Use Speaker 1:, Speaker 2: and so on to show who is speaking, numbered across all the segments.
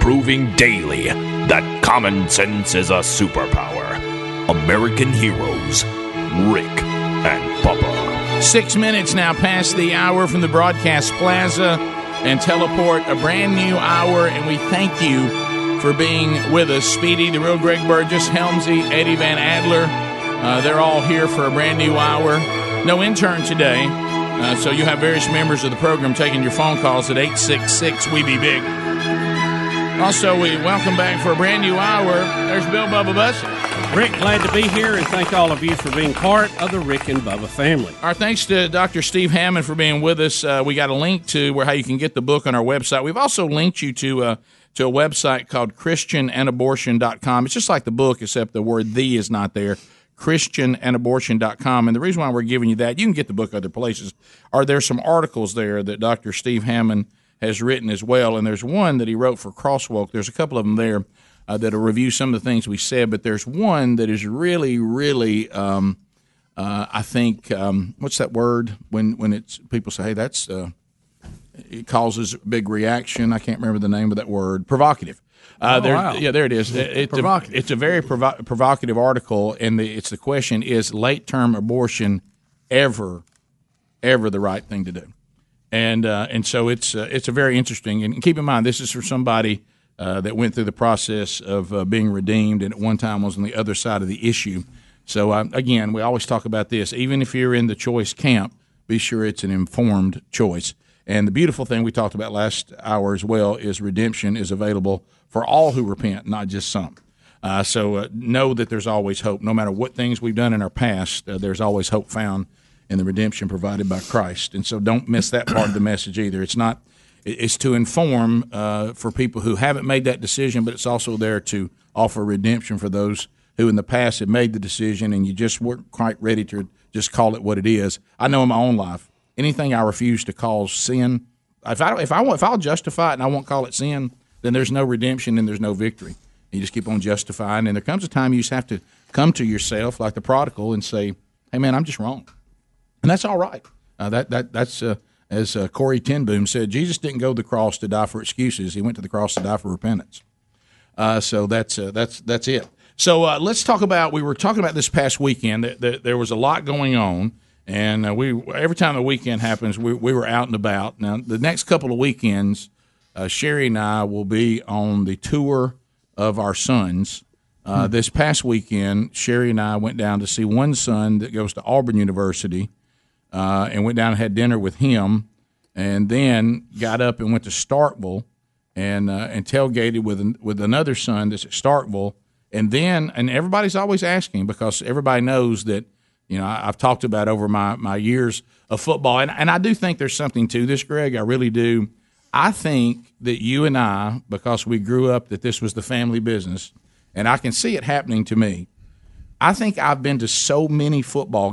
Speaker 1: proving daily that common sense is a superpower. American heroes, Rick and Bubba.
Speaker 2: Six minutes now past the hour from the broadcast plaza and teleport a brand new hour, and we thank you for being with us. Speedy, the real Greg Burgess, Helmsy, Eddie Van Adler, uh, they're all here for a brand new hour. No intern today, uh, so you have various members of the program taking your phone calls at 866 We Be Big. Also, we welcome back for a brand new hour. There's Bill Bubba Bussett.
Speaker 3: Rick, glad to be here and thank all of you for being part of the Rick and Bubba family.
Speaker 2: Our thanks to Dr. Steve Hammond for being with us. Uh, we got a link to where how you can get the book on our website. We've also linked you to uh, to a website called christianandabortion.com. It's just like the book, except the word the is not there. Christianandabortion.com. And the reason why we're giving you that, you can get the book other places. Are there some articles there that Dr. Steve Hammond has written as well? And there's one that he wrote for Crosswalk. There's a couple of them there uh, that'll review some of the things we said. But there's one that is really, really, um, uh, I think, um, what's that word when when it's people say, hey, that's uh, it causes big reaction. I can't remember the name of that word. Provocative. Uh,
Speaker 3: Oh,
Speaker 2: there,
Speaker 3: wow.
Speaker 2: Yeah, there it is. It- it's, a,
Speaker 3: Provocative.
Speaker 2: it's a very provo- provocative article, and the, it's the question: Is late term abortion ever, ever the right thing to do? and uh, and so it's uh, it's a very interesting. And keep in mind, this is for somebody uh, that went through the process of uh, being redeemed, and at one time was on the other side of the issue. So uh, again, we always talk about this. Even if you're in the choice camp, be sure it's an informed choice. And the beautiful thing we talked about last hour as well is redemption is available for all who repent, not just some. Uh, so uh, know that there's always hope. No matter what things we've done in our past, uh, there's always hope found in the redemption provided by Christ. And so don't miss that part of the message either. It's not. it- It's to inform uh, for people who haven't made that decision, but it's also there to offer redemption for those who in the past had made the decision and you just weren't quite ready to just call it what it is. I know in my own life, anything I refuse to call sin, if I if I want, if I'll justify it and I won't call it sin, then there's no redemption and there's no victory. You just keep on justifying, and there comes a time you just have to come to yourself like the prodigal and say, "Hey, man, I'm just wrong." and that's all right. Uh, that that that's uh, as uh, Corey Tinboom said. Jesus didn't go to the cross to die for excuses. He went to the cross to die for repentance. Uh, so that's uh, that's that's it. So uh, let's talk about. We were talking about this past weekend. That, that there was a lot going on, and uh, we every time the weekend happens, we we were out and about. Now the next couple of weekends, uh, Sherry and I will be on the tour of our sons. Uh, This past weekend, Sherry and I went down to see one son that goes to Auburn University uh, and went down and had dinner with him, and then got up and went to Starkville and uh, and tailgated with an, with another son that's at Starkville, and then and everybody's always asking because everybody knows that you know I, I've talked about over my my years of football, and and I do think there's something to this, Greg. I really do. I think that you and I, because we grew up that this was the family business, and I can see it happening to me. I think I've been to so many football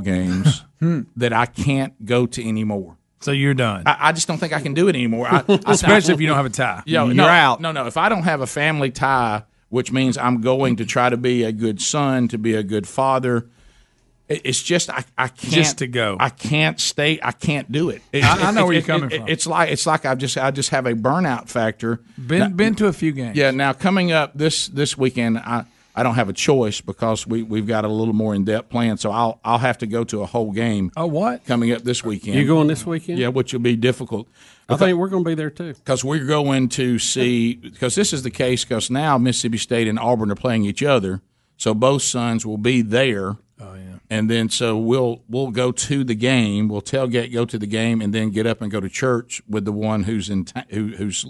Speaker 2: games that I can't go to anymore.
Speaker 4: So you're done.
Speaker 2: I, I just don't think I can do it anymore. I, I-
Speaker 4: Especially if you don't have a tie.
Speaker 2: Yo,
Speaker 4: you're
Speaker 2: no,
Speaker 4: out.
Speaker 2: No, no. If I don't have a family tie, which means I'm going to try to be a good son, to be a good father, it- it's just I, I can't
Speaker 4: Just to go.
Speaker 2: I can't stay. I can't do it. It-
Speaker 4: I- I know
Speaker 2: it-
Speaker 4: where you're
Speaker 2: it-
Speaker 4: coming
Speaker 2: it-
Speaker 4: from.
Speaker 2: It's like it's like I just I just have a burnout factor.
Speaker 4: Been been to a few games.
Speaker 2: Yeah. Now coming up this this weekend, I I don't have a choice because we we've got a little more in depth plan, so I'll I'll have to go to a whole game
Speaker 4: Oh what?
Speaker 2: coming up this weekend.
Speaker 3: You going this weekend?
Speaker 2: Yeah, which will be difficult
Speaker 3: I think we're going to be there too.
Speaker 2: because we're going to see because this is the case because now Mississippi State and Auburn are playing each other, so both sons will be there. Oh yeah, and then so we'll we'll go to the game, we'll tailgate, go to the game, and then get up and go to church with the one who's in ta- who, who's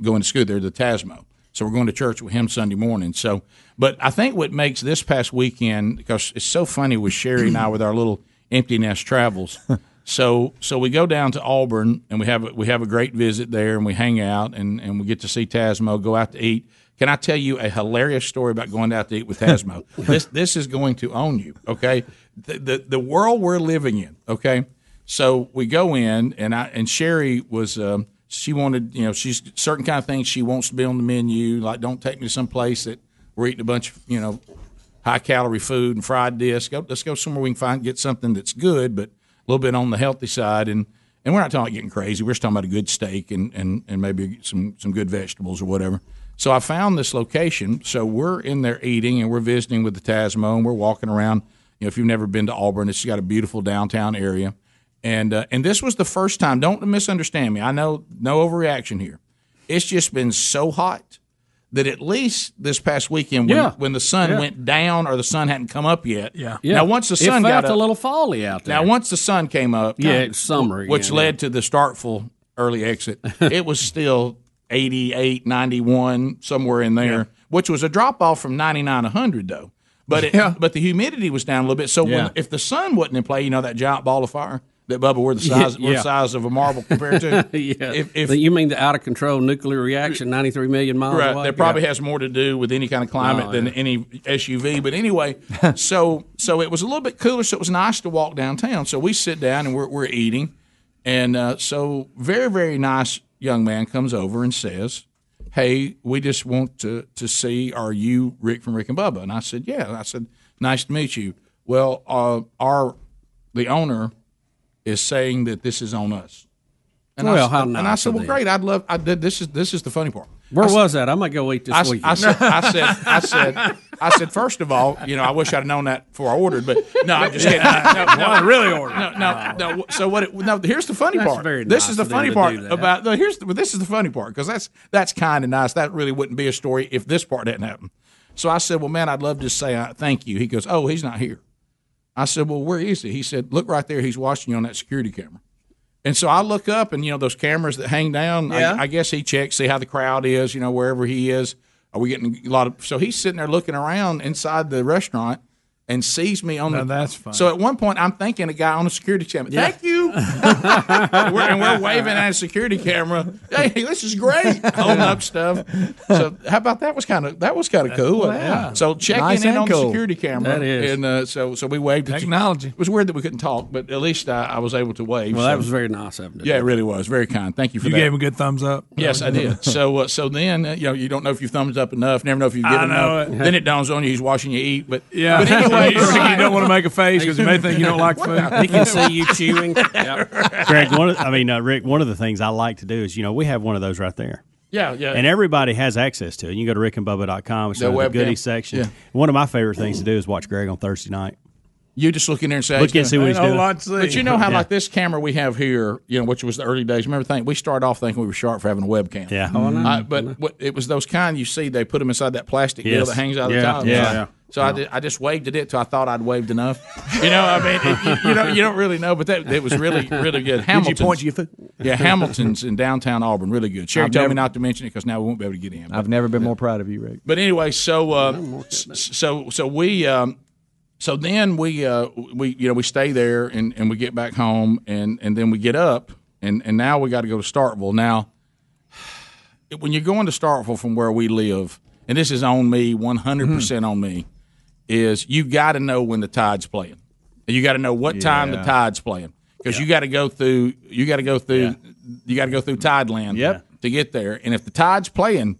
Speaker 2: going to school there, the Tasmo. So we're going to church with him Sunday morning. So, but I think what makes this past weekend because it's so funny with Sherry and I with our little empty nest travels. So so we go down to Auburn and we have a, we have a great visit there and we hang out and, and we get to see Tasmo go out to eat. Can I tell you a hilarious story about going out to eat with Tasmo? this this is going to own you, okay? The, the the world we're living in, okay? So we go in and I and Sherry was um, she wanted you know she's certain kind of things she wants to be on the menu like don't take me to some place that we're eating a bunch of you know high calorie food and fried this. Go, let's go somewhere we can find get something that's good, but a little bit on the healthy side. And and we're not talking about getting crazy. We're just talking about a good steak and and and maybe some some good vegetables or whatever. So I found this location. So we're in there eating and we're visiting with the Tasmo and we're walking around. You know, if you've never been to Auburn, it's got a beautiful downtown area. And uh, and this was the first time. Don't misunderstand me. I know no overreaction here. It's just been so hot that at least this past weekend, when,
Speaker 3: Yeah.
Speaker 2: when the sun
Speaker 3: Yeah.
Speaker 2: went down or the sun hadn't come up yet.
Speaker 4: Yeah.
Speaker 3: Yeah.
Speaker 2: Now once the sun
Speaker 3: it felt
Speaker 2: got up,
Speaker 3: a little folly out there.
Speaker 2: now once the sun came up,
Speaker 3: yeah, it's summer, again,
Speaker 2: which
Speaker 3: yeah.
Speaker 2: led to the startful early exit. it was still 88, 91, somewhere in there, which was a drop off from 99, 100, though. But it, but the humidity was down a little bit. So
Speaker 3: Yeah.
Speaker 2: when, if the sun wasn't in play, you know, that giant ball of fire that Bubba were the size, were
Speaker 3: yeah.
Speaker 2: the size of a marble compared to.
Speaker 3: Yeah,
Speaker 2: If, if,
Speaker 3: But you mean the out of control nuclear reaction, ninety three million miles
Speaker 2: Right.
Speaker 3: away?
Speaker 2: That probably has more to do with any kind of climate
Speaker 3: Oh,
Speaker 2: than
Speaker 3: yeah.
Speaker 2: any SUV. But anyway, so so it was a little bit cooler, so it was nice to walk downtown. So we sit down and we're, we're eating, and uh, so very very nice young man comes over and says, "Hey, we just want to to see are you Rick from Rick and Bubba?" And I said, "Yeah." And I said, "Nice to meet you." Well, uh, our the owner is saying that this is on us. And I,
Speaker 3: Well,
Speaker 2: s-
Speaker 3: how
Speaker 2: and I
Speaker 3: nice
Speaker 2: said,
Speaker 3: of
Speaker 2: "Well,
Speaker 3: them."
Speaker 2: great. I'd love. I did. This is this is the funny part.
Speaker 3: Where was that? I might go eat this
Speaker 2: I,
Speaker 3: weekend.
Speaker 2: I said, I said, I said, I said, first of all, you know, I wish I'd have known that before I ordered, but no, I'm just kidding. No, no,
Speaker 4: I really ordered.
Speaker 2: no, no, no. So what? It, no, here's the funny
Speaker 3: That's
Speaker 2: part.
Speaker 3: very
Speaker 2: this
Speaker 3: nice
Speaker 2: is the
Speaker 3: of them
Speaker 2: funny
Speaker 3: to
Speaker 2: part
Speaker 3: do that.
Speaker 2: about. No, here's the, well, this is the funny part because that's that's kind of nice. That really wouldn't be a story if this part hadn't happened. So I said, well, man, I'd love to say uh, thank you. He goes, oh, he's not here. I said, well, where is he? He said, look right there. He's watching you on that security camera. And so I look up, and you know those cameras that hang down.
Speaker 3: Yeah.
Speaker 2: I, I guess he checks, see how the crowd is. You know wherever he is, are we getting a lot of? So he's sitting there looking around inside the restaurant, and sees me on
Speaker 4: Now
Speaker 2: the.
Speaker 4: that's funny.
Speaker 2: So at one point, I'm thinking a guy on a security camera. Thank you. we're, and we're waving at a security camera. Hey, this is great. Holding up stuff. So how about that? Was kind of that was kind of cool. So checking
Speaker 5: Nice
Speaker 2: in
Speaker 5: and
Speaker 2: on the
Speaker 5: cool.
Speaker 2: security camera.
Speaker 3: That is.
Speaker 2: And uh, so so we waved. at-
Speaker 4: Technology.
Speaker 2: It was weird that we couldn't talk, but at least I, I was able to wave.
Speaker 3: well,
Speaker 2: so-
Speaker 3: that was very nice of him. to
Speaker 2: yeah,
Speaker 3: do.
Speaker 2: it really was very kind. Thank you for
Speaker 4: You
Speaker 2: that.
Speaker 4: gave him a good thumbs up.
Speaker 2: Yes, I did. So, uh, so then uh, you know you don't know if you thumbs up enough. Never know if you give
Speaker 4: I
Speaker 2: him
Speaker 4: know
Speaker 2: enough.
Speaker 4: it.
Speaker 2: Then it dawns on you he's watching you eat. But
Speaker 4: Yeah.
Speaker 2: But anyway,
Speaker 4: you think you don't want to make a face because you may think you don't like food.
Speaker 3: he can see you chewing. Yep.
Speaker 6: Greg, one of, I mean, uh, Rick, one of the things I like to do is, you know, we have one of those right there.
Speaker 2: yeah, yeah.
Speaker 6: And everybody has access to it. You can go to rickandbubba.com, it's
Speaker 2: The
Speaker 6: the, the
Speaker 2: webcam.
Speaker 6: goodie section.
Speaker 2: Yeah.
Speaker 6: One of my favorite things to do is watch Greg on Thursday night.
Speaker 2: you just look in there and say,
Speaker 6: Look
Speaker 2: "Hey,
Speaker 6: and see what he's
Speaker 4: Ain't a whole
Speaker 6: doing.
Speaker 4: lot to see.
Speaker 2: But you know how like this camera we have here, you know, which was the early days. Remember, think we started off thinking we were sharp for having a webcam.
Speaker 6: Yeah.
Speaker 2: Oh, I, but what, it was those kind you see. They put them inside that plastic deal
Speaker 6: Yes.
Speaker 2: that hangs out of the
Speaker 6: Yeah,
Speaker 2: top.
Speaker 6: yeah. Yeah.
Speaker 2: So I, did, I just waved at it till I thought I'd waved enough. You know, I mean, it, you, you know, you don't really know, but that it was really, really good. Hamilton's,
Speaker 4: point to your foot?
Speaker 2: Yeah, Hamilton's in downtown Auburn, really good. Sherry
Speaker 5: I've
Speaker 2: told me
Speaker 5: never-
Speaker 2: not to mention it because now we won't be able to get in.
Speaker 5: I've never been more proud of you, Rick.
Speaker 2: But anyway, so uh, s- so so we um, so then we uh, we you know we stay there and, and we get back home and and then we get up and and now we got to go to Starkville. Now, when you're going to Starkville from where we live, and this is on me, one hundred percent on me, is you got to know when the tide's playing. You got to know what time the tide's playing because you got to go through you got to go through you got to go through tideland
Speaker 5: Yep.
Speaker 2: to get there. And if the tide's playing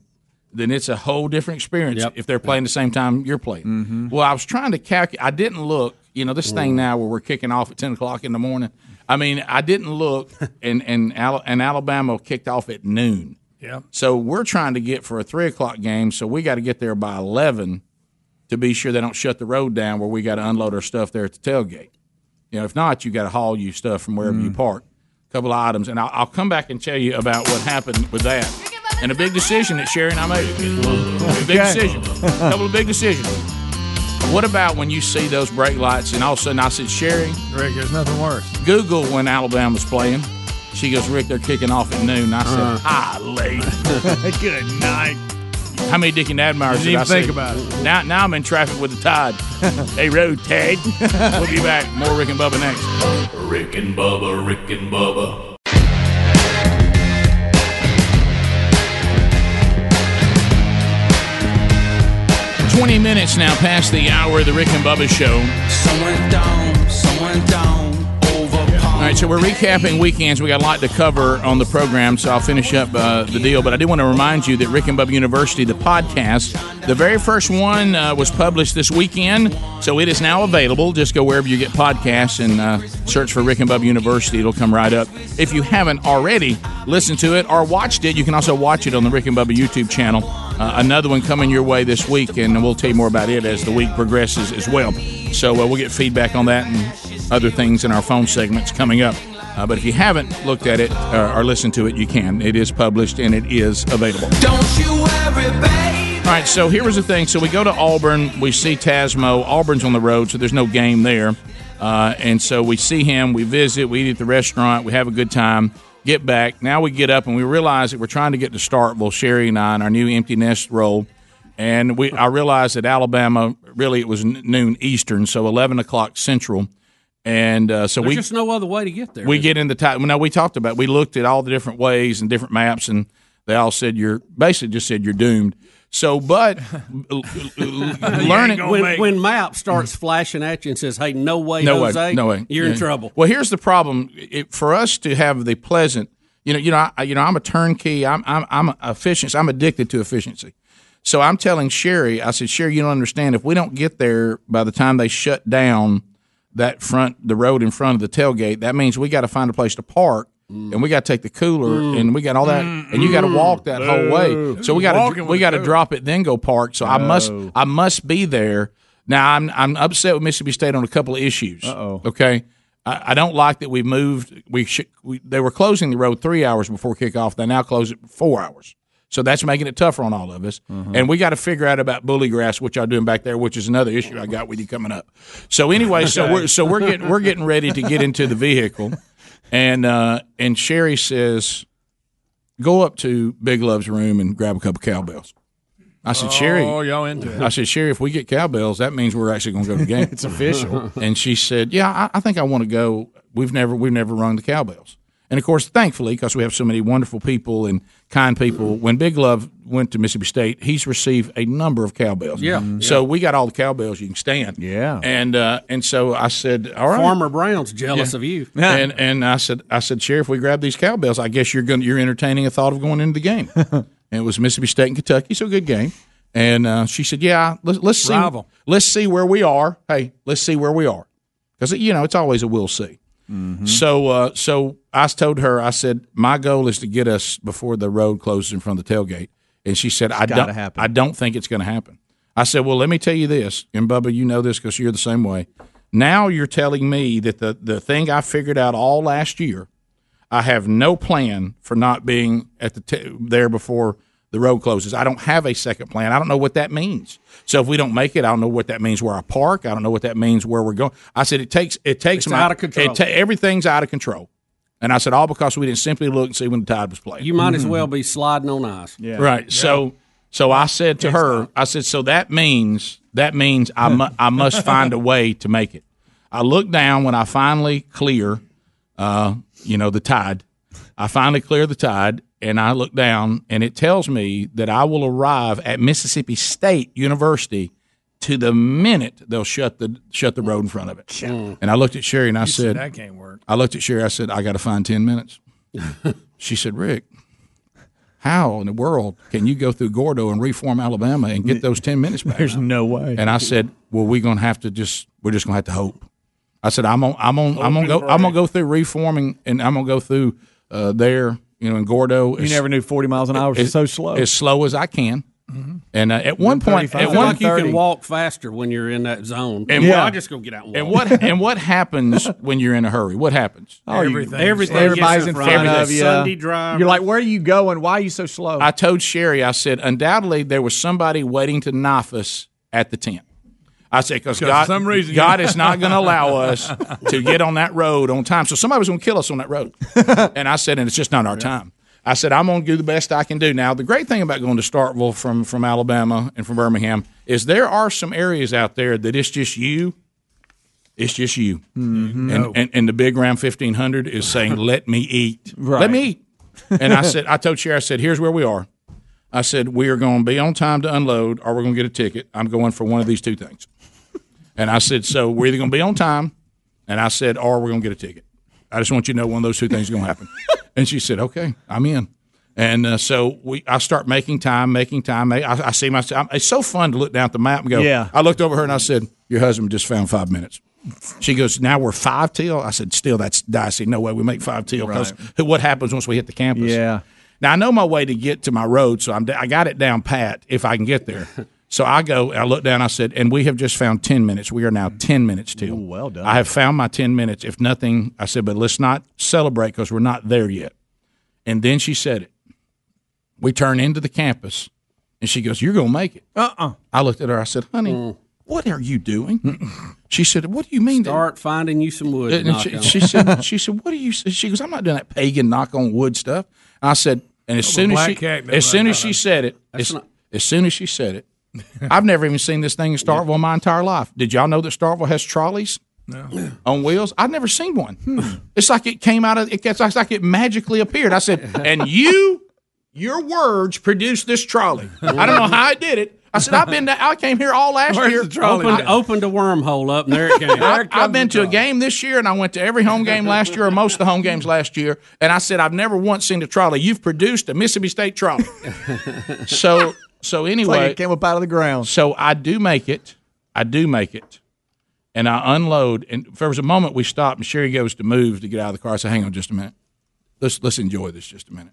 Speaker 2: then it's a whole different experience if they're playing the same time you're playing. Well, I was trying to calculate. I didn't look. You know, this thing now where we're kicking off at ten o'clock in the morning. I mean, I didn't look, and and Al- and Alabama kicked off at noon.
Speaker 4: Yeah.
Speaker 2: So we're trying to get for a three o'clock game. So we got to get there by eleven to be sure they don't shut the road down where we got to unload our stuff there at the tailgate. You know, if not, you got to haul you stuff from wherever you park. A couple of items, and I'll, I'll come back and tell you about what happened with that. And a big decision that Sherry and I made. A big decision. A couple of big decisions. What about when you see those brake lights and all of a sudden I said, Sherry,
Speaker 4: Rick, there's nothing worse.
Speaker 2: Google when Alabama's playing. She goes, Rick, they're kicking off at noon. And I said,
Speaker 4: Uh-huh.
Speaker 2: ah, late.
Speaker 4: Good night.
Speaker 2: How many Dick and Admirers
Speaker 4: Didn't
Speaker 2: did I
Speaker 4: even think
Speaker 2: see?
Speaker 4: about it.
Speaker 2: Now, now I'm in traffic with the tide. hey, road tide. We'll be back. More Rick and Bubba next.
Speaker 1: Rick and Bubba, Rick and Bubba.
Speaker 2: Twenty minutes now past the hour of the Rick and Bubba show.
Speaker 7: Someone down, someone down, over
Speaker 2: All right, so we're recapping weekends. We got a lot to cover on the program, so I'll finish up uh, the deal. But I do want to remind you that Rick and Bubba University, the podcast, the very first one uh, was published this weekend, so it is now available. Just go wherever you get podcasts and uh, search for Rick and Bubba University. It'll come right up. If you haven't already listened to it or watched it, you can also watch it on the Rick and Bubba YouTube channel. Uh, another one coming your way this week, and we'll tell you more about it as the week progresses as well. So uh, we'll get feedback on that and other things in our phone segments coming up. Uh, but if you haven't looked at it uh, or listened to it, you can. It is published and it is available.
Speaker 7: Don't you worry, babe.
Speaker 2: All right, so here was the thing. So we go to Auburn. We see Tasmo. Auburn's on the road, so there's no game there. Uh, and so we see him. We visit. We eat at the restaurant. We have a good time. Get back. Now we get up and we realize that we're trying to get to Startville, Sherry and I, in our new empty nest role. And we, I realized that Alabama really it was n- noon Eastern, so eleven o'clock Central. And uh, so
Speaker 3: There's
Speaker 2: we
Speaker 3: just no other way to get there.
Speaker 2: we
Speaker 3: is
Speaker 2: get in the tight. No, we talked about. We looked at all the different ways and different maps, and they all said you're basically just said you're doomed. So, but l- l- l- learning.
Speaker 3: there. when, when map starts flashing at you and says, "Hey, no way,
Speaker 2: No
Speaker 3: Jose,
Speaker 2: way. No way.
Speaker 3: you're in
Speaker 2: Yeah.
Speaker 3: trouble."
Speaker 2: Well, here's the problem. It, for us to have the pleasant, you know, you know, I, you know, I'm a turnkey. I'm, I'm, I'm efficient. I'm addicted to efficiency. So I'm telling Sherry, I said, Sherry, you don't understand. If we don't get there by the time they shut down that front, the road in front of the tailgate, that means we got to find a place to park. And we got to take the cooler, and we got all that, and you got to walk that whole way. So we got to
Speaker 4: Walking
Speaker 2: we
Speaker 4: with
Speaker 2: got
Speaker 4: the
Speaker 2: to
Speaker 4: cooler.
Speaker 2: drop it, then go park. So I must I must be there. Now I'm I'm upset with Mississippi State on a couple of issues. Uh-oh. Okay, I, I don't like that we moved. We, should, we they were closing the road three hours before kickoff. They now close it for four hours. So that's making it tougher on all of us. And we got to figure out about bully grass, which y'all doing back there, which is another issue I got with you coming up. So anyway, so we're so we're getting we're getting ready to get into the vehicle, and uh, and Sherry says, "Go up to Big Love's room and grab a couple cowbells." I said, "Sherry,
Speaker 4: Oh, y'all into it?
Speaker 2: I said, Sherry, if we get cowbells, that means we're actually going to go to the game. it's official. And she said, Yeah, I, I think I want to go. We've never we've never rung the cowbells. And of course, thankfully, because we have so many wonderful people and kind people, when Big Love went to Mississippi State, he's received a number of cowbells.
Speaker 3: Yeah.
Speaker 2: So we got all the cowbells you can stand.
Speaker 4: Yeah.
Speaker 2: And uh, and so I said, All right.
Speaker 3: Farmer Brown's jealous of you.
Speaker 2: And and I said I said, Sheriff, we grab these cowbells. I guess you're going you're entertaining a thought of going into the game. and it was Mississippi State and Kentucky, so good game. And uh, she said, Yeah, let's, let's see
Speaker 4: Rival.
Speaker 2: let's see where we are. Hey, let's see where we are because you know it's always a we'll see. So uh, so I told her I said my goal is to get us before the road closes in front of the tailgate, and she said I don't
Speaker 6: happen.
Speaker 2: I don't think it's going to happen. I said, well, let me tell you this, and Bubba, you know this because you're the same way. Now you're telling me that the the thing I figured out all last year, I have no plan for not being at the t- there before the road closes. I don't have a second plan. I don't know what that means. So if we don't make it, I don't know what that means where I park. I don't know what that means where we're going. I said it takes it takes
Speaker 3: It's out of control.
Speaker 2: it ta- everything's out of control. And I said all because we didn't simply look and see when the tide was playing.
Speaker 3: You might as well be sliding on ice. Yeah.
Speaker 2: Right. So so I said to her, I said, so that means that means I mu- I must find a way to make it. I look down when I finally clear, uh, you know, the tide. I finally clear the tide, and I look down, and it tells me that I will arrive at Mississippi State University to the minute they'll shut the shut the road in front of it.
Speaker 3: Mm.
Speaker 2: And I looked at Sherry and I said,
Speaker 4: That can't work.
Speaker 2: I looked at Sherry. I said, I got to find 10 minutes. she said, Rick, how in the world can you go through Gordo and reform Alabama and get those 10 minutes back?
Speaker 6: There's no way.
Speaker 2: And I said, well, we're going to have to just, we're just going to have to hope. I said, I'm on, I'm on, I'm going to go, I'm going to go through reforming and I'm going to go through uh, there, you know, in Gordo.
Speaker 6: You never knew 40 miles an hour was so slow. Mm-hmm.
Speaker 2: As slow as I can. And uh, at one point,
Speaker 6: 35.
Speaker 2: at
Speaker 6: I feel
Speaker 2: one
Speaker 3: Like you can
Speaker 6: 130.
Speaker 3: walk faster when you're in that zone.
Speaker 2: And
Speaker 3: well,
Speaker 2: what-
Speaker 3: I just go get out and walk.
Speaker 2: and what and what happens when you're in a hurry? What happens?
Speaker 6: Oh, you-
Speaker 4: Everything.
Speaker 3: Everything
Speaker 6: everybody's
Speaker 3: gets
Speaker 6: in
Speaker 3: front
Speaker 6: front
Speaker 3: of
Speaker 6: of
Speaker 3: you.
Speaker 6: you.
Speaker 3: Sunday drive.
Speaker 6: You're like, where are you going? Why are you so slow?
Speaker 2: I told Sherry, I said, undoubtedly there was somebody waiting to knife us at the tent. I said, because God,
Speaker 4: some reason-
Speaker 2: God is not going to allow us to get on that road on time. So somebody was going to kill us on that road. And I said, and it's just not our time. I said, I'm going to do the best I can do. Now, the great thing about going to Starkville from, from Alabama and from Birmingham is there are some areas out there that it's just you. It's just you.
Speaker 5: Mm-hmm.
Speaker 2: And, and, and the big round 1500 is saying, let me eat. Let me eat. And I said, I told Sherry, I said, here's where we are. I said, we are going to be on time to unload or we're going to get a ticket. I'm going for one of these two things. And I said, so we're either going to be on time. And I said, or we're going to get a ticket. I just want you to know one of those two things is going to happen. and she said, okay, I'm in. And uh, so we, I start making time, making time. I, I see myself. It's so fun to look down at the map and go.
Speaker 6: Yeah.
Speaker 2: I looked over her and I said, "Your husband just found five minutes." She goes, "Now we're five till." I said, "Still, that's dicey. No way we make five till because what happens once we hit the campus?"
Speaker 6: Yeah.
Speaker 2: Now I know my way to get to my road, so I'm I got it down pat if I can get there. So I go, I look down, I said, and we have just found ten minutes. We are now ten minutes till. well done. I have found my ten minutes. If nothing, I said, but let's not celebrate because we're not there yet. And then she said it. We turn into the campus, and she goes, "You're gonna make it." Uh
Speaker 4: Uh-uh.
Speaker 2: uh I looked at her. I said, "Honey,
Speaker 3: Mm.
Speaker 2: what are you doing?" she said, "What do you mean?" that-
Speaker 3: Start finding you some wood. to
Speaker 2: and
Speaker 3: knock
Speaker 2: she,
Speaker 3: on.
Speaker 2: she said, "She said, what are you?" She goes, "I'm not doing that pagan knock on wood stuff." And I said, and as soon as
Speaker 4: black
Speaker 2: she,
Speaker 4: cat that
Speaker 2: as soon
Speaker 4: runs
Speaker 2: as she said it, as, as soon as she said it, I've never even seen this thing in Starville my entire life. Did y'all know that Starville has trolleys? On wheels, I've never seen one. It's like it came out of it. It's like it magically appeared. I said, "And you, your words produced this trolley." I don't know how I did it. I said, "I've been. To, I came here all last
Speaker 4: Where's
Speaker 2: year.
Speaker 4: the trolley?
Speaker 2: I-
Speaker 4: Open-
Speaker 3: Opened a wormhole up, and there it came.
Speaker 2: I, I've been to a game this year, and I went to every home game last year, or most of the home games last year. And I said, I've never once seen a trolley. You've produced a Mississippi State trolley. so, so anyway,
Speaker 5: it came up out of the ground.
Speaker 2: so I do make it. I do make it. And I unload. And there was a moment we stopped, and Sherry goes to move to get out of the car. I said, Hang on just a minute. Let's, let's enjoy this just a minute.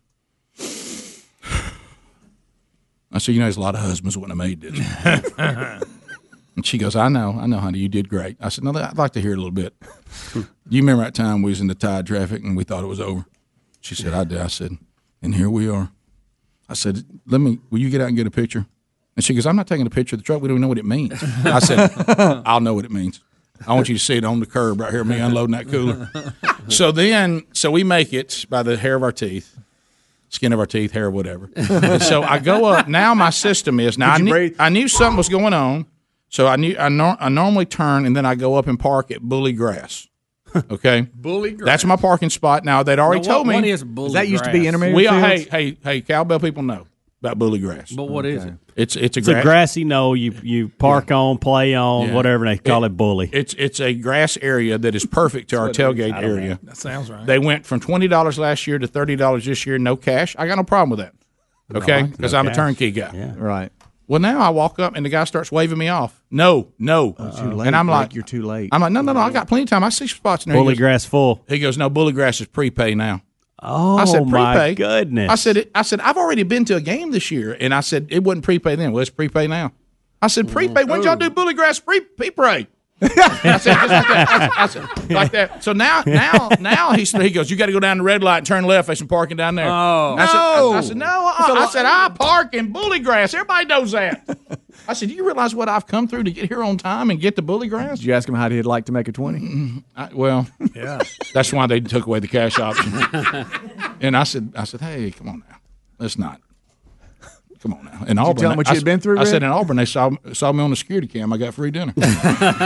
Speaker 2: I said, You know, there's a lot of husbands wouldn't have made this. Uh-huh. and she goes, I know, I know, honey. You did great. I said, No, I'd like to hear it a little bit. Do you remember that time we was in the tide traffic and we thought it was over? She said, I did. I said, And here we are. I said, "Let me. Will you get out and get a picture?" And she goes, "I'm not taking a picture of the truck. We don't even know what it means." I said, "I'll know what it means. I want you to see it on the curb right here. Me unloading that cooler." so then, so we make it by the hair of our teeth, skin of our teeth, hair, whatever. And so I go up. Now my system is now I
Speaker 5: you
Speaker 2: knew,
Speaker 5: breathe?
Speaker 2: I knew something was going on. So I knew I, nor, I normally turn and then I go up and park at Bully Grass. Okay, Bully Grass. That's my parking spot. Now they'd already
Speaker 3: What-
Speaker 2: told me
Speaker 3: what is bully
Speaker 5: That used to be
Speaker 3: grass?
Speaker 5: intermediate.
Speaker 2: we all, hey
Speaker 5: fields?
Speaker 2: hey hey cowbell people know about bully grass.
Speaker 3: But what is it?
Speaker 2: It's it's a
Speaker 6: It's a
Speaker 2: grass.
Speaker 6: grassy knoll you you park on, play on,
Speaker 2: Yeah.
Speaker 6: whatever and they call it, bully.
Speaker 2: It's it's a grass area that is perfect to our tailgate area.
Speaker 4: That sounds right.
Speaker 2: They went from twenty dollars last year to thirty dollars this year, no cash. I got no problem with that. Okay, because I'm a
Speaker 6: cash.
Speaker 2: turnkey guy.
Speaker 5: Right.
Speaker 2: Well, now I walk up and the guy starts waving me off. No, no,
Speaker 6: Oh,
Speaker 5: Too late.
Speaker 2: and I'm like,
Speaker 5: you're too late.
Speaker 2: I'm like, no, no, no. I got plenty of time. I see spots in there.
Speaker 6: bully
Speaker 2: he, goes,
Speaker 6: grass full.
Speaker 2: he goes, no, bully grass is prepay now.
Speaker 6: Oh
Speaker 2: I said,
Speaker 6: my
Speaker 2: prepay.
Speaker 6: goodness.
Speaker 2: I said, it, I said, I've already been to a game this year, and I said it wasn't prepay then. Well, it's prepay now. I said, prepay. When y'all do Bully Grass pre prepay? I said, just like that. I said, I said, like that. So now, now, now he said, he goes, you got to go down the red light and turn left. There's some parking down there. Oh, I said, I, I said no. uh-uh." I said I park in Bully Grass. Everybody knows that. I said, do you realize what I've come through to get here on time and get the Bully Grass?
Speaker 5: Did you ask him how he'd like to make a 20?
Speaker 2: I, well, yeah, that's why they took away the cash option. and I said, I said, hey, come on now, let's not. Come on now. In Auburn,
Speaker 5: tell 'em what
Speaker 2: I
Speaker 5: you'd
Speaker 2: s-
Speaker 5: been through,
Speaker 2: I
Speaker 5: Rick?
Speaker 2: said in Auburn they saw saw me on the security cam. I got free dinner.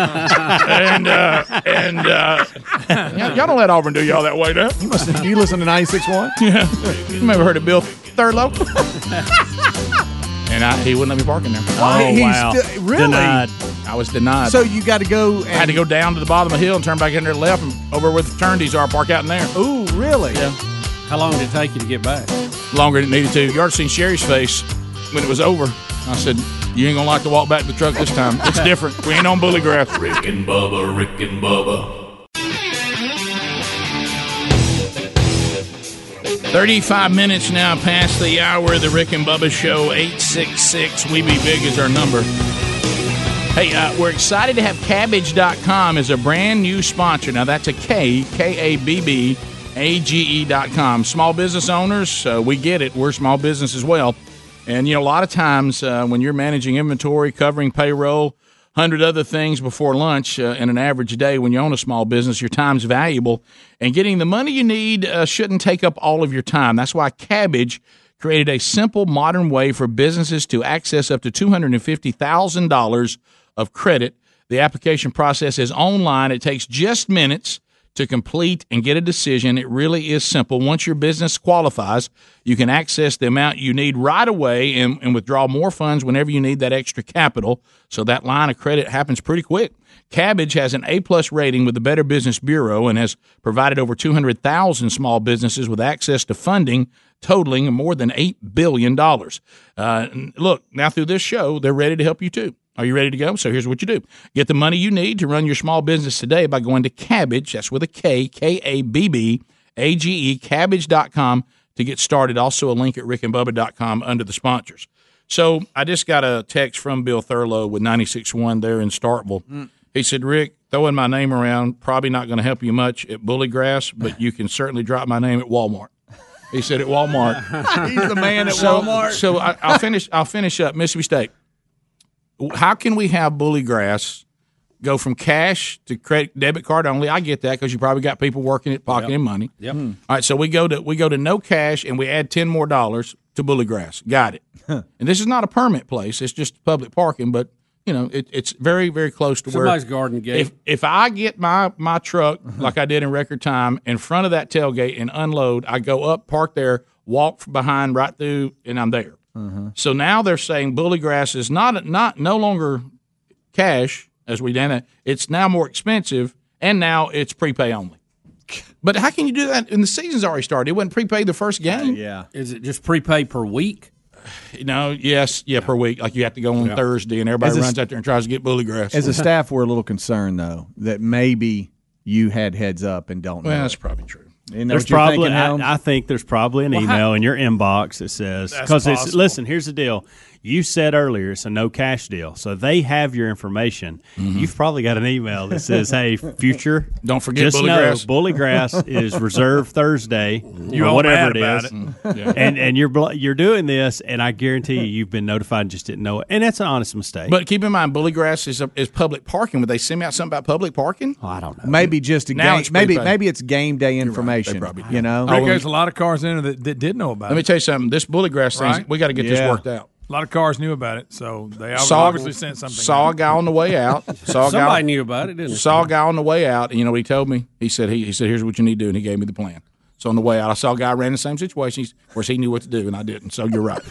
Speaker 2: and uh, and uh, y'all, y'all don't let Auburn do y'all that way, though.
Speaker 5: Do you listen to 96.1?
Speaker 2: You ever heard of Bill Third Local? and I, he wouldn't let me park in there.
Speaker 6: oh,
Speaker 5: He's
Speaker 6: wow.
Speaker 5: still- really?
Speaker 6: Denied.
Speaker 2: I was denied.
Speaker 5: So you got to go and.
Speaker 2: I had to go down to the bottom of the hill and turn back in there to the left and over where the fraternities are. Park out in there.
Speaker 5: Ooh, really?
Speaker 3: How long did it take you to get back?
Speaker 2: longer than it needed to. You already seen Sherry's face when it was over. I said, "You ain't gonna like to walk back to the truck this time. It's different. We ain't on bully grass."
Speaker 1: Rick and Bubba, Rick and Bubba.
Speaker 2: Thirty-five minutes now past the hour of the Rick and Bubba Show. Eight six six. We be big is our number. Hey, uh, we're excited to have Cabbage.com as a brand new sponsor. Now, that's a K, K A B B A G E.com. Small business owners, uh, we get it. We're small business as well. And, you know, a lot of times uh, when you're managing inventory, covering payroll, hundred other things before lunch uh, in an average day when you own a small business, your time's valuable. And getting the money you need uh, shouldn't take up all of your time. That's why Cabbage created a simple, modern way for businesses to access up to $250,000 of credit. The application process is online, it takes just minutes to complete and get a decision. It really is simple. Once your business qualifies, you can access the amount you need right away and, and withdraw more funds whenever you need that extra capital. So that line of credit happens pretty quick. Cabbage has an A plus rating with the Better Business Bureau and has provided over 200,000 small businesses with access to funding totaling more than $8 billion. Uh, n- look, now through this show, they're ready to help you too. Are you ready to go? So here's what you do get the money you need to run your small business today by going to Cabbage, that's with a K, K A B B A G E, cabbage.com. to get started. Also, a link at rickandbubba.com under the sponsors. So I just got a text from Bill Thurlow with 96.1 there in Startville. He said, Rick, throwing my name around probably not going to help you much at Bully Grass, but you can certainly drop my name at Walmart. He said at Walmart.
Speaker 5: He's the man at
Speaker 2: so,
Speaker 5: Walmart.
Speaker 2: So I, I'll finish. I'll finish up Mississippi State. W- How can we have Bully Grass go from cash to credit debit card only? I get that because you probably got people working it, pocketing money.
Speaker 3: Yep.
Speaker 2: All right, so we go Hmm. to we go to no cash and we add ten more dollars to Bully Grass. Got it. and this is not a permit place; it's just public parking. But you know, it, it's very very close to where
Speaker 3: Somebody's garden gate.
Speaker 2: if if I get my my truck
Speaker 5: Uh-huh.
Speaker 2: like I did in record time in front of that tailgate and unload, I go up, park there, walk from behind right through, and I'm there.
Speaker 5: Uh-huh.
Speaker 2: So now they're saying bully grass is not not no longer cash as we done it. It's now more expensive, and now it's prepay only. But how can you do that? And the season's already started. It wasn't prepaid the first game.
Speaker 6: Yeah.
Speaker 3: Is it just prepay per week?
Speaker 2: You know, yes, yeah, per week. Like you have to go on Thursday, and everybody
Speaker 5: As a
Speaker 2: runs
Speaker 5: st-
Speaker 2: out there and tries to get bully grass.
Speaker 5: As a staff, we're a little concerned though that maybe you had heads up and don't
Speaker 2: well,
Speaker 5: know.
Speaker 2: that's probably true.
Speaker 5: Isn't that
Speaker 6: There's
Speaker 5: what you're
Speaker 6: probably,
Speaker 5: thinking, Helms?
Speaker 6: I, I think there's probably an email in your inbox that says, because it's, listen, here's the deal. You said earlier it's a no cash deal. So they have your information. You've probably got an email that says, hey, future.
Speaker 2: Mm-hmm. Don't forget
Speaker 6: just
Speaker 2: Bully
Speaker 6: know,
Speaker 2: Grass."
Speaker 6: Bully Grass is reserved Thursday or
Speaker 4: all
Speaker 6: whatever
Speaker 4: mad
Speaker 6: it
Speaker 4: about
Speaker 6: is.
Speaker 4: it.
Speaker 2: Mm-hmm.
Speaker 6: and and you're bl- you're doing this, and I guarantee you, you've been notified and just didn't know it. And that's an honest mistake.
Speaker 2: But keep in mind, bully grass is a, is public parking. Would they send me out something about public parking?
Speaker 3: Oh,
Speaker 6: I don't know.
Speaker 5: maybe just a
Speaker 2: Now
Speaker 5: game.
Speaker 2: it's
Speaker 5: Maybe
Speaker 2: prepaid.
Speaker 5: maybe it's game day information.
Speaker 2: probably do.
Speaker 5: you know,
Speaker 2: Oh,
Speaker 4: Rick has a lot of cars in there that, that did know about
Speaker 2: Let me
Speaker 4: it.
Speaker 2: tell you something. This bully grass thing,
Speaker 4: Right.
Speaker 2: we got to get this
Speaker 5: Yeah.
Speaker 2: worked out.
Speaker 4: a lot of cars knew about it, so they obviously, obviously sent something.
Speaker 2: Saw a guy on the way out. Saw a guy.
Speaker 3: Somebody knew about it, didn't they?
Speaker 2: Saw a guy on the way out, and you know what he told me? He said he, he said here's what you need to do, and he gave me the plan. So on the way out, I saw a guy ran in the same situation. He's, of course, he knew what to do, and I didn't. So you're right.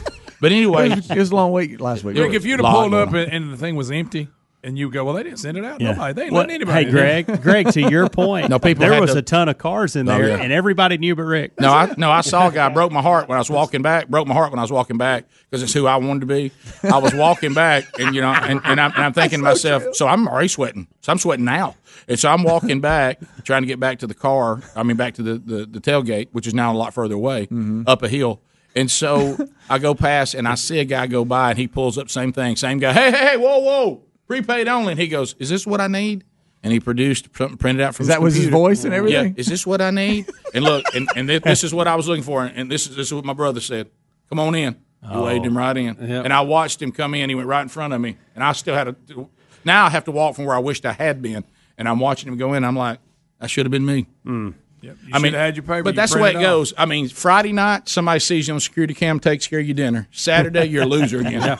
Speaker 2: But anyway,
Speaker 5: it was a long week last week.
Speaker 4: Rick, if you'd have
Speaker 2: Lot
Speaker 4: pulled
Speaker 2: going
Speaker 4: up and, and the thing was empty, and you go, well, they didn't send it out.
Speaker 6: Yeah.
Speaker 4: Nobody, they didn't
Speaker 6: What-
Speaker 4: let
Speaker 6: Hey,
Speaker 4: anybody. in.
Speaker 6: Greg, Greg, to your point,
Speaker 2: No, people
Speaker 6: there
Speaker 2: had
Speaker 6: was
Speaker 2: to- Oh,
Speaker 6: a ton of cars in there,
Speaker 2: yeah.
Speaker 6: and everybody knew but Rick.
Speaker 2: No, I no, I saw a guy broke my heart when I was walking back. Broke my heart when I was walking back because it's who I wanted to be. I was walking back, and you know, and, and, I'm, and I'm thinking to myself, so I'm already sweating. So I'm sweating now, and so I'm walking back, trying to get back to the car. I mean, back to the the, the tailgate, which is now a lot further away, up a hill. And so I go past, and I see a guy go by, and he pulls up, same thing, same guy. Hey, hey, hey, whoa, whoa, prepaid only. And he goes, "Is this what I need?" And he produced something printed out from
Speaker 5: that was his
Speaker 2: computer.
Speaker 5: voice and everything.
Speaker 2: Yeah. Is this what I need? And look, and, and this, this is what I was looking for. And this is this is what my brother said. Come on in. He
Speaker 5: Oh.
Speaker 2: waved him right in. And I watched him come in. He went right in front of me. And I still had a. Now I have to walk from where I wished I had been. And I'm watching him go in. I'm like, that should have been me.
Speaker 5: Hmm.
Speaker 4: I mean, had your paper,
Speaker 2: But
Speaker 4: you
Speaker 2: that's the way
Speaker 4: printed
Speaker 2: it
Speaker 4: off.
Speaker 2: goes. I mean, Friday night, somebody sees you on security cam, takes care of your dinner. Saturday, you're a loser again.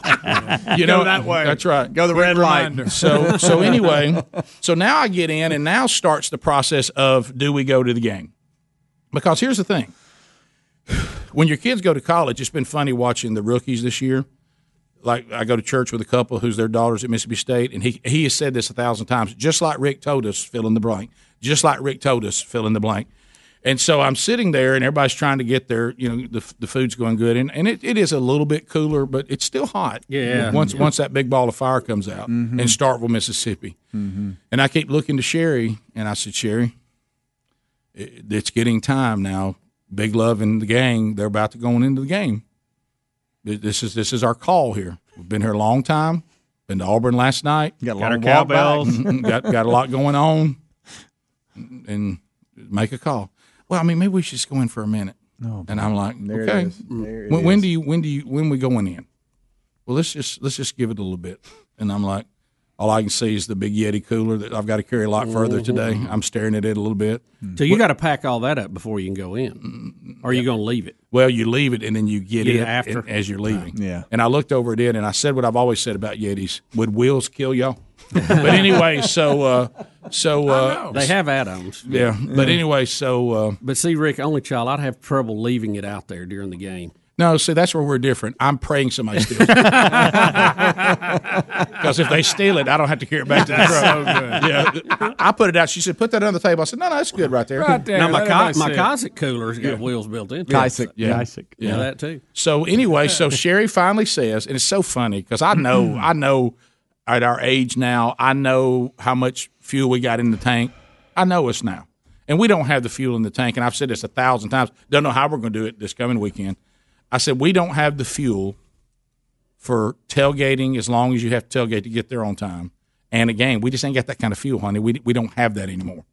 Speaker 2: You know
Speaker 4: that way.
Speaker 2: That's right.
Speaker 5: Go the red light.
Speaker 4: Reminder.
Speaker 2: So so anyway, so now I get in, and now starts the process of do we go to the game? Because here's the thing: when your kids go to college, it's been funny watching the rookies this year. Like I go to church with a couple who's their daughters at Mississippi State, and he he has said this a thousand times, just like Rick told us, fill in the blank, just like Rick told us, fill in the blank. And so I'm sitting there, and everybody's trying to get their, you know, the, the food's going good, and, and it, it is a little bit cooler, but it's still hot.
Speaker 3: Yeah. Mm-hmm.
Speaker 2: Once once that big ball of fire comes out in Starkville, Mississippi, and I keep looking to Sherry, and I said, Sherry, it- it's getting time now. Big Love and the gang, they're about to go on into the game. Th- This is this is our call here. We've been here a long time. Been to Auburn last night. Mm-hmm.
Speaker 5: Got a
Speaker 6: Got
Speaker 5: long
Speaker 6: our
Speaker 5: walk
Speaker 6: cowbells.
Speaker 2: got got a lot going on, and make a call. Well, I mean, maybe we should just go in for a minute. and I'm like,
Speaker 5: Oh, There it
Speaker 2: okay. Mm.
Speaker 5: is. There it
Speaker 2: when, when
Speaker 5: is.
Speaker 2: do you when do you when we going in? Well, let's just let's just give it a little bit. And I'm like, all I can see is the big Yeti cooler that I've got to carry a lot further today. I'm staring at it a little bit.
Speaker 3: So you got to pack all that up before you can go in.
Speaker 2: Mm-hmm.
Speaker 3: Or are you going to leave it?
Speaker 2: Well, you leave it and then you get
Speaker 3: Get
Speaker 2: it
Speaker 3: it after.
Speaker 2: in- as you're leaving.
Speaker 5: Yeah.
Speaker 2: And I looked over at it and I said what I've always said about Yetis: Would wheels kill y'all? but anyway, so uh, so uh,
Speaker 3: They have add-ons.
Speaker 2: yeah. But anyway, so uh,
Speaker 3: But see, Rick, only child, I'd have trouble leaving it out there during the game.
Speaker 2: no. See, that's where we're different. I'm praying somebody steals it because if they steal it, I don't have to carry it back to the truck. Yeah. I, I put it out. She said, "Put that on the table." I said, "No, no, it's good right there."
Speaker 4: Right there.
Speaker 3: now, my,
Speaker 4: let
Speaker 3: co-
Speaker 4: everybody
Speaker 3: my
Speaker 4: see it.
Speaker 3: Cossack cooler's got wheels built into it.
Speaker 5: Isaac.
Speaker 2: Yeah.
Speaker 3: Yeah, that too.
Speaker 2: So anyway, so Sherry finally says, and it's so funny because I know, I know, at our age now, I know how much fuel we got in the tank. I know us now, And we don't have the fuel in the tank. And I've said this a thousand times. Don't know how we're going to do it this coming weekend. I said we don't have the fuel for tailgating as long as you have to tailgate to get there on time. And again, we just ain't got that kind of fuel, honey. We we don't have that anymore.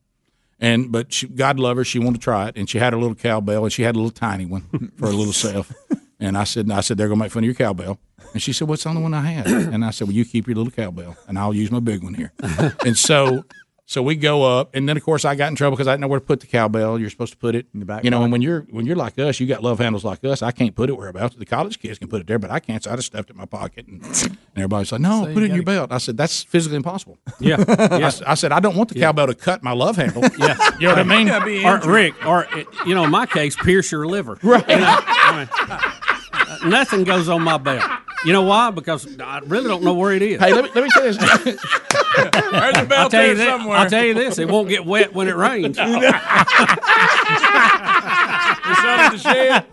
Speaker 2: And but she, God love her, she wanted to try it, and she had her little cowbell, and she had a little tiny one for her little self. And I said, I said they're gonna make fun of your cowbell. And she said, What's the only one I had? And I said, Well, you keep your little cowbell, and I'll use my big one here. and so, so we go up, and then of course I got in trouble because I didn't know where to put the cowbell. You're supposed to put it in the back, you know. And when you're when you're like us, you got love handles like us. I can't put it whereabouts. The college kids can put it there, but I can't. So I just stuffed it in my pocket, and, and everybody's like, "No, put it in your belt." I said, "That's physically impossible."
Speaker 3: Yeah.
Speaker 2: I s- I, said, I don't want the cowbell to cut my love handle. yeah. You know what I mean?
Speaker 3: or Rick, or uh, you know, in my case, pierce your liver. Right. uh, nothing goes on my belt. You know why? Because I really don't know where it is.
Speaker 2: Hey, let me, let me tell you this.
Speaker 4: There's a
Speaker 3: I'll
Speaker 4: belt
Speaker 3: tell
Speaker 4: there
Speaker 3: you this.
Speaker 4: somewhere.
Speaker 3: I'll tell you this. It won't get wet when it rains.
Speaker 4: It's under the shed.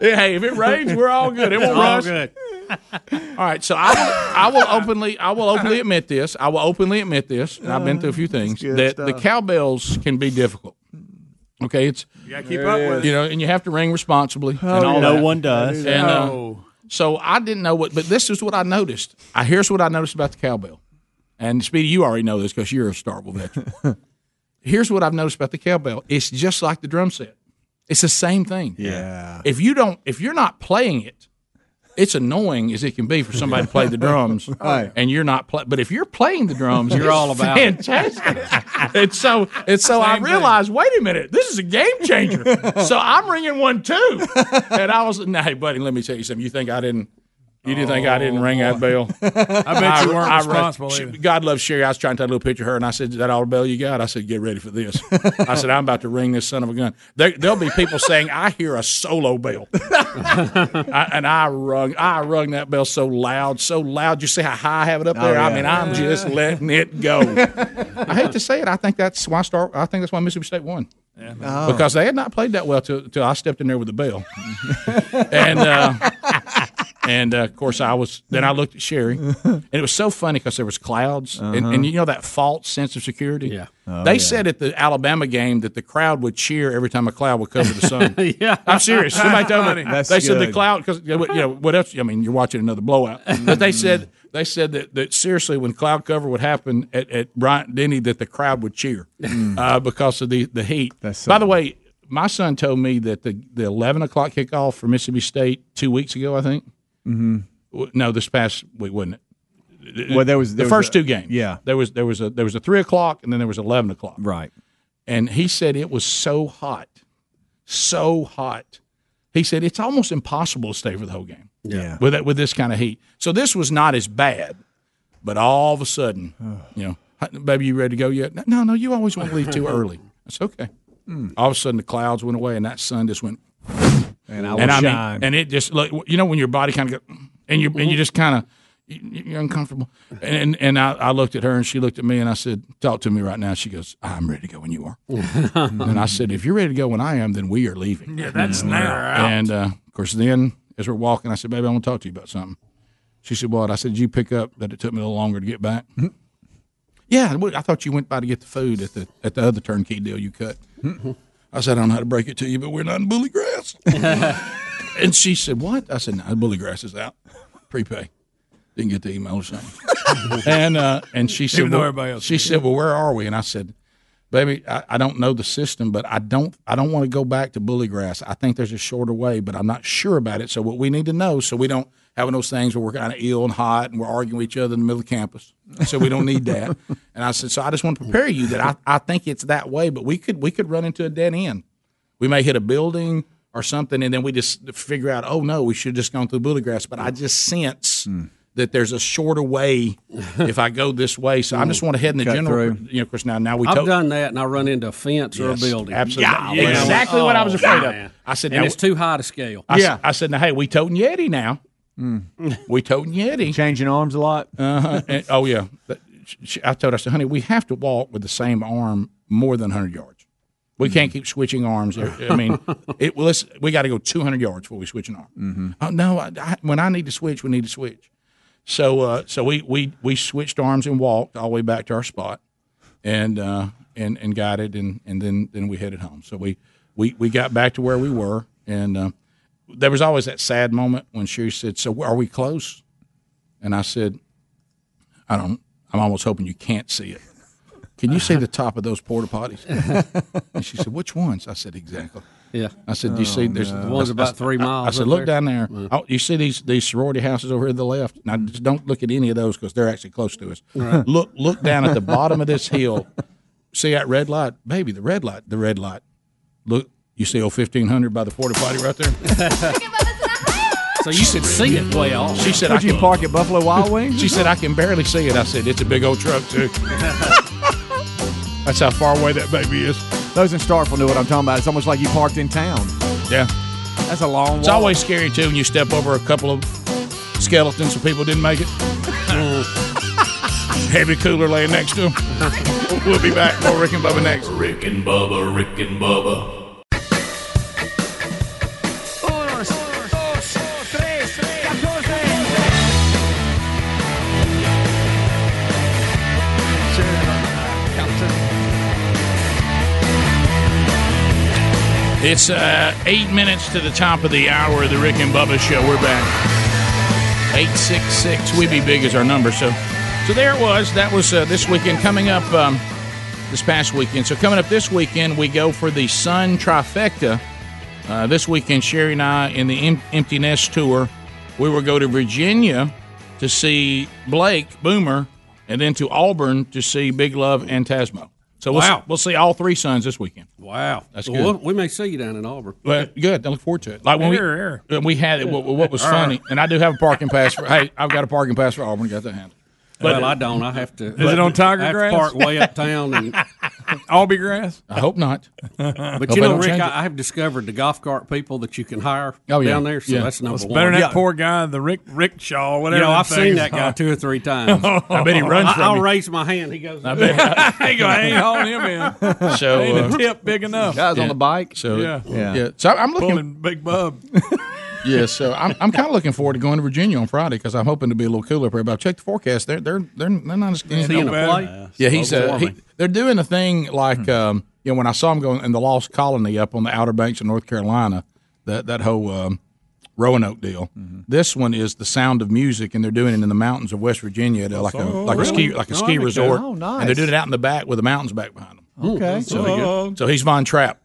Speaker 2: hey, if it rains, we're all good. It won't
Speaker 3: All
Speaker 2: rust.
Speaker 3: good.
Speaker 2: All right, so I will, I will openly I will openly admit this. I will openly admit this. and I've been through a few things that the cowbells can be difficult. Okay, it's
Speaker 4: You gotta keep up with it. Oh,
Speaker 2: you know, and you have to ring responsibly and all
Speaker 6: no
Speaker 2: Oh, that.
Speaker 6: one does.
Speaker 2: And, uh, so I didn't know what, but this is what I noticed. I here's what I noticed about the cowbell, and Speedy, you already know this because you're a Starkville veteran. here's what I've noticed about the cowbell. It's just like the drum set. It's the same thing.
Speaker 5: Yeah.
Speaker 2: If you don't, if you're not playing it, it's annoying as it can be for somebody to play the drums,
Speaker 5: Right.
Speaker 2: and you're not play. But if you're playing the drums, you're
Speaker 3: all about it.
Speaker 2: fantastic. and so, and so, I
Speaker 4: Same thing.
Speaker 2: realized, wait a minute, this is a game changer. so I'm ringing one too, and I was, nah, hey, buddy, let me tell you something. You think I didn't? You didn't think I didn't ring that bell?
Speaker 4: Oh. I bet you weren't
Speaker 2: I-
Speaker 4: responsible
Speaker 2: she-
Speaker 4: either.
Speaker 2: God loves Sherry. I was trying to take a little picture of her, and I said, "Is that all the bell you got?" I said, "Get ready for this." I said, "I'm about to ring this son of a gun." There, there'll be people saying, "I hear a solo bell," I, and I rung, I rung that bell so loud, so loud. You see how high I have it up there? I
Speaker 5: yeah.
Speaker 2: mean, I'm just letting it go. I hate to say it. I think that's why start. I think that's why Mississippi State won.
Speaker 5: Oh.
Speaker 4: Oh.
Speaker 2: Because they had not played that well till, till I stepped in there with the bell, and uh, and uh, of course I was. Then I looked at Sherry, and it was so funny because there was clouds, and, and you know that false sense of security.
Speaker 3: Uh-huh. Yeah.
Speaker 5: Oh,
Speaker 2: they said at the Alabama game that the crowd would cheer every time a cloud would cover the sun.
Speaker 3: Yeah.
Speaker 2: I'm serious. Somebody told me
Speaker 5: That's
Speaker 2: they said the
Speaker 5: good.
Speaker 2: cloud because you know what else? I mean, you're watching another blowout, but they said they said that, that seriously, when cloud cover would happen at, at Bryant Denny, that the crowd would cheer uh, because of the the heat.
Speaker 5: That's
Speaker 2: By the
Speaker 5: something.
Speaker 2: way, my son told me that the the 11 o'clock kickoff for Mississippi State two weeks ago, I think. Mm-hmm. No, this past week wasn't it?
Speaker 5: Well, there was
Speaker 2: The
Speaker 5: there was
Speaker 2: first
Speaker 5: a-
Speaker 2: two games.
Speaker 5: Yeah.
Speaker 2: there was there was a there was a three o'clock and then there was eleven o'clock
Speaker 5: Right.
Speaker 2: and he said it was so hot, so hot. He said it's almost impossible to stay for the whole game
Speaker 5: Yeah.
Speaker 2: with that, with this kind of heat. So this was not as bad, but all of a sudden, you know, "Huh, baby, you ready to go yet? No, no, you always want to leave too early. That's okay.
Speaker 5: Hmm.
Speaker 2: All of a sudden, the clouds went away, and that sun just went.
Speaker 5: And I will
Speaker 2: And I
Speaker 5: shine.
Speaker 2: mean, and it just look, you know, when your body kind of go, and you and you just kind of you're uncomfortable. And and I, I looked at her, and she looked at me, and I said, "Talk to me right now." She goes, "I'm ready to go when you are." and I said, "If you're ready to go when I am, then we are leaving."
Speaker 4: Yeah, that's now.
Speaker 2: And uh, of course, then as we're walking, I said, "Baby, I want to talk to you about something." She said, "What?" I said, "Did you pick up that it took me a little longer to get back?" yeah, well, I thought you went by to get the food at the at the other turnkey deal you cut. I said, "I don't know how to break it to you, but we're not in Bully Grass." and she said, "What?" I said, "No, Bully Grass is out. Prepay." Didn't get the email or something. and uh, and she said,
Speaker 4: Even though
Speaker 2: well-
Speaker 4: everybody else
Speaker 2: she said, "Well, where are we?" And I said baby, I, I don't know the system, but I don't I don't want to go back to bully grass. I think there's a shorter way, but I'm not sure about it. So what we need to know, so we don't have one of those things where we're kind of ill and hot and we're arguing with each other in the middle of campus. So we don't need that. and I said, so I just want to prepare you that I, I think it's that way, but we could we could run into a dead end. We may hit a building or something, and then we just figure out, oh no, we should have just gone through bully grass. But I just sense.
Speaker 5: Hmm.
Speaker 2: That there's a shorter way if I go this way, so I'm just want to head in the
Speaker 5: Cut
Speaker 2: general.
Speaker 5: through.
Speaker 2: You know, of course, now now we
Speaker 3: I've
Speaker 2: to-
Speaker 3: done that, and I run into a fence or a building.
Speaker 2: Absolutely.
Speaker 3: Yeah,
Speaker 2: Yeah,
Speaker 3: man.
Speaker 2: Exactly
Speaker 3: Oh,
Speaker 2: what I was afraid
Speaker 3: man.
Speaker 2: of. I said,
Speaker 3: And
Speaker 2: now,
Speaker 3: it's too high to scale.
Speaker 2: I, yeah. I said, now, hey, we toting Yeti now. we toting Yeti.
Speaker 5: Mm. Changing arms a lot.
Speaker 2: Uh-huh. And- oh, yeah. But she- she- I told her, I said, honey, we have to walk with the same arm more than 100 yards. We
Speaker 5: Mm.
Speaker 2: can't keep switching arms. I mean, it, well, let's, we got to go 200 yards before we switch an arm.
Speaker 8: Mm-hmm.
Speaker 2: Oh, no, I, I, when I need to switch, we need to switch. So, uh, so we, we, we switched arms and walked all the way back to our spot. And, uh, and and got it, and and then then we headed home. So we we we got back to where we were, and uh, there was always that sad moment when she said, "So are we close?" And I said, "I don't. I'm almost hoping you can't see it. Can you see the top of those porta potties?" and she said, "Which ones?" I said, "Exactly."
Speaker 9: Yeah.
Speaker 2: I said, "Do you see?
Speaker 9: Oh,
Speaker 2: There's
Speaker 9: no. The ones
Speaker 2: I- I-
Speaker 9: about three
Speaker 2: I- I
Speaker 9: miles
Speaker 2: said,
Speaker 9: up
Speaker 2: "Look
Speaker 9: there."
Speaker 2: down there. Oh, you see these these sorority houses over here to the left? Now, just don't look at any of those because they're actually close to us.
Speaker 4: Right.
Speaker 2: Look, look down at the bottom of this hill. See that red light, baby? The red light. The red light. Look, you see old fifteen hundred by the porta potty right there." So you should see it way off. She said,
Speaker 5: Would
Speaker 2: "I
Speaker 5: you
Speaker 2: can
Speaker 5: park at Buffalo Wild Wings?"
Speaker 2: She said, "I can barely see it." I said, "It's a big old truck too." That's how far away that baby is.
Speaker 5: Those in Starkville know what I'm talking about. It's almost like you parked in town.
Speaker 2: Yeah,
Speaker 5: that's a long.
Speaker 2: It's
Speaker 5: walk.
Speaker 2: always scary too when you step over a couple of skeletons of people didn't make it. Heavy cooler laying next to them. We'll be back for Rick and Bubba next.
Speaker 1: Rick and Bubba, Rick and Bubba.
Speaker 2: It's uh, eight minutes to the top of the hour of the Rick and Bubba show. We're back. Eight six six. We be big as our number. So, so there it was. That was uh, this weekend. Coming up um, this past weekend. So coming up this weekend, we go for the Sun Trifecta. Uh, this weekend, Sherry and I in the em- Empty Nest tour, we will go to Virginia to see Blake Boomer, and then to Auburn to see Big Love and Tasmo. So we'll,
Speaker 3: Wow.
Speaker 2: we'll see all three sons this weekend.
Speaker 3: Wow,
Speaker 2: That's
Speaker 3: Well,
Speaker 2: good.
Speaker 3: we may see you down in Auburn.
Speaker 2: Well, good. I look forward to it. Like when
Speaker 3: Here,
Speaker 2: we
Speaker 3: here.
Speaker 2: when we had it, what, what was
Speaker 3: Here.
Speaker 2: funny, and I do have a parking pass for. Hey, I've got a parking pass for Auburn. Got that handle.
Speaker 3: well, I don't. I have to.
Speaker 2: Is it on tiger
Speaker 3: I have to
Speaker 2: grass?
Speaker 3: Park way uptown and
Speaker 2: Albie grass. Uh, I hope not.
Speaker 3: But you know, Rick, I, I have discovered the golf cart people that you can hire
Speaker 2: Oh, yeah.
Speaker 3: down there. So
Speaker 2: Yeah.
Speaker 3: that's number
Speaker 2: It's
Speaker 3: one.
Speaker 2: better than that
Speaker 3: Yeah.
Speaker 4: Poor guy, the Rick Rickshaw,
Speaker 3: You
Speaker 4: whatever.
Speaker 3: know,
Speaker 4: that
Speaker 3: I've
Speaker 4: thing
Speaker 3: seen
Speaker 4: is.
Speaker 3: that guy two or three times.
Speaker 4: I bet he runs
Speaker 3: I,
Speaker 4: from
Speaker 3: I'll
Speaker 4: you.
Speaker 3: raise my hand. He goes.
Speaker 4: I bet. He go, I ain't hauling him in.
Speaker 2: So,
Speaker 4: ain't
Speaker 2: uh,
Speaker 4: a tip big enough.
Speaker 2: Yeah. So
Speaker 4: yeah,
Speaker 2: yeah. So I'm looking.
Speaker 4: Pulling Big Bub.
Speaker 2: yeah, so I'm, I'm kind of looking forward to going to Virginia on Friday because I'm hoping to be a little cooler up here. But I checked the forecast; they're they're they're, they're not as
Speaker 3: Is he in a play?
Speaker 2: Yeah, he's
Speaker 3: Global
Speaker 2: uh, he,
Speaker 3: warming.
Speaker 2: they're doing a thing like um, you know when I saw him going in the Lost Colony up on the Outer Banks of North Carolina, that that whole um, Roanoke deal.
Speaker 4: Mm-hmm.
Speaker 2: This one is the Sound of Music, and they're doing it in the mountains of West Virginia, at, uh, like a
Speaker 4: Oh,
Speaker 2: like a ski
Speaker 4: really?
Speaker 2: like a
Speaker 4: Oh,
Speaker 2: ski
Speaker 4: that'd be
Speaker 2: resort.
Speaker 4: good. Oh,
Speaker 2: And they're
Speaker 4: nice.
Speaker 2: doing it out in the back with the mountains back behind them.
Speaker 4: Oh,
Speaker 5: Okay.
Speaker 2: So, so he's Von Trapp.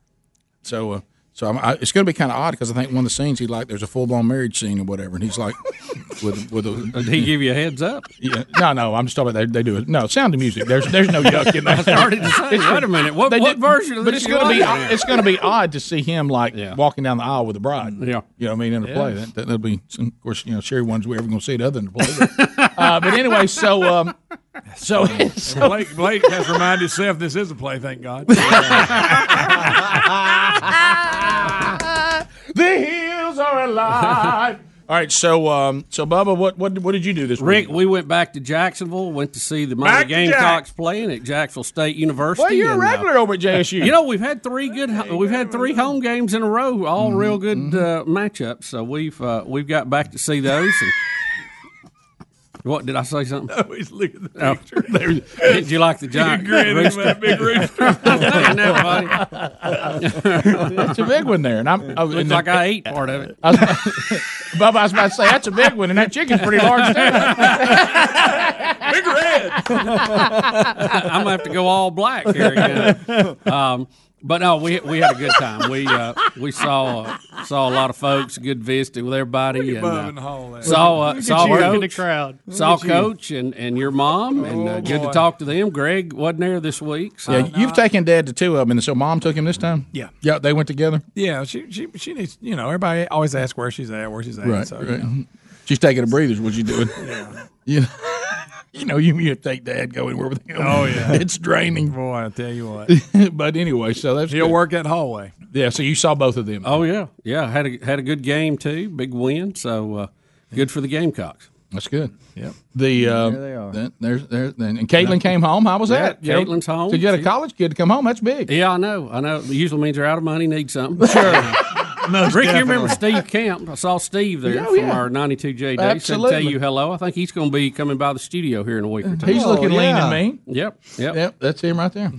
Speaker 2: So uh, so I'm, I, it's going to be kind of odd because I think one of the scenes he like there's a full blown marriage scene or whatever, and he's like with with a.
Speaker 3: Did he give you a heads up?
Speaker 2: Yeah, no, no. I'm just talking about they, they do it. No, Sound of Music. There's there's no yuck in there.
Speaker 3: I started to say,
Speaker 2: It's-
Speaker 3: wait a minute, what-
Speaker 2: they
Speaker 3: what
Speaker 2: did-
Speaker 3: version of
Speaker 2: But
Speaker 3: this
Speaker 2: it's
Speaker 3: you
Speaker 2: gonna be
Speaker 3: like?
Speaker 2: odd- it's going to be odd to see him like walking down the aisle with a bride. Yeah, you know what I mean in a
Speaker 4: Yeah.
Speaker 2: play. That, that, will be and of course you know Sherry wonders we're ever going to see it other than a play. uh, but anyway, so um, so so
Speaker 4: Blake Blake has reminded himself this is a play. Thank God.
Speaker 2: the hills are alive. All right, so um, so Bubba, what what what did you do this
Speaker 3: Rick,
Speaker 2: week?
Speaker 3: we went back to Jacksonville, went to see the
Speaker 2: Back
Speaker 3: Mighty
Speaker 2: to
Speaker 3: Gamecocks playing at Jacksonville State University.
Speaker 2: Well, you're a
Speaker 3: and, uh,
Speaker 2: regular over at JSU.
Speaker 3: You know, we've had three good. We've had three home games in a row, all
Speaker 2: Mm-hmm.
Speaker 3: real good uh, matchups. So we've uh, we've got back to see those. And what did I say? Something?
Speaker 4: Always look at the
Speaker 3: Oh,
Speaker 4: picture.
Speaker 3: there- did you like the giant
Speaker 4: grinning
Speaker 3: rooster?
Speaker 4: about big rooster.
Speaker 3: Isn't that funny?
Speaker 2: That's a big one there, and I'm I,
Speaker 3: Looks like I ate part of it.
Speaker 2: I was, Bubba, I was about to say that's a big one, and that chicken's pretty large too.
Speaker 4: Big red.
Speaker 3: I'm gonna have to go all black here again. Um, but no, we we had a good time. We uh, we saw uh, saw a lot of folks, good visiting with everybody, and
Speaker 4: Bob and
Speaker 3: uh,
Speaker 4: Hall. there.
Speaker 3: saw uh, saw
Speaker 6: Working
Speaker 3: coach,
Speaker 6: the crowd.
Speaker 3: saw
Speaker 6: Look at you.
Speaker 3: coach and, and your
Speaker 2: Oh,
Speaker 3: mom, and uh, good to talk to them. Greg wasn't there this week, so
Speaker 2: Yeah, you've taken dad to two of them, and so mom took him this time.
Speaker 4: Yeah.
Speaker 2: yeah, they went together.
Speaker 4: Yeah, she she she needs. You know, everybody always asks where she's at, where she's at.
Speaker 2: Right,
Speaker 4: so,
Speaker 2: right.
Speaker 4: You know.
Speaker 2: She's taking a breather. is What you doing? You know, you know, you you take dad going where with him.
Speaker 4: Oh yeah,
Speaker 2: it's draining.
Speaker 4: boy. I tell you what,
Speaker 2: but anyway, so that's
Speaker 4: he'll
Speaker 2: good.
Speaker 4: work that hallway.
Speaker 2: Yeah, so you saw both of them.
Speaker 3: oh yeah, yeah had a had a good game too, big win. So uh, good for the Gamecocks.
Speaker 2: That's good.
Speaker 4: Yep.
Speaker 2: The uh,
Speaker 5: There they are.
Speaker 2: that- there's there's then and Caitlin came home. How was
Speaker 3: Yeah,
Speaker 2: that? You know,
Speaker 3: Caitlin's home.
Speaker 2: So you had a
Speaker 3: She-
Speaker 2: college kid to come home. That's big.
Speaker 3: Yeah, I know, I know. It usually means they're out of money, need something. Sure.
Speaker 5: Most
Speaker 3: Rick, you
Speaker 5: definitely.
Speaker 3: remember Steve Camp? I saw Steve there
Speaker 2: Oh,
Speaker 3: from
Speaker 2: yeah.
Speaker 3: our 92 JD.
Speaker 2: Absolutely.
Speaker 3: Said, tell you hello. I think he's going to be coming by the studio here in a week or two.
Speaker 2: He's looking
Speaker 5: Oh, yeah.
Speaker 2: lean and mean.
Speaker 3: yep, yep.
Speaker 2: Yep, that's him right there.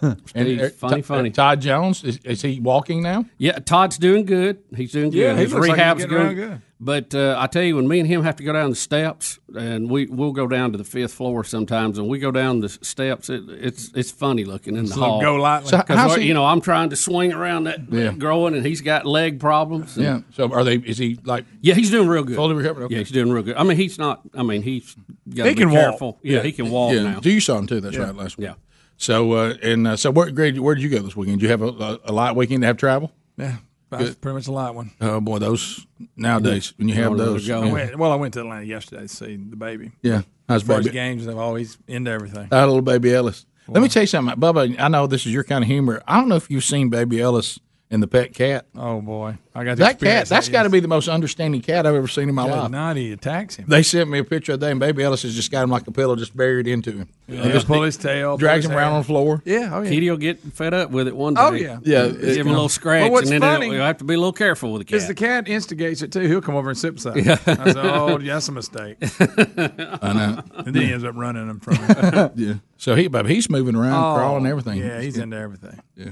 Speaker 2: and
Speaker 3: Steve,
Speaker 2: uh,
Speaker 3: funny,
Speaker 2: T-
Speaker 3: funny.
Speaker 2: Todd Jones is, is he walking now?
Speaker 3: Yeah, Todd's doing good. He's doing good.
Speaker 4: Yeah, he
Speaker 3: His
Speaker 4: looks like he's
Speaker 3: rehab's
Speaker 4: getting
Speaker 3: good.
Speaker 4: around good.
Speaker 3: But uh, I tell you, when me and him have to go down the steps, and we we'll go down to the fifth floor sometimes, and we go down the s- steps. It, it's it's funny looking in the hall.
Speaker 4: Go lightly.
Speaker 2: So how's
Speaker 3: Because
Speaker 2: he?
Speaker 3: you know I'm trying to swing around that
Speaker 2: Yeah.
Speaker 3: growing, and he's got leg problems. and-
Speaker 2: yeah. So are they? Is he like
Speaker 3: yeah, he's doing real good.
Speaker 2: fully recovered? Okay.
Speaker 3: Yeah, he's doing real good. I mean, he's not. I mean, he's got
Speaker 4: He can walk.
Speaker 3: careful. Yeah, he can walk
Speaker 2: yeah.
Speaker 3: now.
Speaker 2: Do you saw him too? That's right. Last week.
Speaker 3: Yeah.
Speaker 2: So uh, and uh, so, where grade? Where did you go this weekend? Did you have a, a, a light weekend to have travel?
Speaker 4: yeah, that's pretty much a light one.
Speaker 2: Oh boy, those nowadays when you have
Speaker 3: Going to
Speaker 2: those.
Speaker 3: go.
Speaker 2: yeah.
Speaker 4: Went- Well, I went to Atlanta yesterday to see the baby.
Speaker 2: Yeah, how's
Speaker 4: As far as
Speaker 2: baby?
Speaker 4: games, they've always into everything.
Speaker 2: That little baby Ellis. Let me tell you something, Bubba. I know this is your kind of humor. I don't know if you've seen Baby Ellis and the pet cat.
Speaker 4: Oh boy, I got to
Speaker 2: That cat,
Speaker 4: experience
Speaker 2: that's
Speaker 4: that,
Speaker 2: got to be the most understanding cat I've ever seen in my
Speaker 4: yes.
Speaker 2: life.
Speaker 4: Not he attacks him.
Speaker 2: They sent me a picture of that, and Baby Ellis has just got him like a pillow, just buried into him.
Speaker 4: They just pull his tail,
Speaker 2: Drags
Speaker 4: pull
Speaker 2: him
Speaker 4: his
Speaker 2: around on the floor.
Speaker 4: hand. Yeah, oh yeah.
Speaker 3: Kitty will get fed up with it one day.
Speaker 4: Oh, yeah.
Speaker 2: Yeah,
Speaker 3: Give him a little scratch,
Speaker 4: what's
Speaker 3: and then it'll-
Speaker 4: funny
Speaker 3: you'll have to be a little careful with the
Speaker 4: Because
Speaker 3: cat.
Speaker 4: the cat instigates it too. He'll come over and sip some. I said, "Oh, yeah, that's a mistake." I know. And then he ends up running in front. Of him.
Speaker 2: Yeah. So he, but he's moving around, crawling,
Speaker 4: Oh,
Speaker 2: everything.
Speaker 4: Yeah, he's into everything.
Speaker 2: Yeah.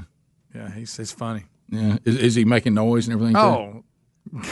Speaker 4: Yeah, he's he's funny.
Speaker 2: yeah. Is, is he making noise and everything? too?
Speaker 4: Oh,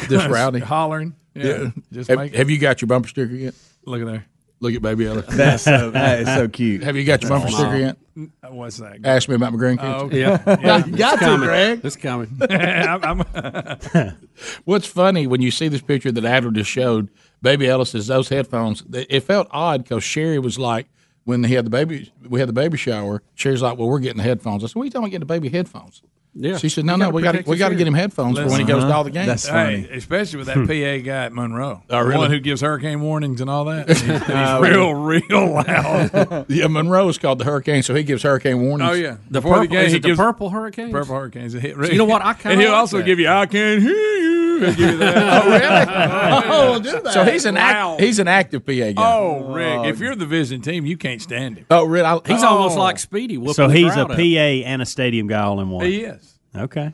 Speaker 2: just rowdy.
Speaker 4: hollering. Yeah,
Speaker 2: Yeah.
Speaker 4: just
Speaker 2: Have,
Speaker 4: make.
Speaker 2: have you got your bumper sticker yet?
Speaker 4: look at there.
Speaker 2: Look at Baby Ellis.
Speaker 5: That's so, that is so cute.
Speaker 2: have you got your bumper sticker yet?
Speaker 4: Uh, What's that?
Speaker 2: Ask me about my grandkids.
Speaker 4: Oh, okay.
Speaker 3: yeah, yeah.
Speaker 5: You got to, Greg.
Speaker 3: It's coming.
Speaker 4: I'm, I'm,
Speaker 2: What's funny when you see this picture that Adler just showed, Baby Ellis is those headphones. they- It felt odd because Sherry was like, when he had the baby, we had the baby shower. Sherry's like, "Well, we're getting the headphones." I said, "What are you talking about getting the baby headphones?"
Speaker 3: Yeah.
Speaker 2: She said, "No, no, we got to
Speaker 4: protect
Speaker 2: we
Speaker 4: his
Speaker 2: got to
Speaker 4: ear.
Speaker 2: get him headphones for when he goes to all the games."
Speaker 5: That's funny.
Speaker 4: hey, especially with that
Speaker 3: Hmm.
Speaker 4: PA guy at Monroe,
Speaker 2: Oh, really?
Speaker 4: the one who gives hurricane warnings and all that. He's, he's
Speaker 3: Uh,
Speaker 4: real, real loud.
Speaker 2: yeah, Monroe is called the hurricane, so he gives hurricane warnings.
Speaker 4: oh yeah,
Speaker 3: The
Speaker 4: Before
Speaker 3: purple,
Speaker 4: game,
Speaker 3: is
Speaker 4: he
Speaker 3: it the
Speaker 4: gives-
Speaker 3: purple hurricane?
Speaker 4: Purple Hurricanes. It hit
Speaker 3: you know what? I kinda
Speaker 4: and he'll
Speaker 3: like
Speaker 4: also
Speaker 3: that.
Speaker 4: give you I can hear you. He'll give you that. oh,
Speaker 2: Oh, so he's an
Speaker 4: Wow.
Speaker 2: act, he's an active PA guy.
Speaker 4: Rick, if you're the visiting team, you can't stand him.
Speaker 2: oh really? I,
Speaker 3: Oh, He's almost like Speedy. whooping
Speaker 6: So
Speaker 3: the
Speaker 6: he's a PA
Speaker 3: crowd up.
Speaker 6: and a stadium guy all in one.
Speaker 4: He is.
Speaker 6: Okay.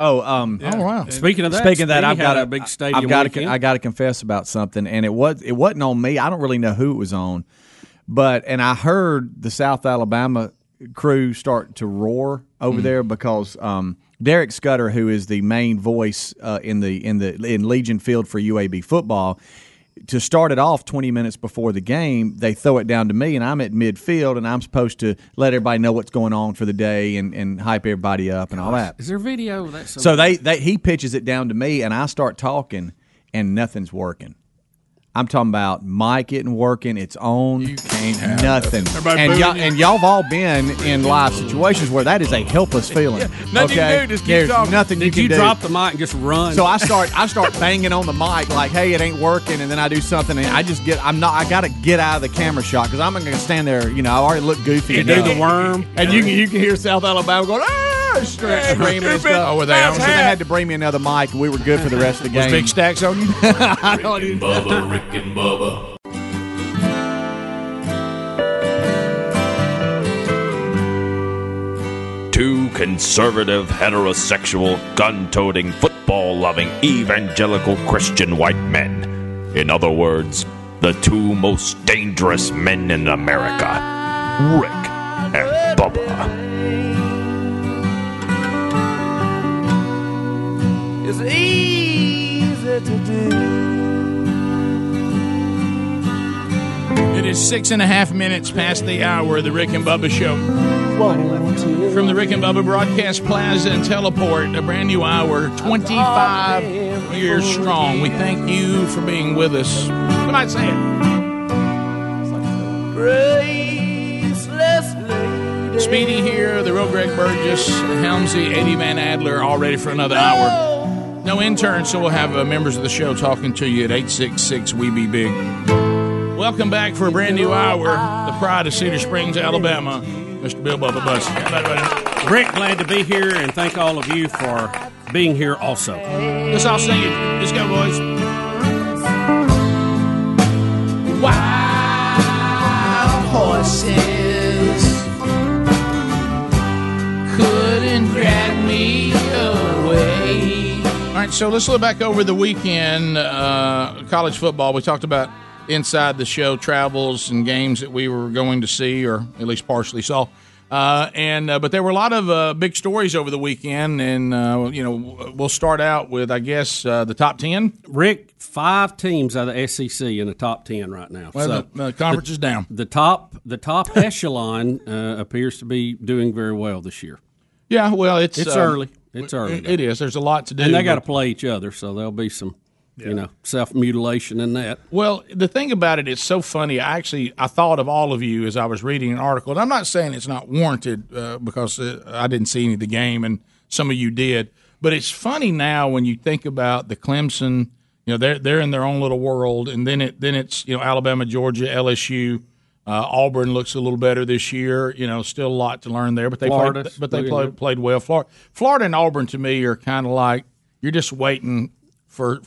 Speaker 5: Oh, um,
Speaker 2: oh wow.
Speaker 3: Speaking of that,
Speaker 5: Speaking of that,
Speaker 3: Speedy
Speaker 5: I've
Speaker 3: had
Speaker 5: got
Speaker 3: a big stadium
Speaker 5: I've got to,
Speaker 3: weekend.
Speaker 5: I got to confess about something, and it was it wasn't on me. I don't really know who it was on, but and I heard the South Alabama crew start to roar
Speaker 3: Mm.
Speaker 5: over there because um, Derek Scudder, who is the main voice uh, in the in the in Legion Field for UAB football. To start it off 20 minutes before the game, they throw it down to me, and I'm at midfield, and I'm supposed to let everybody know what's going on for the day and, and hype everybody up and all that.
Speaker 3: Is there video? of that?
Speaker 5: So they, they he pitches it down to me, and I start talking, and nothing's working. I'm talking about mic isn't working, it's on. You can't have nothing. And y'all, and y'all have all been in live situations where that is a helpless feeling.
Speaker 4: nothing you
Speaker 5: okay?
Speaker 4: can do, just keep
Speaker 5: There's
Speaker 4: talking.
Speaker 5: nothing you
Speaker 3: did
Speaker 5: can
Speaker 3: you,
Speaker 5: do.
Speaker 3: drop the mic and just run?
Speaker 5: so I start I start banging on the mic like, hey, it ain't working, and then I do something, and I just get I'm not I gotta get out of the camera shot because I'm not gonna stand there. You know, I already look goofy.
Speaker 3: you do
Speaker 5: enough.
Speaker 3: the worm.
Speaker 5: And you can you can hear South Alabama going ah, screaming and
Speaker 4: stupid
Speaker 5: stuff.
Speaker 2: Oh, were they
Speaker 5: so
Speaker 2: on?
Speaker 5: they had to bring me another mic. and We were good for the rest of the game.
Speaker 2: Big stacks on you.
Speaker 1: Bubba, Rick and Bubba. Two conservative, heterosexual, gun toting, football loving, evangelical Christian white men. In other words, the two most dangerous men in America Rick and Bubba.
Speaker 7: It's easy to do.
Speaker 2: Oh. It is six and a half minutes past the hour of the Rick and Bubba Show. From the Rick and Bubba Broadcast Plaza and Teleport, a brand new hour, 25 years strong. We thank you for being with us. Somebody say it.
Speaker 7: Graceless lady.
Speaker 2: Speedy here, the real Greg Burgess, Helmsy, Eddie Van Adler, all ready for another hour. No intern, so we'll have uh, members of the show talking to you at 866 We Be Big. Welcome back for a brand new hour. The pride of Cedar Springs, Alabama, Mr. Bill Bubba Buss.
Speaker 3: Rick, glad to be here, and thank all of you for being here also.
Speaker 2: Let's all sing it. Let's go, boys.
Speaker 7: Wild horses couldn't drag me away.
Speaker 2: All right, so let's look back over the weekend. Uh, college football. We talked about inside the show travels and games that we were going to see, or at least partially saw. Uh, and uh, but there were a lot of uh, big stories over the weekend, and uh, you know we'll start out with I guess uh, the top ten.
Speaker 3: Rick, five teams out of the SEC in the top ten right now.
Speaker 2: Well,
Speaker 3: so
Speaker 2: the, the conference is down.
Speaker 3: the top the top echelon uh, appears to be doing very well this year.
Speaker 2: Yeah, well, it's
Speaker 3: It's
Speaker 2: uh,
Speaker 3: early. It's early.
Speaker 2: It is. There's a lot to do.
Speaker 3: and they
Speaker 2: but-
Speaker 3: got to play each other, so there'll be some, you know, self mutilation in that.
Speaker 2: Well, the thing about it, it's so funny. I actually I thought of all of you as I was reading an article, and I'm not saying it's not warranted uh, because uh, I didn't see any of the game, and some of you did. But it's funny now when you think about the Clemson. You know, they're they're in their own little world, and then it then it's you know Alabama, Georgia, LSU. Uh, Auburn looks a little better this year. You know, still a lot to learn there, but they
Speaker 3: Florida's
Speaker 2: played, but they
Speaker 3: looking
Speaker 2: played,
Speaker 3: good.
Speaker 2: played well. Florida, Florida and Auburn to me are kind of like you're just waiting for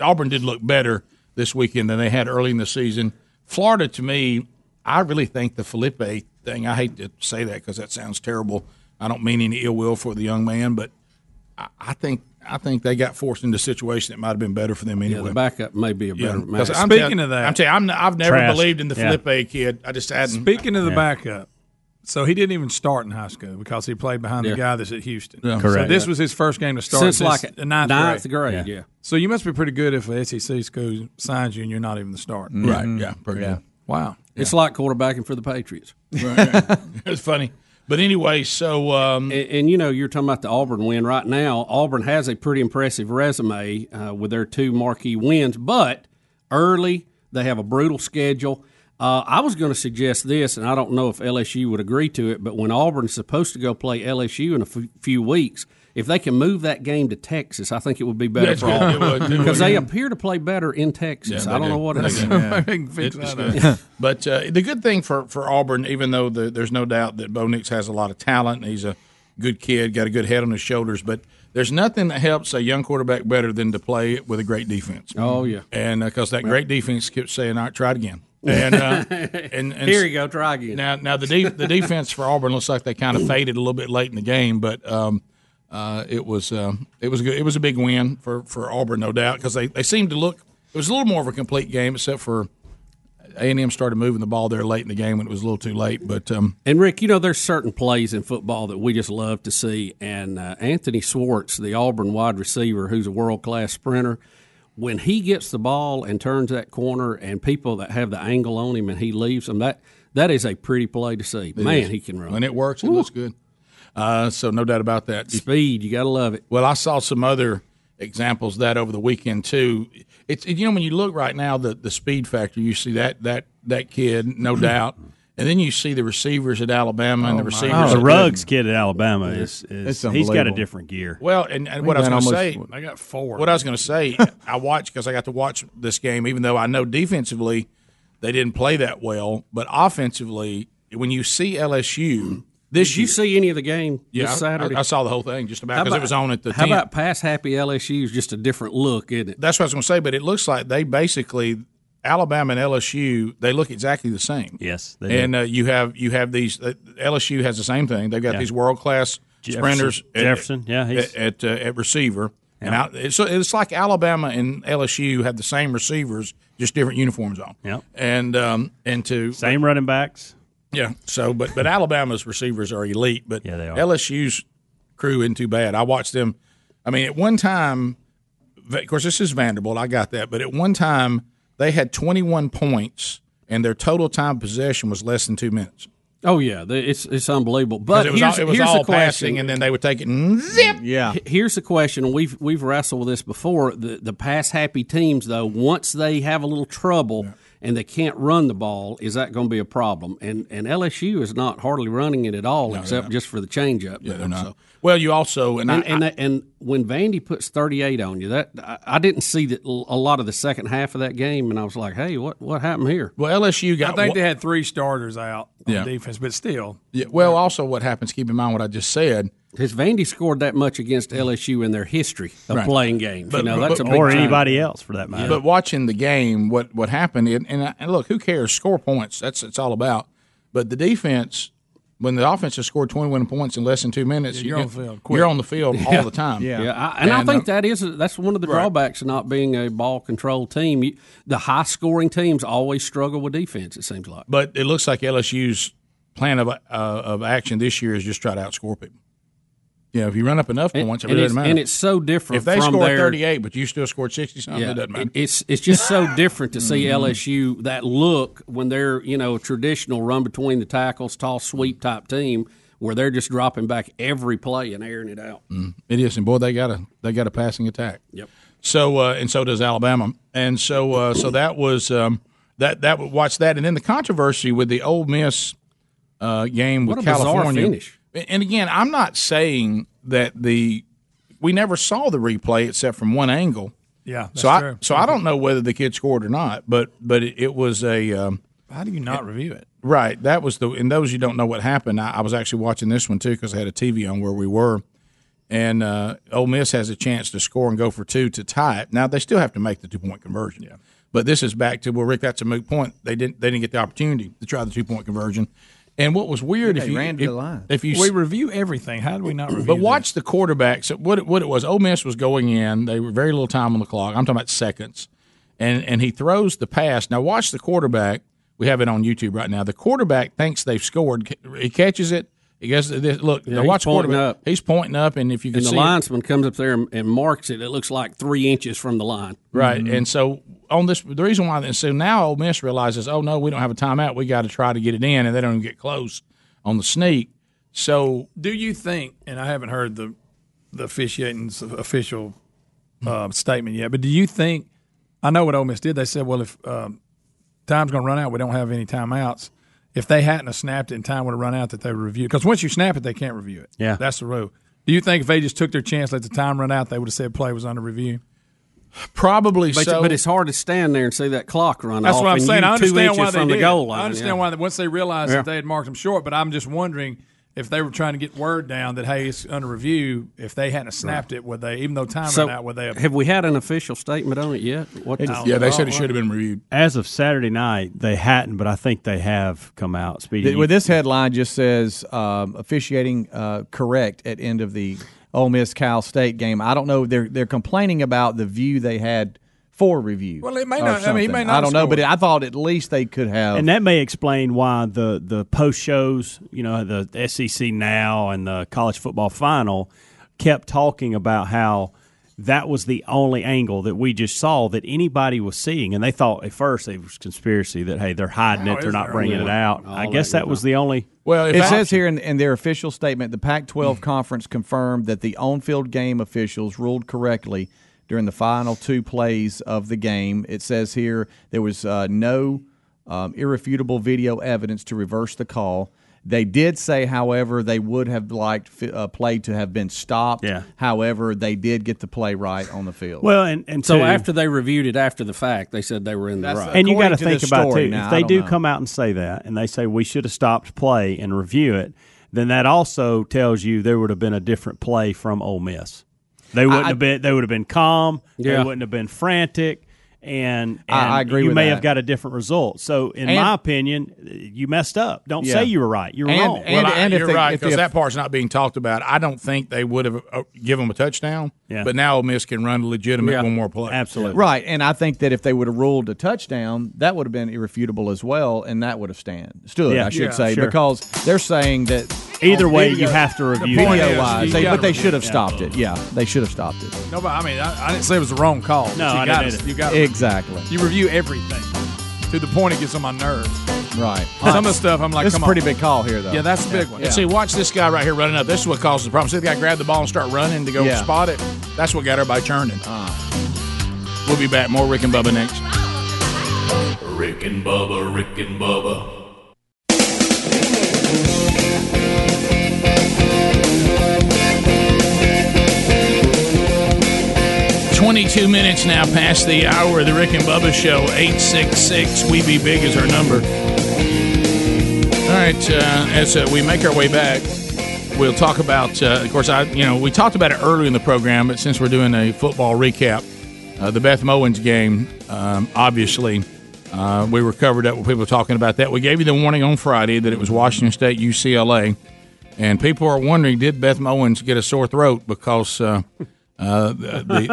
Speaker 2: Auburn did look better this weekend than they had early in the season. Florida to me, I really think the Felipe thing. I hate to say that because that sounds terrible. I don't mean any ill will for the young man, but I, I think I think they got forced into a situation that might have been better for them
Speaker 3: Yeah,
Speaker 2: anyway.
Speaker 3: the backup may be a better
Speaker 2: Yeah,
Speaker 3: match.
Speaker 2: 'cause I'm
Speaker 4: Speaking
Speaker 2: tell-
Speaker 4: of that-
Speaker 2: I'm telling you, I'm, n- I've never
Speaker 6: Trask.
Speaker 2: believed in the
Speaker 6: Yeah.
Speaker 2: Felipe kid. I just hadn't.
Speaker 4: Speaking of the backup, so he didn't even start in high school because he played behind
Speaker 3: Yeah.
Speaker 4: the guy that's at Houston.
Speaker 6: Correct.
Speaker 4: So this was his first game to start
Speaker 3: Since
Speaker 4: since
Speaker 3: like
Speaker 4: the ninth, grade.
Speaker 3: grade, yeah.
Speaker 4: So you must be pretty good if a SEC school signs you and you're not even the start.
Speaker 3: Mm-hmm.
Speaker 2: right? Yeah, pretty good.
Speaker 4: Wow.
Speaker 3: It's like quarterbacking for the Patriots.
Speaker 2: It's funny. But anyway, so um,
Speaker 3: And, and, you know, you're talking about the Auburn win right now. Auburn has a pretty impressive resume uh, with their two marquee wins, but early they have a brutal schedule. Uh, I was going to suggest this, and I don't know if LSU would agree to it, but when Auburn's supposed to go play LSU in a f- few weeks, if they can move that game to Texas, I think it would be better
Speaker 2: That's
Speaker 3: for
Speaker 2: good. It would. It
Speaker 3: Auburn
Speaker 2: would,
Speaker 3: because they
Speaker 2: yeah.
Speaker 3: appear to play better in Texas.
Speaker 2: Yeah,
Speaker 3: I
Speaker 2: they
Speaker 3: don't
Speaker 2: do.
Speaker 3: know what it
Speaker 2: They
Speaker 3: is.
Speaker 2: do.
Speaker 4: I can fix
Speaker 2: It's
Speaker 4: that up.
Speaker 2: good. but uh, the good thing for, for Auburn, even though the, there's no doubt that Bo Nix has a lot of talent and he's a good kid, got a good head on his shoulders, but there's nothing that helps a young quarterback better than to play with a great defense.
Speaker 3: Oh yeah.
Speaker 2: And because that great defense kept saying, "All right, try it again." And uh, and, and
Speaker 3: Here you go. Try again.
Speaker 2: Now, now the de- the defense for Auburn looks like they kind of faded a little bit late in the game, but um, uh, it was um, it was a good, it was a big win for, for Auburn, no doubt, because they, they seemed to look. It was a little more of a complete game, except for A and M started moving the ball there late in the game when it was a little too late. But um,
Speaker 3: And Rick, you know, there's certain plays in football that we just love to see. And uh, Anthony Swartz, the Auburn wide receiver, who's a world class sprinter, when he gets the ball and turns that corner, and people that have the angle on him and he leaves them, that that is a pretty play to see. Man, he can run.
Speaker 2: when it works, it looks good. Uh, so no doubt about that.
Speaker 3: Speed, you got to love it.
Speaker 2: Well, I saw some other examples of that over the weekend too. It's you know when you look right now the the speed factor you see that that that kid no doubt, and then you see the receivers at Alabama
Speaker 6: Oh,
Speaker 2: and the
Speaker 3: Oh,
Speaker 2: receivers.
Speaker 6: The
Speaker 2: at-
Speaker 6: Ruggs kid at Alabama is, is he's
Speaker 5: It's
Speaker 6: got a
Speaker 5: unbelievable.
Speaker 6: different gear.
Speaker 2: Well, and, and what I was
Speaker 5: Man,
Speaker 2: going to say,
Speaker 5: almost-
Speaker 4: I got four.
Speaker 2: what I was going to say, I watched because I got to watch this game, even though I know defensively they didn't play that well, but offensively when you see LSU this
Speaker 3: Mm-hmm. Did
Speaker 2: year.
Speaker 3: you see any of the game
Speaker 2: yeah,
Speaker 3: this
Speaker 2: I-
Speaker 3: Saturday?
Speaker 2: I, I saw the whole thing just about because it was on at the.
Speaker 3: How
Speaker 2: 10th.
Speaker 3: about pass happy LSU is just a different look, isn't it?
Speaker 2: that's what I was going to say. But it looks like they basically Alabama and LSU they look exactly the same.
Speaker 6: Yes, they do.
Speaker 2: And uh, you have you have these uh, LSU has the same thing. They've got these world class sprinters. at-
Speaker 6: Jefferson, yeah, he's-
Speaker 2: at at, uh, at receiver. And I, it's, it's like Alabama and LSU have the same receivers, just different uniforms on.
Speaker 6: Yep.
Speaker 2: And um and to
Speaker 6: same running backs.
Speaker 2: yeah. So, but but Alabama's receivers are elite, but
Speaker 6: Yeah, they are.
Speaker 2: LSU's crew isn't too bad. I watched them. I mean, at one time, of course, this is Vanderbilt. I got that, but at one time they had 21 points, and their total time possession was less than two minutes.
Speaker 3: Oh, yeah. the- It's, it's unbelievable.
Speaker 2: 'Cause
Speaker 3: But
Speaker 2: it was
Speaker 3: here's,
Speaker 2: all, it was
Speaker 3: here's
Speaker 2: all
Speaker 3: the question.
Speaker 2: passing, and then they would take it and zip.
Speaker 5: Yeah.
Speaker 3: H- Here's the question. and We've we've wrestled with this before. The the pass happy teams though, once they have a little trouble and they can't run the ball, is that going to be a problem? And and LSU is not hardly running it at all, except just for the changeup. Yeah,
Speaker 2: They're not. Well, you also and,
Speaker 3: And
Speaker 2: I,
Speaker 3: and, that, and when Vandy puts thirty eight on you, that I, I didn't see that l- a lot of the second half of that game, and I was like, hey, what what happened here?
Speaker 2: well LSU
Speaker 4: I
Speaker 2: got
Speaker 4: think
Speaker 2: one-
Speaker 4: they had three starters out on
Speaker 2: Yeah.
Speaker 4: defense, but still,
Speaker 2: Yeah, well, also what happens? Keep in mind what I just said.
Speaker 3: Has Vandy scored that much against LSU in their history of
Speaker 2: Right.
Speaker 3: playing games?
Speaker 2: But-
Speaker 3: you know,
Speaker 2: but-
Speaker 3: that's a big
Speaker 6: or
Speaker 3: time.
Speaker 6: anybody else for that matter.
Speaker 2: But watching the game, what what happened? And, and, I- and look, who cares? Score points. That's it's all about. But the defense when the offense has scored 21 points in less than two minutes,
Speaker 4: Yeah, you're
Speaker 2: you-
Speaker 4: on the field quick.
Speaker 2: You're on the field all the time.
Speaker 3: Yeah, I, and, I
Speaker 2: And,
Speaker 3: think
Speaker 2: uh,
Speaker 3: that is that's one of the drawbacks of not being a ball control team. You, the high scoring teams always struggle with defense. It seems like.
Speaker 2: But it looks like LSU's plan of uh, of action this year is just try to outscore people. You know, if you run up enough
Speaker 3: And,
Speaker 2: points, it
Speaker 3: and
Speaker 2: really
Speaker 3: it's,
Speaker 2: doesn't matter.
Speaker 3: and it's so different.
Speaker 2: if they
Speaker 3: from
Speaker 2: score
Speaker 3: their,
Speaker 2: 38, but you still scored 60 something,
Speaker 3: Yeah,
Speaker 2: it doesn't matter.
Speaker 3: it- it's it's just so different to
Speaker 2: Mm-hmm.
Speaker 3: see LSU that look when they're you know a traditional run between the tackles, toss sweep type team where they're just dropping back every play and airing it out.
Speaker 2: Mm-hmm. It is, and boy, they got a they got a passing attack.
Speaker 3: Yep.
Speaker 2: So uh, and so does Alabama, and so uh, so that was um, that that watch that, and then the controversy with the Ole Miss uh, game
Speaker 3: What
Speaker 2: with
Speaker 3: a bizarre
Speaker 2: California.
Speaker 3: finish.
Speaker 2: And again, I'm not saying that the we never saw the replay except from one angle.
Speaker 4: Yeah, that's
Speaker 2: so I
Speaker 4: true.
Speaker 2: so I don't know whether the kid scored or not, but but it, it was a. Um,
Speaker 4: How do you not review it?
Speaker 2: Right. That was the, and those you don't know what happened. I, I was actually watching this one too because I had a TV on where we were. And uh, Ole Miss has a chance to score and go for two to tie it. Now they still have to make the two point conversion. Yeah. But this is back to well, Rick. That's a moot point. They didn't. They didn't get the opportunity to try the two point conversion. And what was weird if
Speaker 5: they
Speaker 2: you
Speaker 5: ran to
Speaker 2: if,
Speaker 5: the line.
Speaker 2: if you
Speaker 4: We review everything. How do we not review?
Speaker 2: but watch the quarterbacks. What it, what it was, Ole Miss was going in. They were very little time on the clock. I'm talking about seconds, and and he throws the pass. Now watch the quarterback. We have it on YouTube right now. The quarterback thinks they've scored. He catches it. He goes. This, look, now
Speaker 3: he's
Speaker 2: watch the
Speaker 3: pointing
Speaker 2: quarterback.
Speaker 3: up.
Speaker 2: He's pointing up, and if you can
Speaker 3: And the
Speaker 2: see, it-
Speaker 3: linesman comes up there and, and marks it. It looks like three inches from the line.
Speaker 2: right. And so on this, the reason why. And so now Ole Miss realizes, oh no, we don't have a timeout. We got to try to get it in, and they don't even get close on the sneak. So
Speaker 4: Do you think? And I haven't heard the the officiating's official
Speaker 2: Hmm.
Speaker 4: uh, statement yet. But do you think? I know what Ole Miss did. They said, "Well, if um, time's going to run out, we don't have any timeouts." If they hadn't have snapped it and time would have run out, that they would review it. Because once you snap it, they can't review it.
Speaker 6: Yeah.
Speaker 4: that's the rule. Do you think if they just took their chance, let the time run out, they would have said play was under review?
Speaker 2: probably
Speaker 3: But,
Speaker 2: so.
Speaker 3: but it's hard to stand there and see that clock run
Speaker 4: That's
Speaker 3: off.
Speaker 4: what I'm
Speaker 3: and
Speaker 4: saying.
Speaker 3: you
Speaker 4: I
Speaker 3: two
Speaker 4: understand
Speaker 3: inches
Speaker 4: why they
Speaker 3: from
Speaker 4: did.
Speaker 3: the goal line.
Speaker 4: I understand
Speaker 3: yeah.
Speaker 4: why they, once they realized
Speaker 3: Yeah.
Speaker 4: that they had marked them short. But I'm just wondering if they were trying to get word down that hey, it's under review. If they hadn't have snapped it, would they? Even though time
Speaker 3: So,
Speaker 4: ran out, would they have?
Speaker 3: have we had an official statement on it yet? What the-
Speaker 2: yeah, they said it should have been reviewed.
Speaker 6: As of Saturday night, they hadn't, but I think they have come out. Speedy,
Speaker 5: Th- Well, this headline just says um, officiating uh, correct at end of the Ole Miss Cal State game. I don't know. They're they're complaining about the view they had for review.
Speaker 4: Well, it may
Speaker 5: or
Speaker 4: not- I mean, he
Speaker 5: something.
Speaker 4: may not
Speaker 5: I don't know,
Speaker 4: score.
Speaker 5: but I thought at least they could have.
Speaker 6: and that may explain why the the post shows, you know, the SEC now and the college football final kept talking about how that was the only angle that we just saw that anybody was seeing, and they thought at first it was conspiracy that hey they're hiding it, they're Oh, not bringing it out. I guess that was the only.
Speaker 2: Well, if
Speaker 5: it
Speaker 2: I-
Speaker 5: says here in, in their official statement the Pac 12 conference confirmed that the on field game officials ruled correctly during the final two plays of the game. It says here there was uh, no um, irrefutable video evidence to reverse the call. They did say, however, they would have liked fi- uh, play to have been stopped.
Speaker 6: Yeah.
Speaker 5: However, they did get the play right on the field.
Speaker 6: Well, and and
Speaker 3: So
Speaker 6: two-
Speaker 3: after they reviewed it after the fact, they said they were in the right.
Speaker 6: and you got to
Speaker 5: According to
Speaker 6: think
Speaker 5: this
Speaker 6: about
Speaker 5: story
Speaker 6: too.
Speaker 5: now,
Speaker 6: if
Speaker 5: I
Speaker 6: they
Speaker 5: don't
Speaker 6: do
Speaker 5: know.
Speaker 6: come out and say that, and they say we should have stopped play and review it, then that also tells you there would have been a different play from Ole Miss. They wouldn't
Speaker 5: I-
Speaker 6: have been. They would have been calm.
Speaker 3: Yeah.
Speaker 6: They wouldn't have been frantic. And, and
Speaker 5: I- I agree
Speaker 6: You
Speaker 5: with
Speaker 6: may
Speaker 5: that.
Speaker 6: have got a different result. So, in
Speaker 5: And-
Speaker 6: my opinion, you messed up. Don't
Speaker 5: Yeah.
Speaker 6: say you were right. You're
Speaker 5: And-
Speaker 6: wrong.
Speaker 5: and-
Speaker 2: well, I-
Speaker 5: if
Speaker 2: you're
Speaker 5: they-
Speaker 2: right
Speaker 5: if
Speaker 2: because
Speaker 5: they-
Speaker 2: that part's not being talked about. I don't think they would have uh, given them a touchdown.
Speaker 6: Yeah.
Speaker 2: But now Ole Miss can run legitimate
Speaker 3: Yeah.
Speaker 2: one more play.
Speaker 6: Absolutely.
Speaker 5: Right, and I think that if they would have ruled a touchdown, that would have been irrefutable as well, and that would have stand stood.
Speaker 6: Yeah,
Speaker 5: I should
Speaker 6: yeah,
Speaker 5: say
Speaker 6: sure.
Speaker 5: because they're saying that
Speaker 6: Either
Speaker 5: on
Speaker 6: way,
Speaker 5: video-
Speaker 6: you have to review
Speaker 4: point
Speaker 6: it.
Speaker 5: video wise,
Speaker 4: you
Speaker 5: they,
Speaker 4: gotta
Speaker 5: but they
Speaker 4: review
Speaker 5: should have stopped it. Yeah, they should have stopped it.
Speaker 4: Nobody. I mean, I, I didn't say it was the wrong call. but
Speaker 6: No,
Speaker 4: you
Speaker 6: I
Speaker 4: got
Speaker 6: didn't either.
Speaker 4: You got
Speaker 5: Exactly.
Speaker 4: You review everything to the point it gets on my nerves.
Speaker 5: Right.
Speaker 4: Some of the stuff I'm like,
Speaker 5: This is
Speaker 4: come
Speaker 5: a pretty
Speaker 4: on.
Speaker 5: big call here, though.
Speaker 4: Yeah, that's a big one.
Speaker 2: And see, watch this guy right here running up. This is what causes the problem. See the guy grab the ball and start running to go
Speaker 5: Yeah.
Speaker 2: spot it. That's what got everybody churning. We'll be back. More Rick and Bubba next.
Speaker 9: Rick and Bubba, Rick and Bubba.
Speaker 2: Twenty-two minutes now past the hour of the Rick and Bubba Show. Eight six six. We be big is our number. All right. Uh, as uh, we make our way back, we'll talk about. Uh, of course, I you know we talked about it earlier in the program, but since we're doing a football recap, uh, the Beth Mowens game, um, obviously, Uh, we were covered up with people talking about that. We gave you the warning on Friday that it was Washington State, UCLA, and people are wondering did Beth Owens get a sore throat because uh, uh, the,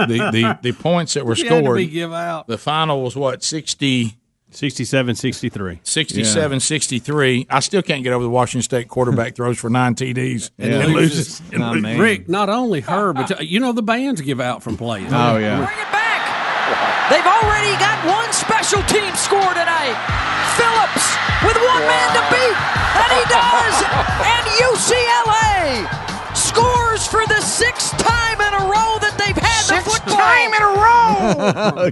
Speaker 2: the, the the points that were
Speaker 3: He had to
Speaker 2: scored.
Speaker 3: be give out.
Speaker 2: The final was what 60,
Speaker 6: 67 63.
Speaker 2: 67, 63. I still can't get over the Washington State quarterback throws for nine TDs and,
Speaker 5: Yeah.
Speaker 2: loses. And
Speaker 5: I
Speaker 2: loses.
Speaker 5: mean,
Speaker 3: Rick, not only her, but you know the bands give out from playing.
Speaker 5: oh yeah,
Speaker 10: Bring it back. They've already got one special team score tonight. Phillips with one man to beat, and he does. And UCLA scores for the sixth time in a row that they've had the football.
Speaker 11: time in a row.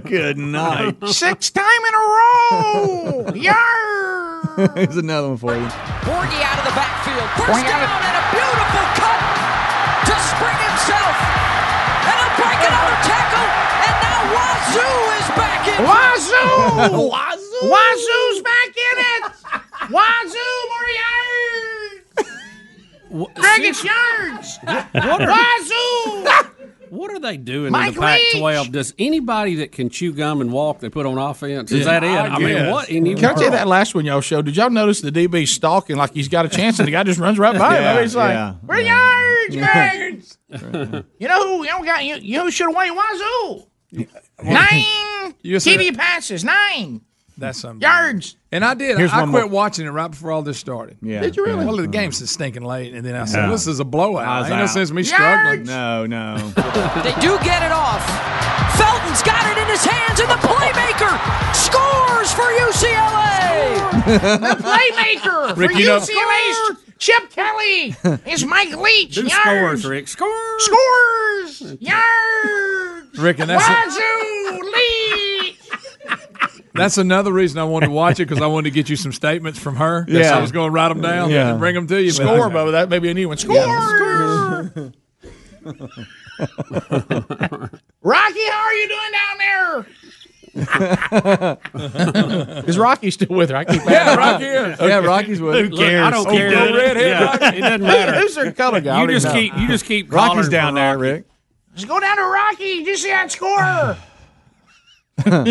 Speaker 5: good night.
Speaker 11: Six time in a row. Yar.
Speaker 5: Here's another one for you.
Speaker 10: Borgie out of the backfield. First
Speaker 11: Borgie out
Speaker 10: down
Speaker 11: of-
Speaker 10: and a beautiful cut to spring himself. And he'll break another tackle. And now Wazoo is back in.
Speaker 11: Wazoo. Wazoo's back in it. Wazoo more yards. Greg, it's yards.
Speaker 3: What are,
Speaker 11: Wazoo.
Speaker 3: what are they doing in
Speaker 11: Mike
Speaker 3: the Pac
Speaker 11: Leach.
Speaker 3: 12? Does anybody that can chew gum and walk they put on offense? Is that it? I, mean,
Speaker 4: guess.
Speaker 3: what in the
Speaker 2: Can I tell you
Speaker 3: world?
Speaker 2: that last one y'all showed? Did y'all notice the DB stalking like he's got a chance and the guy just runs right by him? I mean, it's like,
Speaker 5: yeah.
Speaker 11: We're yards, yards. you know who? You know, who got you. You know who should have won? Wazoo. Nine
Speaker 4: You said-
Speaker 11: TV passes. Nine
Speaker 4: That's something.
Speaker 11: yards.
Speaker 4: And I did.
Speaker 5: Here's
Speaker 4: I
Speaker 5: one
Speaker 4: quit
Speaker 5: more.
Speaker 4: watching it right before all this started.
Speaker 5: Yeah.
Speaker 4: Did you really?
Speaker 5: Yeah.
Speaker 4: Well, the game's just stinking late, and then I said,
Speaker 6: Yeah.
Speaker 4: "This is a blowout.
Speaker 5: I was
Speaker 4: Ain't no
Speaker 5: out.
Speaker 4: sense me struggling."
Speaker 5: No, no.
Speaker 10: They do get it off. Felton's got it in his hands, and the playmaker scores for UCLA.
Speaker 11: Playmaker for
Speaker 4: Rick, you know-
Speaker 11: UCLA. Chip Kelly. It's Mike Leach.
Speaker 3: Who
Speaker 11: yards.
Speaker 3: scores, Rick? Scores.
Speaker 11: Scores. Yards.
Speaker 4: Rick, and that's a-
Speaker 11: Wazoo. Leach.
Speaker 4: that's another reason I wanted to watch it because I wanted to get you some statements from her. Yeah, I was going to write them down
Speaker 5: Yeah.
Speaker 4: and bring them to you. but-
Speaker 2: score, Bubba. That may be a new one. Score!
Speaker 11: Rocky, how are you doing down there?
Speaker 2: Is Rocky still with her? I keep
Speaker 4: Yeah, right here.
Speaker 5: Yeah, Rocky's with.
Speaker 3: Look, I don't care.
Speaker 4: Old redhead
Speaker 3: Yeah, it doesn't matter.
Speaker 2: Who's their color guy? I
Speaker 3: You
Speaker 2: don't even
Speaker 3: just
Speaker 2: know.
Speaker 3: keep you just keep
Speaker 5: Rocky's
Speaker 3: hollering
Speaker 5: down
Speaker 3: for
Speaker 5: there,
Speaker 3: Rocky.
Speaker 5: Rick.
Speaker 11: Let's go down to Rocky. Just see that score.
Speaker 5: All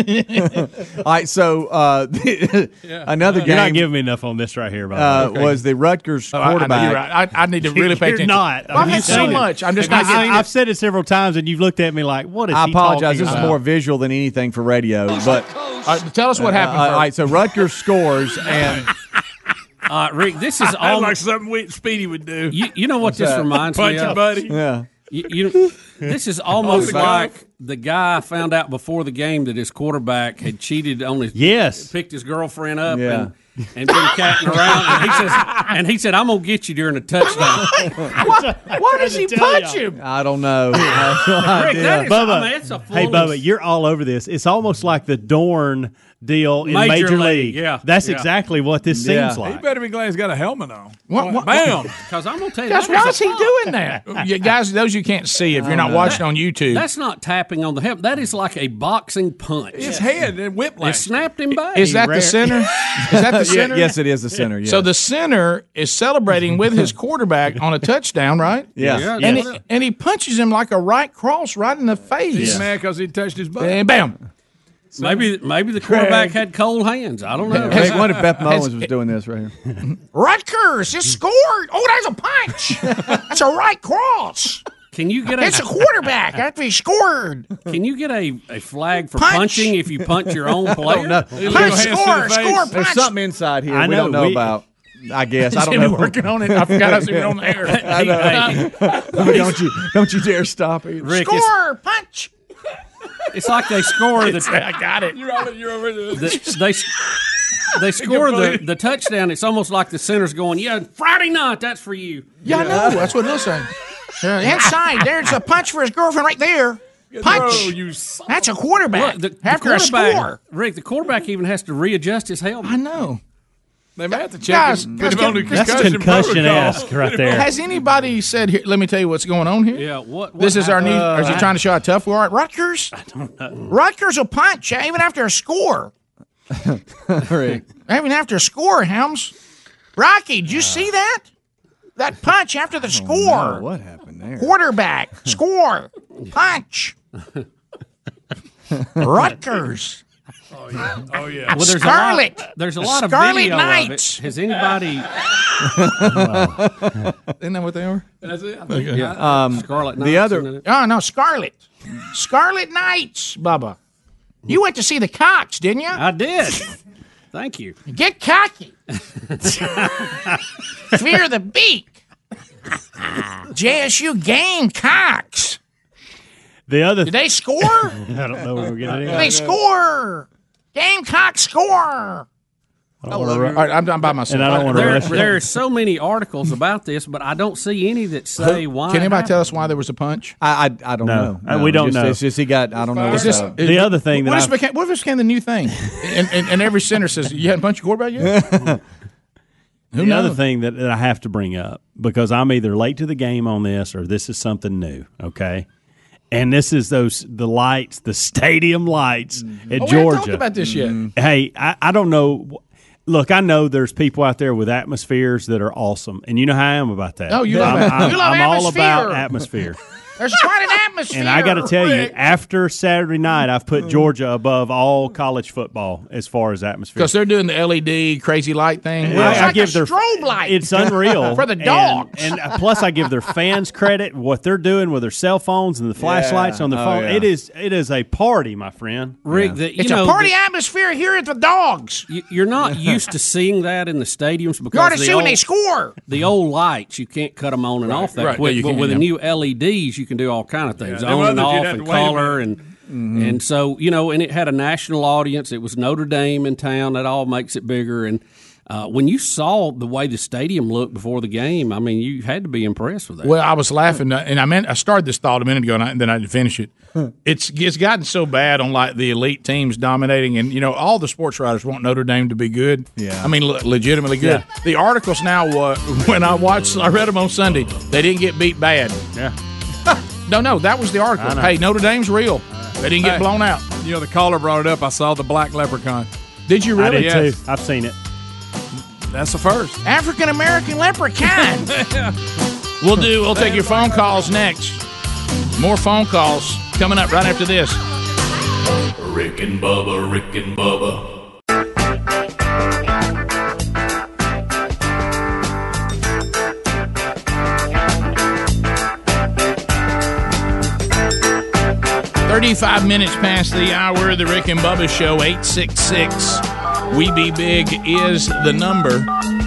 Speaker 5: right, so uh, another
Speaker 6: You're not
Speaker 5: game
Speaker 6: giving me enough on this right here, by the
Speaker 5: uh,
Speaker 6: way.
Speaker 5: was the Rutgers
Speaker 2: I, I, know
Speaker 5: quarterback.
Speaker 2: you're right. I, I need to really pay
Speaker 6: You're
Speaker 2: attention.
Speaker 6: not. I
Speaker 2: I've
Speaker 6: mean,
Speaker 2: had
Speaker 6: you've
Speaker 2: so
Speaker 6: seen it.
Speaker 2: much. I'm just
Speaker 6: Have
Speaker 2: not
Speaker 6: you
Speaker 2: getting
Speaker 6: seen-
Speaker 2: it.
Speaker 6: I've said it several times, and you've looked at me like, "What is
Speaker 5: I
Speaker 6: he
Speaker 5: apologize.
Speaker 6: talking
Speaker 5: This is
Speaker 6: about?
Speaker 5: more visual than anything for radio, but
Speaker 2: All right, tell us what
Speaker 5: uh,
Speaker 2: happened.
Speaker 5: all
Speaker 2: first.
Speaker 5: right. So Rutgers scores, and
Speaker 3: Uh, Rick, this is all.
Speaker 4: something we, Speedy would do.
Speaker 3: you, you know what this reminds me of?
Speaker 5: uh, yeah,
Speaker 3: You, you- this is almost like the guy found out before the game that his quarterback had cheated on his
Speaker 6: Yes.
Speaker 3: picked his girlfriend up
Speaker 5: Yeah.
Speaker 3: and, and been catting around. And he says, and he said, "I'm gonna get you during a touchdown."
Speaker 11: Why does he punch him?
Speaker 5: I don't know. I have
Speaker 3: Rick,
Speaker 5: no
Speaker 3: that
Speaker 5: idea.
Speaker 3: is,
Speaker 6: Bubba,
Speaker 3: I mean, it's a
Speaker 6: hey
Speaker 3: full-
Speaker 6: Bubba, you're all over this. It's almost like the Dorn deal in Major,
Speaker 3: Major
Speaker 6: League.
Speaker 3: League, yeah,
Speaker 6: that's
Speaker 3: yeah.
Speaker 6: exactly what this
Speaker 5: Yeah.
Speaker 6: seems
Speaker 4: He
Speaker 6: like.
Speaker 4: better be glad he's got a helmet on.
Speaker 2: What- what-
Speaker 4: Bam!
Speaker 3: Because I'm gonna tell you,
Speaker 2: That's
Speaker 3: that is
Speaker 2: why
Speaker 3: a
Speaker 2: is he
Speaker 3: fault.
Speaker 2: doing that? You guys, those you can't see if you're not watching on YouTube.
Speaker 3: That's not tapping on the hip. That is like a boxing punch.
Speaker 4: His head and
Speaker 3: It
Speaker 4: whiplash.
Speaker 3: snapped him back.
Speaker 2: is that
Speaker 6: rare-
Speaker 2: the center? Is that the center?
Speaker 5: yes, it is the center. Yeah.
Speaker 2: So the center is celebrating with his quarterback on a touchdown, right?
Speaker 5: yeah.
Speaker 3: Yeah,
Speaker 2: And,
Speaker 3: that's-
Speaker 2: he, and he punches him like a right cross right in the face.
Speaker 4: He's mad because he touched his butt.
Speaker 2: And bam.
Speaker 3: maybe maybe the quarterback had cold hands. I don't know.
Speaker 5: Rick, what if Beth Mullins was doing this right here?
Speaker 11: Rutgers just scored. Oh, that's a punch. that's a right cross.
Speaker 3: Can you get
Speaker 11: It's a
Speaker 3: a
Speaker 11: quarterback after he scored.
Speaker 3: can you get a, a flag for
Speaker 11: Punch. Oh,
Speaker 3: punching if you punch your own player?
Speaker 5: No,
Speaker 11: Punch,
Speaker 4: hands to the
Speaker 11: score,
Speaker 4: face.
Speaker 11: score,
Speaker 5: there's
Speaker 11: punch.
Speaker 5: something inside here
Speaker 6: I
Speaker 5: we don't
Speaker 6: know,
Speaker 5: know
Speaker 6: we-
Speaker 5: about. I guess I don't
Speaker 2: Timmy
Speaker 5: know.
Speaker 2: working on it. I forgot I was even on the air.
Speaker 3: Hey, hey,
Speaker 5: don't you don't you dare stop it.
Speaker 3: Rick, it's,
Speaker 11: Score, punch.
Speaker 3: it's like they score the,
Speaker 2: I got it.
Speaker 4: You're over- you're over there.
Speaker 3: the they s- they score the, the touchdown. It's almost like the center's going, yeah, Friday night, that's for you.
Speaker 2: Yeah, I know. That's what Bill's saying.
Speaker 11: Uh, Inside, there's a punch for his girlfriend right there.
Speaker 4: Throw,
Speaker 11: Punch.
Speaker 4: you son-
Speaker 11: That's a quarterback
Speaker 3: Look, the, the
Speaker 11: after a
Speaker 3: quarterback,
Speaker 11: score.
Speaker 3: Rick, the quarterback even has to readjust his
Speaker 2: I
Speaker 3: helmet.
Speaker 2: know.
Speaker 4: They may have to check
Speaker 2: Guys,
Speaker 4: him.
Speaker 2: guys,
Speaker 4: Put him on the
Speaker 2: that's
Speaker 6: That's
Speaker 4: concussion,
Speaker 6: concussion
Speaker 4: protocol.
Speaker 6: ask right there.
Speaker 2: Has anybody said here? Let me tell you what's going on here.
Speaker 3: Yeah, what- what
Speaker 2: this is our new.
Speaker 3: happened?
Speaker 2: Is he trying to show how tough we are at Rutgers?
Speaker 11: Rutgers will punch even after a score.
Speaker 5: Rick.
Speaker 11: Even after a score, Helms. Rocky, did you see that? That punch after the score.
Speaker 5: What happened there?
Speaker 11: Quarterback, score, punch. Rutgers.
Speaker 4: Oh yeah. Oh yeah.
Speaker 3: Oh, Well, there's
Speaker 11: Scarlet.
Speaker 3: A lot, there's a lot of
Speaker 11: Scarlet
Speaker 3: video
Speaker 11: Knights.
Speaker 3: of it. Has anybody?
Speaker 2: Isn't that what they are?
Speaker 4: That's it. I think-
Speaker 2: Okay.
Speaker 4: I-
Speaker 5: Um,
Speaker 3: Scarlet
Speaker 5: the
Speaker 3: Knights,
Speaker 5: other-
Speaker 3: isn't it?
Speaker 11: Oh no, Scarlet. Scarlet Knights, Bubba. You went to see the Cox, didn't you?
Speaker 3: I did. Thank you.
Speaker 11: Get cocky. Fear the beak. JSU Gamecocks.
Speaker 6: The other,
Speaker 11: Did they score?
Speaker 6: I don't know where we're getting at.
Speaker 11: they score. Gamecocks score.
Speaker 2: All right, I'm done by myself.
Speaker 6: And I don't want to
Speaker 3: There,
Speaker 6: rush it.
Speaker 3: there are so many articles about this, but I don't see any that say why.
Speaker 2: Can
Speaker 3: it
Speaker 2: anybody tell
Speaker 3: happened.
Speaker 2: us why there was a punch?
Speaker 5: I, I, I don't
Speaker 6: No.
Speaker 5: know.
Speaker 6: Uh, we
Speaker 5: it's
Speaker 6: don't
Speaker 5: just-
Speaker 6: know.
Speaker 5: It's just he got. I don't know.
Speaker 2: Is
Speaker 5: What's
Speaker 2: this-
Speaker 5: up.
Speaker 6: The other thing
Speaker 2: What
Speaker 6: that
Speaker 2: just
Speaker 6: I-
Speaker 2: became, what just became the new thing? And, and, and every center says, "You hadn't punched your quarterback yet." Who
Speaker 6: the other
Speaker 2: knows?
Speaker 6: thing that, that I have to bring up because I'm either late to the game on this or this is something new. Okay, and this is those the lights, the stadium lights at
Speaker 2: Oh, we haven't
Speaker 6: Georgia. Mm-hmm.
Speaker 2: talked about this yet.
Speaker 6: hey, I, I don't know. Look, I know there's people out there with atmospheres that are awesome, and you know how I am about that.
Speaker 2: Oh, you
Speaker 6: I'm,
Speaker 2: love it.
Speaker 6: I'm,
Speaker 11: You love
Speaker 6: I'm all
Speaker 11: atmosphere.
Speaker 6: about atmosphere,
Speaker 11: There's quite an atmosphere.
Speaker 6: and I got to tell you,
Speaker 11: Rick.
Speaker 6: after Saturday night, I've put
Speaker 2: Mm-hmm.
Speaker 6: Georgia above all college football as far as atmosphere.
Speaker 2: Because they're doing the LED crazy light thing.
Speaker 11: Well,
Speaker 6: I-
Speaker 11: it's
Speaker 6: I
Speaker 11: like
Speaker 6: give
Speaker 11: a
Speaker 6: their-
Speaker 11: strobe light.
Speaker 6: It's unreal
Speaker 11: For the
Speaker 6: And-
Speaker 11: dogs.
Speaker 6: and, uh, plus I give their fans credit what they're doing with their cell phones and the flashlights on their
Speaker 5: Oh,
Speaker 6: phone.
Speaker 5: yeah.
Speaker 6: It is it is a party, my friend.
Speaker 3: Rick, that you
Speaker 11: it's
Speaker 3: know,
Speaker 11: a party
Speaker 3: that
Speaker 11: atmosphere here at the dogs.
Speaker 3: you- you're not used to seeing that in the stadiums
Speaker 11: You ought to
Speaker 3: because
Speaker 11: see
Speaker 3: the
Speaker 11: when they
Speaker 3: old,
Speaker 11: score.
Speaker 3: the old lights you can't cut them on and off that
Speaker 2: right.
Speaker 3: quick.
Speaker 2: Yeah, you
Speaker 3: but
Speaker 2: can,
Speaker 3: with
Speaker 2: yeah.
Speaker 3: the new LEDs, you can do all kind of things
Speaker 4: Yeah, them
Speaker 3: on and
Speaker 4: others you'd have
Speaker 3: off
Speaker 4: to
Speaker 3: and
Speaker 4: wait a
Speaker 3: color and and so you know. And it had a national audience. It was Notre Dame in town. That all makes it bigger. And uh, when you saw the way the stadium looked before the game, I mean, you had to be impressed with that.
Speaker 2: Well, I was laughing, uh, and I meant I started this thought a minute ago, and, I, then I didn't finish it. It's it's gotten so bad on like the elite teams dominating, and you know all the sports writers want Notre Dame to be good.
Speaker 5: Yeah.
Speaker 2: I mean le- legitimately good. The articles now, uh, when I watched, I read them on Sunday. They didn't get beat bad.
Speaker 6: Yeah.
Speaker 2: No, no, that was the article. Hey, Notre Dame's real. They didn't get
Speaker 4: Hey.
Speaker 2: blown out.
Speaker 4: You know, the caller brought it up. I saw the black leprechaun.
Speaker 2: Did you
Speaker 6: I
Speaker 2: really?
Speaker 6: did
Speaker 4: Yes.
Speaker 6: too. I've seen it.
Speaker 4: That's the first.
Speaker 11: African American leprechaun.
Speaker 2: We'll do. We'll take your phone calls next. More phone calls coming up right after this.
Speaker 9: Rick and Bubba, Rick and Bubba.
Speaker 2: Thirty-five minutes past the hour. The Rick and Bubba Show. Eight six six. We be big is the number,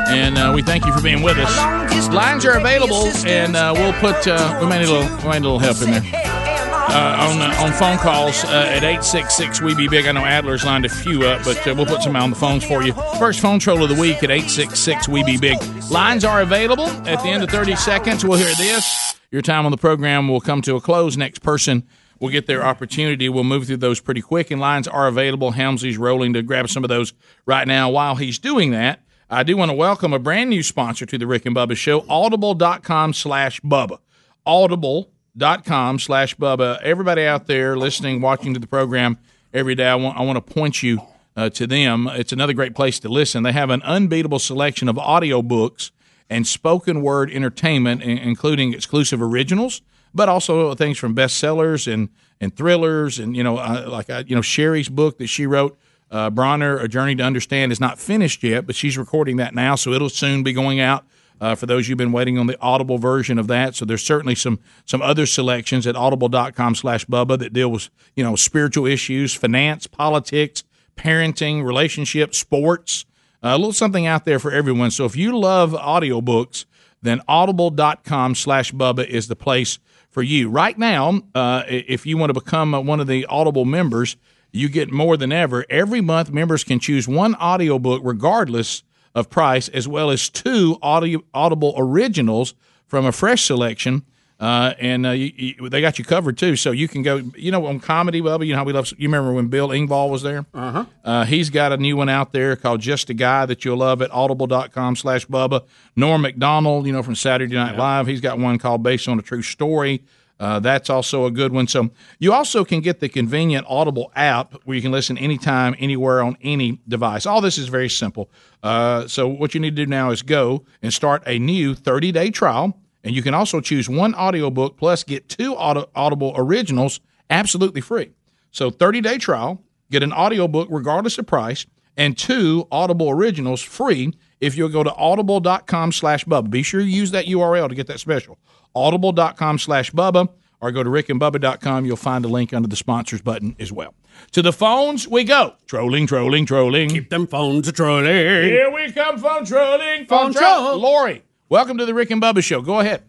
Speaker 2: and uh, we thank you for being with us. Lines are available, and uh, we'll put. Uh, we may need a little. We may need a little help in there. uh, on uh, on phone calls uh, at eight six six. We be big. I know Adler's lined a few up, but uh, we'll put some out on the phones for you. First phone troll of the week at eight six six. We be big. Lines are available at the end of thirty seconds. We'll hear this. Your time on the program will come to a close. Next person will get their opportunity. We'll move through those pretty quick, and lines are available. Helmsley's rolling to grab some of those right now. While he's doing that. I do want to welcome a brand new sponsor to the Rick and Bubba Show, audible.com slash Bubba. Audible.com slash Bubba. Everybody out there listening, watching to the program every day, I want, I want to point you uh, to them. It's another great place to listen. They have an unbeatable selection of audiobooks and spoken word entertainment, in- including exclusive originals, but also things from bestsellers and and thrillers, and you know, uh, like uh, you know, Sherry's book that she wrote, uh, Bronner, A Journey to Understand, is not finished yet, but she's recording that now, so it'll soon be going out. Uh, for those you've been waiting on the audible version of that so there's certainly some some other selections at audible.com slash bubba that deal with you know spiritual issues finance politics parenting relationships sports uh, a little something out there for everyone. So if you love audiobooks, then audible.com slash Bubba is the place for you. Right now, uh, i- if you want to become uh, one of the Audible members, you get more than ever. Every month, members can choose one audiobook regardless of price, as well as two audio, Audible originals from a fresh selection. Uh, and uh, you, you, they got you covered too. So you can go, you know, on comedy, Bubba, you know how we love, you remember when Bill Engvall was there? Uh-huh. He's got a new one out there called Just a Guy That You'll Love at audible.com slash Bubba. Norm McDonald, you know, from Saturday Night Live, he's got one called Based on a True Story. Uh, that's also a good one. So you also can get the convenient Audible app where you can listen anytime, anywhere on any device. All this is very simple. Uh, so what you need to do now is go and start a new 30 day trial. And you can also choose one audiobook plus get two Audi- Audible originals absolutely free. So 30 day trial. Get an audiobook regardless of price and two Audible originals free if you'll go to audible.com slash Bubba. Be sure you use that URL to get that special. Audible.com slash Bubba or go to rickandbubba.com. You'll find a link under the sponsors button as well. To the phones we go. Trolling, trolling, trolling. Keep
Speaker 3: them phones trolling. Here
Speaker 2: we come, phone trolling, phone, troll. Lori, welcome to the Rick and Bubba Show. Go ahead.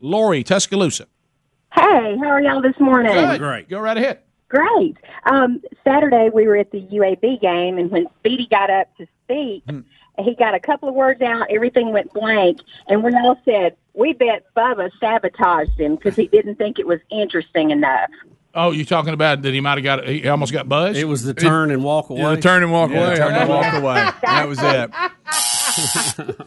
Speaker 2: Lori, Tuscaloosa.
Speaker 12: Hey, how are y'all this morning?
Speaker 2: Good. Great. Go right ahead.
Speaker 12: Great. Um, Saturday we were at the UAB game, and when Speedy got up to speak,
Speaker 2: Hmm.
Speaker 12: he got a couple of words out. Everything went blank, and we all said, "We bet Bubba sabotaged him because he didn't think it was interesting enough."
Speaker 2: Oh, you talking about that he might have got he almost got buzzed? It
Speaker 3: was the turn and walk
Speaker 2: Yeah, the turn and walk
Speaker 5: Yeah,
Speaker 2: away.
Speaker 5: turn and walk away. That was it.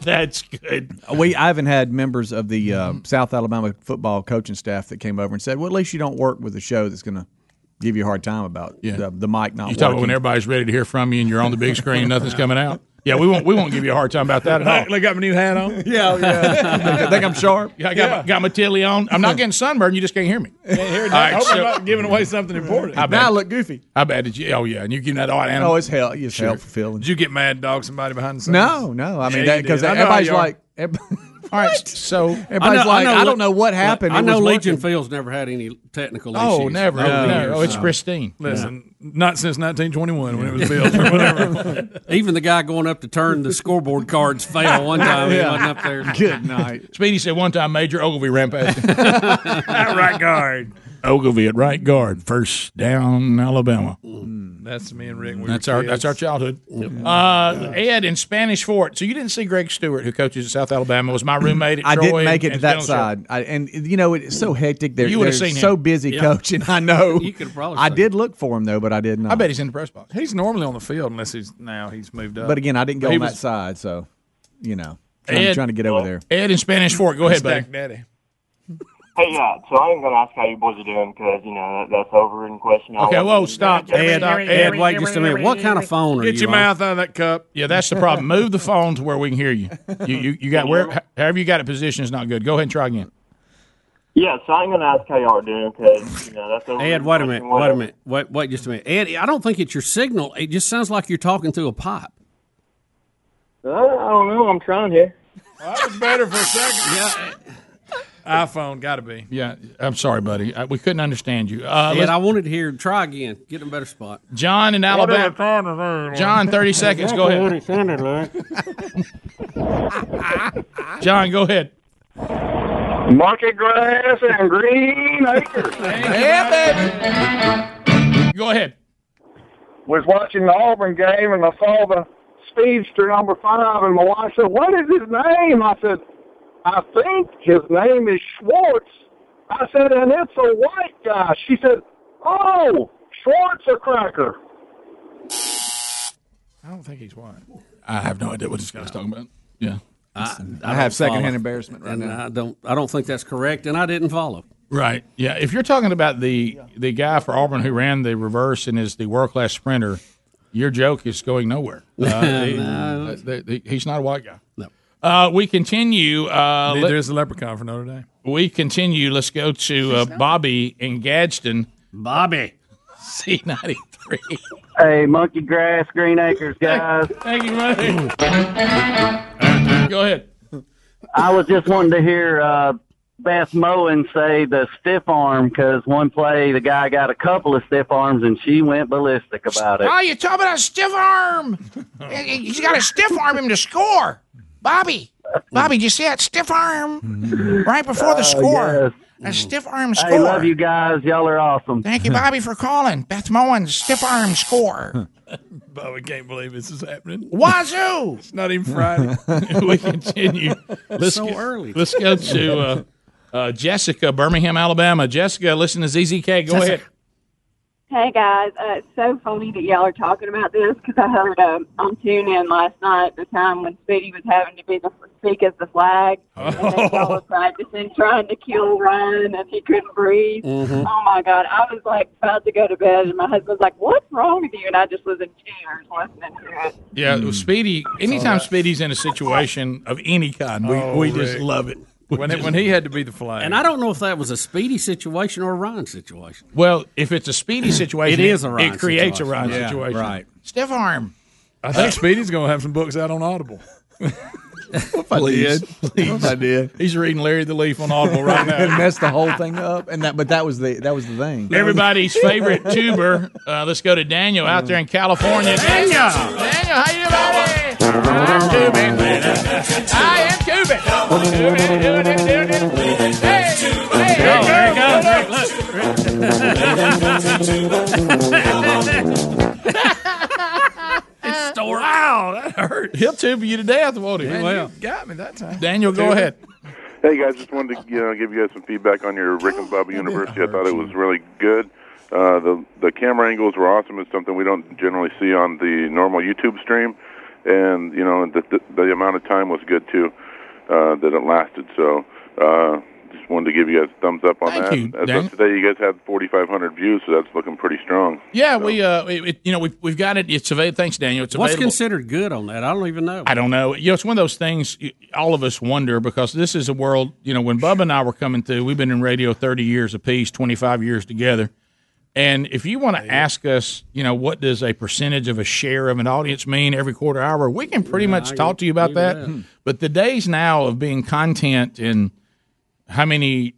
Speaker 2: That's good.
Speaker 5: We I even had members of the uh, South Alabama football coaching staff that came over and said, "Well, at least you don't work with a show that's going to give you a hard time about the, the mic not
Speaker 2: You talking
Speaker 5: working."
Speaker 2: when everybody's ready to hear from you and you're on the big screen and nothing's coming out? Yeah, we won't we won't give you a hard time about that at all.
Speaker 4: got my new hat on.
Speaker 5: yeah, yeah. Think I'm sharp?
Speaker 2: Yeah, I got, My, got my tilly on. I'm not getting sunburned. You just can't hear me.
Speaker 4: Here,
Speaker 2: All right,
Speaker 4: I hope
Speaker 2: so-
Speaker 4: I'm not giving away something important.
Speaker 2: I bet.
Speaker 5: now I look goofy.
Speaker 2: I bet. Did you, oh, yeah. And you're getting that odd animal.
Speaker 5: Oh, it's hell. It's
Speaker 2: Sure.
Speaker 5: helpful feeling.
Speaker 4: Did you get mad dog somebody behind the scenes?
Speaker 5: No, no. I mean,
Speaker 4: Yeah, you
Speaker 5: because
Speaker 4: did. I know how
Speaker 5: everybody's
Speaker 4: you are.
Speaker 5: like, everybody-
Speaker 2: All right. So,
Speaker 5: everybody's like, I, don't know what
Speaker 3: Le-
Speaker 5: happened.
Speaker 3: I
Speaker 5: It
Speaker 3: know
Speaker 5: was
Speaker 3: Legion
Speaker 5: working.
Speaker 3: Fields never had any technical issues.
Speaker 2: oh, never.
Speaker 3: over
Speaker 2: Oh,
Speaker 3: the
Speaker 2: never.
Speaker 3: years.
Speaker 2: Oh, it's pristine.
Speaker 4: Listen, not since 1921 when it was built or whatever.
Speaker 3: Even the guy going up to turn the scoreboard cards fail one time. He wasn't up there.
Speaker 5: Good night.
Speaker 2: Speedy said one time Major Ogilvy ran past him.
Speaker 4: Not right guard.
Speaker 2: Ogilvy at right guard, first down Alabama.
Speaker 4: That's me and Rick. when we
Speaker 2: That's
Speaker 4: were
Speaker 2: our
Speaker 4: kids.
Speaker 2: that's our childhood. Uh, Ed in Spanish Fort. So you didn't see Greg Stewart, who coaches at South Alabama, was my roommate. At
Speaker 5: I
Speaker 2: Troy
Speaker 5: didn't make it
Speaker 2: and-
Speaker 5: to that
Speaker 2: and Jones Hill.
Speaker 5: side, I, and you know it's so hectic. They're,
Speaker 2: You
Speaker 5: they're
Speaker 2: would've seen him.
Speaker 5: so busy coaching. I know.
Speaker 3: You could've probably
Speaker 5: I
Speaker 3: seen
Speaker 5: did look for him though, but I did not.
Speaker 2: I bet he's in the press box.
Speaker 4: He's normally on the field unless he's now he's moved up.
Speaker 5: But again, I didn't go
Speaker 4: He
Speaker 5: on
Speaker 4: was-
Speaker 5: that side, so you know, trying,
Speaker 2: Ed-
Speaker 5: trying to get over there.
Speaker 2: Ed in Spanish Fort. Go ahead, buddy.
Speaker 4: Stack Daddy.
Speaker 13: Hey, yeah. So I ain't gonna ask how you boys are doing because you know that, that's over in question. I
Speaker 2: Okay,
Speaker 13: want-
Speaker 2: whoa, stop,
Speaker 3: Ed,
Speaker 2: stop,
Speaker 3: Ed, wait just a minute. What kind of phone are you?
Speaker 4: Get your
Speaker 3: on?
Speaker 4: mouth out of that cup.
Speaker 2: Yeah, that's the problem. Move the phone to where we can hear you. You you, you got where however you got it position is not good. Go ahead and try again.
Speaker 13: Yeah, so I ain't gonna ask how y'all are doing because you know that's over.
Speaker 3: Ed,
Speaker 13: in
Speaker 3: wait a
Speaker 13: question,
Speaker 3: minute. Wait a
Speaker 13: whatever.
Speaker 3: minute. Wait, wait just a minute. Ed, I don't think it's your signal. It just sounds like you're talking through a pipe.
Speaker 13: Uh, I don't know. I'm trying here.
Speaker 4: That was better for a second. Yeah. iPhone, got to be.
Speaker 2: Yeah, I'm sorry, buddy. I, we couldn't understand you. Uh,
Speaker 3: Ed,
Speaker 2: let's-
Speaker 3: I wanted to hear. Try again. Get in a better spot.
Speaker 2: John in Alabama. John, 30 seconds. Go ahead. John, go ahead.
Speaker 13: Market grass and green acres.
Speaker 2: Go ahead.
Speaker 13: Was watching the Auburn game and I saw the speedster number five, and my wife said, "What is his name?" I said, "I think his name is Schwartz." I said, "And it's a white guy." Uh, She said, "Oh, Schwartz a cracker."
Speaker 2: I don't think he's white. I have no idea what this guy's talking about. Yeah.
Speaker 5: I have secondhand
Speaker 3: follow.
Speaker 5: embarrassment right
Speaker 3: And
Speaker 5: now.
Speaker 3: I don't. I don't think that's correct. And I didn't follow.
Speaker 2: Right. Yeah. If you're talking about the the guy for Auburn who ran the reverse and is the world class sprinter, your joke is going nowhere. Uh, he- uh, the- the- he's not a white guy.
Speaker 3: No.
Speaker 2: Uh, we continue. Uh,
Speaker 4: Neither
Speaker 2: let-
Speaker 4: is the leprechaun for Notre Dame.
Speaker 2: we continue. Let's go to uh, Bobby in Gadsden,
Speaker 3: Bobby.
Speaker 2: C93.
Speaker 13: Hey, monkey grass, green acres, guys.
Speaker 2: Thank you, buddy. go ahead.
Speaker 13: I was just wanting to hear uh, Beth Moen say the stiff arm because one play the guy got a couple of stiff arms and she went ballistic about it.
Speaker 11: Oh, you're talking about a stiff arm. He's got to stiff arm him to score. Bobby, Bobby, did you see that stiff
Speaker 13: Mm.
Speaker 11: arm right before the score? A stiff arm score.
Speaker 13: Uh, Hey, love you guys. Y'all are awesome.
Speaker 11: Thank you, Bobby, for calling. Beth Moen's stiff arm score.
Speaker 4: But we can't believe this is happening.
Speaker 11: Wazoo!
Speaker 4: It's not even Friday.
Speaker 2: we continue. Let's
Speaker 3: So
Speaker 2: go,
Speaker 3: early.
Speaker 2: Let's go to uh, uh, Jessica, Birmingham, Alabama. Jessica, listen to ZZK. Go ahead.
Speaker 12: Hey guys, uh, it's so funny that y'all are talking about this because I heard um, on TuneIn last night the time when Speedy was having to be the speak as the flag, and they all were practicing trying to kill Ryan and he couldn't breathe. Oh my God, I was like about to go to bed, and my husband's like, "What's wrong with you?" And I just was in tears listening to it.
Speaker 3: Hmm.
Speaker 2: Oh, Yeah, Speedy. Anytime Speedy's in a situation of any kind, we, we just love it.
Speaker 4: When, it, when he had to be the flag.
Speaker 3: And I don't know if that was a speedy situation or a Ryan situation.
Speaker 2: Well, if it's a speedy situation,
Speaker 3: It is a Ryan
Speaker 2: It creates
Speaker 3: situation.
Speaker 2: a Ryan
Speaker 3: Yeah,
Speaker 2: situation.
Speaker 3: right.
Speaker 2: Stiff arm.
Speaker 4: I think Speedy's going to have some books out on Audible.
Speaker 2: If I did.
Speaker 5: Please. I did.
Speaker 2: He's reading Larry the Leaf on Audible right
Speaker 5: and
Speaker 2: now.
Speaker 5: messed the whole thing up. And that, but that was the that was the thing.
Speaker 2: Everybody's favorite tuber. Uh, let's go to Daniel out there in California. Daniel, Daniel, how you doing? I'm tubing. I am tubing. Wow, that hurt. He'll tube you to death, won't he?
Speaker 4: Yeah,
Speaker 2: Man,
Speaker 4: well.
Speaker 2: you got me that time. Daniel, go ahead.
Speaker 14: Hey guys, just wanted to you know, give you guys some feedback on your Rick
Speaker 2: Oh,
Speaker 14: and Bubba University. I thought it was really good. Uh, the the camera angles were awesome. It's something we don't generally see on the normal YouTube stream, and you know the the, the amount of time was good too uh, that it lasted. So uh, just wanted to give you guys a thumbs up on
Speaker 2: Thank
Speaker 14: that.
Speaker 2: you,
Speaker 14: As
Speaker 2: Dan.
Speaker 14: of today, you guys had 4,500 views, so that's looking pretty strong.
Speaker 2: Yeah, we uh, it, it- you know, we've we've got it. It's available. Thanks, Daniel. It's
Speaker 3: What's
Speaker 2: available.
Speaker 3: considered good on that? I don't even know.
Speaker 2: I don't know. You know, it's one of those things y- all of us wonder because this is a world, you know, when Bubba and I were coming through, we've been in radio 30 years apiece, 25 years together. And if you want to ask us, you know, what does a percentage of a share of an audience mean every quarter hour, we can pretty much talk to you about that. But the days now of being content and how many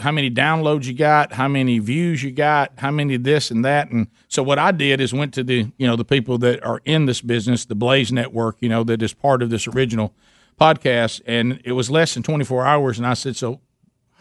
Speaker 2: how many downloads you got, how many views you got, how many this and that. And so what I did is went to the you know the people that are in this business, the Blaze Network, you know that is part of this original podcast, and it was less than 24 hours, and I said so.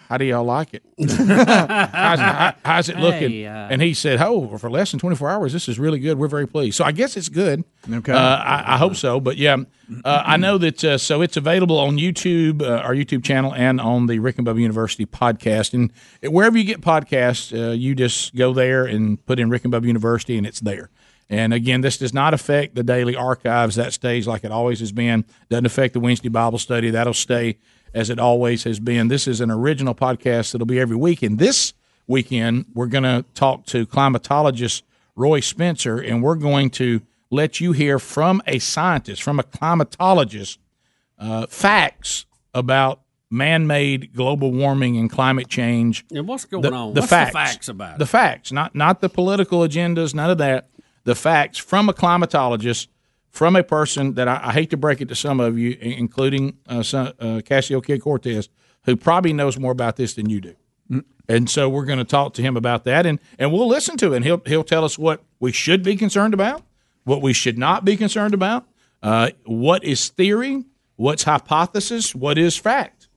Speaker 2: How do y'all like it? how's, how- how's it looking?
Speaker 11: Hey, uh,
Speaker 2: and he said, "Oh, for less than twenty four hours, this is really good. We're very pleased." So I guess it's good.
Speaker 5: Okay.
Speaker 2: Uh, I, I hope so. But yeah, uh, I know that. Uh, so it's available on YouTube, uh, our YouTube channel, and on the Rick and Bubba University podcast, and wherever you get podcasts, uh, you just go there and put in Rick and Bubba University, and it's there. And again, this does not affect the daily archives that stays like it always has been. Doesn't affect the Wednesday Bible study that'll stay as it always has been. This is an original podcast that'll be every week, and this weekend, we're going to talk to climatologist Roy Spencer, and we're going to let you hear from a scientist, from a climatologist, uh, facts about man made global warming and climate change.
Speaker 3: And what's going
Speaker 2: The-
Speaker 3: on?
Speaker 2: the
Speaker 3: What's
Speaker 2: facts.
Speaker 3: the facts about
Speaker 2: The
Speaker 3: it?
Speaker 2: facts, not, not the political agendas, none of that. The facts from a climatologist, from a person that I, I hate to break it to some of you, i- including uh, some, uh, Cassio Kid Cortez, who probably knows more about this than you do. And so we're going to talk to him about that, and and we'll listen to it. And he'll he'll tell us what we should be concerned about, what we should not be concerned about, uh, what is theory, what's hypothesis, what is fact.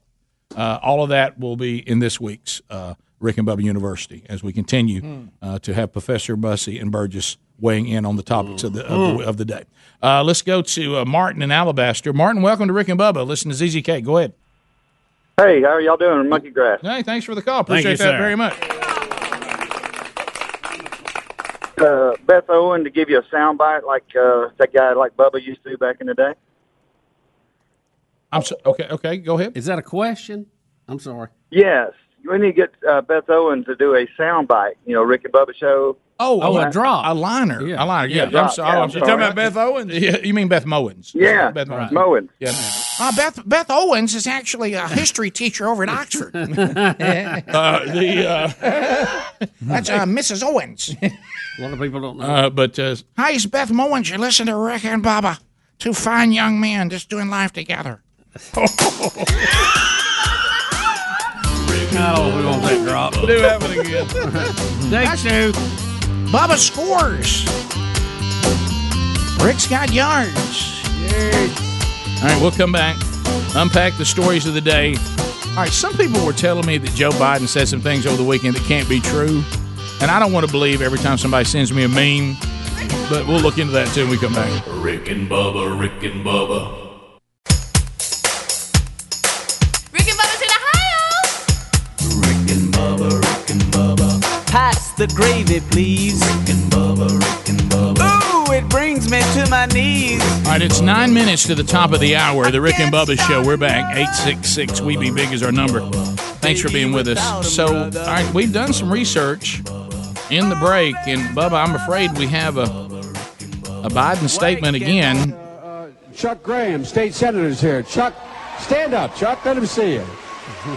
Speaker 2: Uh, all of that will be in this week's uh, Rick and Bubba University as we continue uh, to have Professor Bussey and Burgess weighing in on the topics of the of the,
Speaker 4: Hmm.
Speaker 2: of the day. Uh, let's go to uh, Martin in Alabaster. Martin, welcome to Rick and Bubba. Listen to ZZK. Go ahead.
Speaker 15: Hey, how are y'all doing? Monkey grass.
Speaker 2: Hey, thanks for the call.
Speaker 15: Thank
Speaker 2: Appreciate
Speaker 15: you,
Speaker 2: that
Speaker 15: sir.
Speaker 2: very much.
Speaker 15: Uh, Beth Owen to give you a sound bite like uh, that guy like Bubba used to back in the day.
Speaker 2: I'm so, okay. Okay, go ahead.
Speaker 3: Is that a question? I'm sorry.
Speaker 15: Yes, we need to get uh, Beth Owen to do a sound bite. You know, Rick and Bubba show.
Speaker 2: Oh,
Speaker 15: All
Speaker 2: a
Speaker 15: that.
Speaker 2: drop, a liner, a liner.
Speaker 15: Yeah,
Speaker 2: Yeah, I'm
Speaker 15: drop.
Speaker 2: so- oh,
Speaker 15: Yeah,
Speaker 2: I'm
Speaker 15: I'm
Speaker 2: sorry.
Speaker 15: sorry. Talking about
Speaker 2: Beth Owens? Yeah, you mean Beth Mowens?
Speaker 15: Yeah,
Speaker 2: Beth Mowens.
Speaker 15: Mowens.
Speaker 2: Yeah.
Speaker 11: Uh, Beth Beth Owens is actually a history teacher over at Oxford.
Speaker 2: Uh, the uh,
Speaker 11: That's uh, Mrs. Owens.
Speaker 3: A lot of people don't know.
Speaker 2: uh, but uh,
Speaker 11: Hi, it's Beth Mowens. You listen to Rick and Baba, two fine young men just doing life together.
Speaker 3: No, we won't take drop.
Speaker 2: Do that one again.
Speaker 3: Thanks, dude.
Speaker 11: Bubba scores. Rick's got yards.
Speaker 2: all right, we'll come back, unpack the stories of the day. All right, some people were telling me that Joe Biden said some things over the weekend that can't be true, and I don't want to believe every time somebody sends me a meme. But we'll look into that too when we come back.
Speaker 9: Rick and Bubba, Rick and Bubba,
Speaker 16: Rick and Bubba's in Ohio.
Speaker 17: Pass the gravy, please. Rick and Bubba, Rick and Bubba. Ooh, it brings me to my knees.
Speaker 2: All right, it's nine minutes to the top of the hour. The Rick and Bubba Show. We're back. 866 We Be Big is our number. Thanks for being with us. So, all right, we've done some research in the break, and Bubba, I'm afraid we have a, a Biden statement again.
Speaker 8: Chuck Graham, state senator's here. Chuck, stand up, Chuck. Let him see you.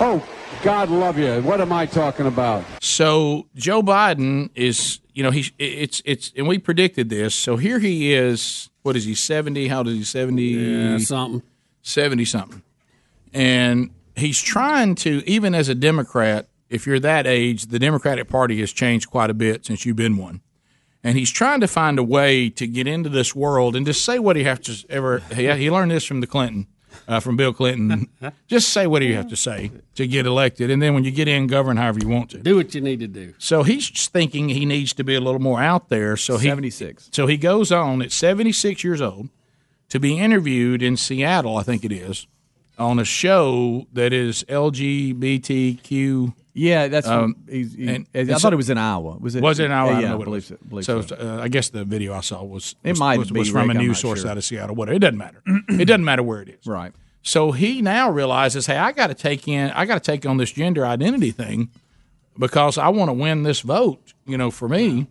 Speaker 8: Oh, God love you. What am I talking about?
Speaker 2: So Joe Biden is, you know, he's it's it's, and we predicted this. So here he is. What is he? Seventy? How old is he? Seventy
Speaker 3: Yeah, something.
Speaker 2: Seventy something. And he's trying to, even as a Democrat, if you're that age, the Democratic Party has changed quite a bit since you've been one. And he's trying to find a way to get into this world and just say what he has to ever. He, he learned this from the Clinton, uh, from Bill Clinton. just say what you have to say to get elected, and then when you get in, govern however you want to.
Speaker 3: Do what you need to do.
Speaker 2: So he's just thinking he needs to be a little more out there. So he,
Speaker 5: 76.
Speaker 2: So he goes on at 76 years old to be interviewed in Seattle, I think it is, on a show that is LGBTQ.
Speaker 5: Yeah, that's
Speaker 2: Um,
Speaker 5: from, he's, he-
Speaker 2: and-
Speaker 5: I thought it was in Iowa. Was it?
Speaker 2: Was it in
Speaker 5: Yeah,
Speaker 2: Iowa? don't know
Speaker 5: I
Speaker 2: what it
Speaker 5: believe
Speaker 2: was.
Speaker 5: so. believe
Speaker 2: so.
Speaker 5: so.
Speaker 2: uh, I guess the video I saw was
Speaker 5: It
Speaker 2: was,
Speaker 5: might
Speaker 2: was,
Speaker 5: be,
Speaker 2: was from
Speaker 5: Rick,
Speaker 2: a
Speaker 5: I'm
Speaker 2: news
Speaker 5: not
Speaker 2: source
Speaker 5: sure.
Speaker 2: out of Seattle. Whatever. It doesn't matter. it doesn't matter where it is.
Speaker 5: Right.
Speaker 2: So he now realizes, hey, I got to take in, I got to take on this gender identity thing because I want to win this vote, you know, for me.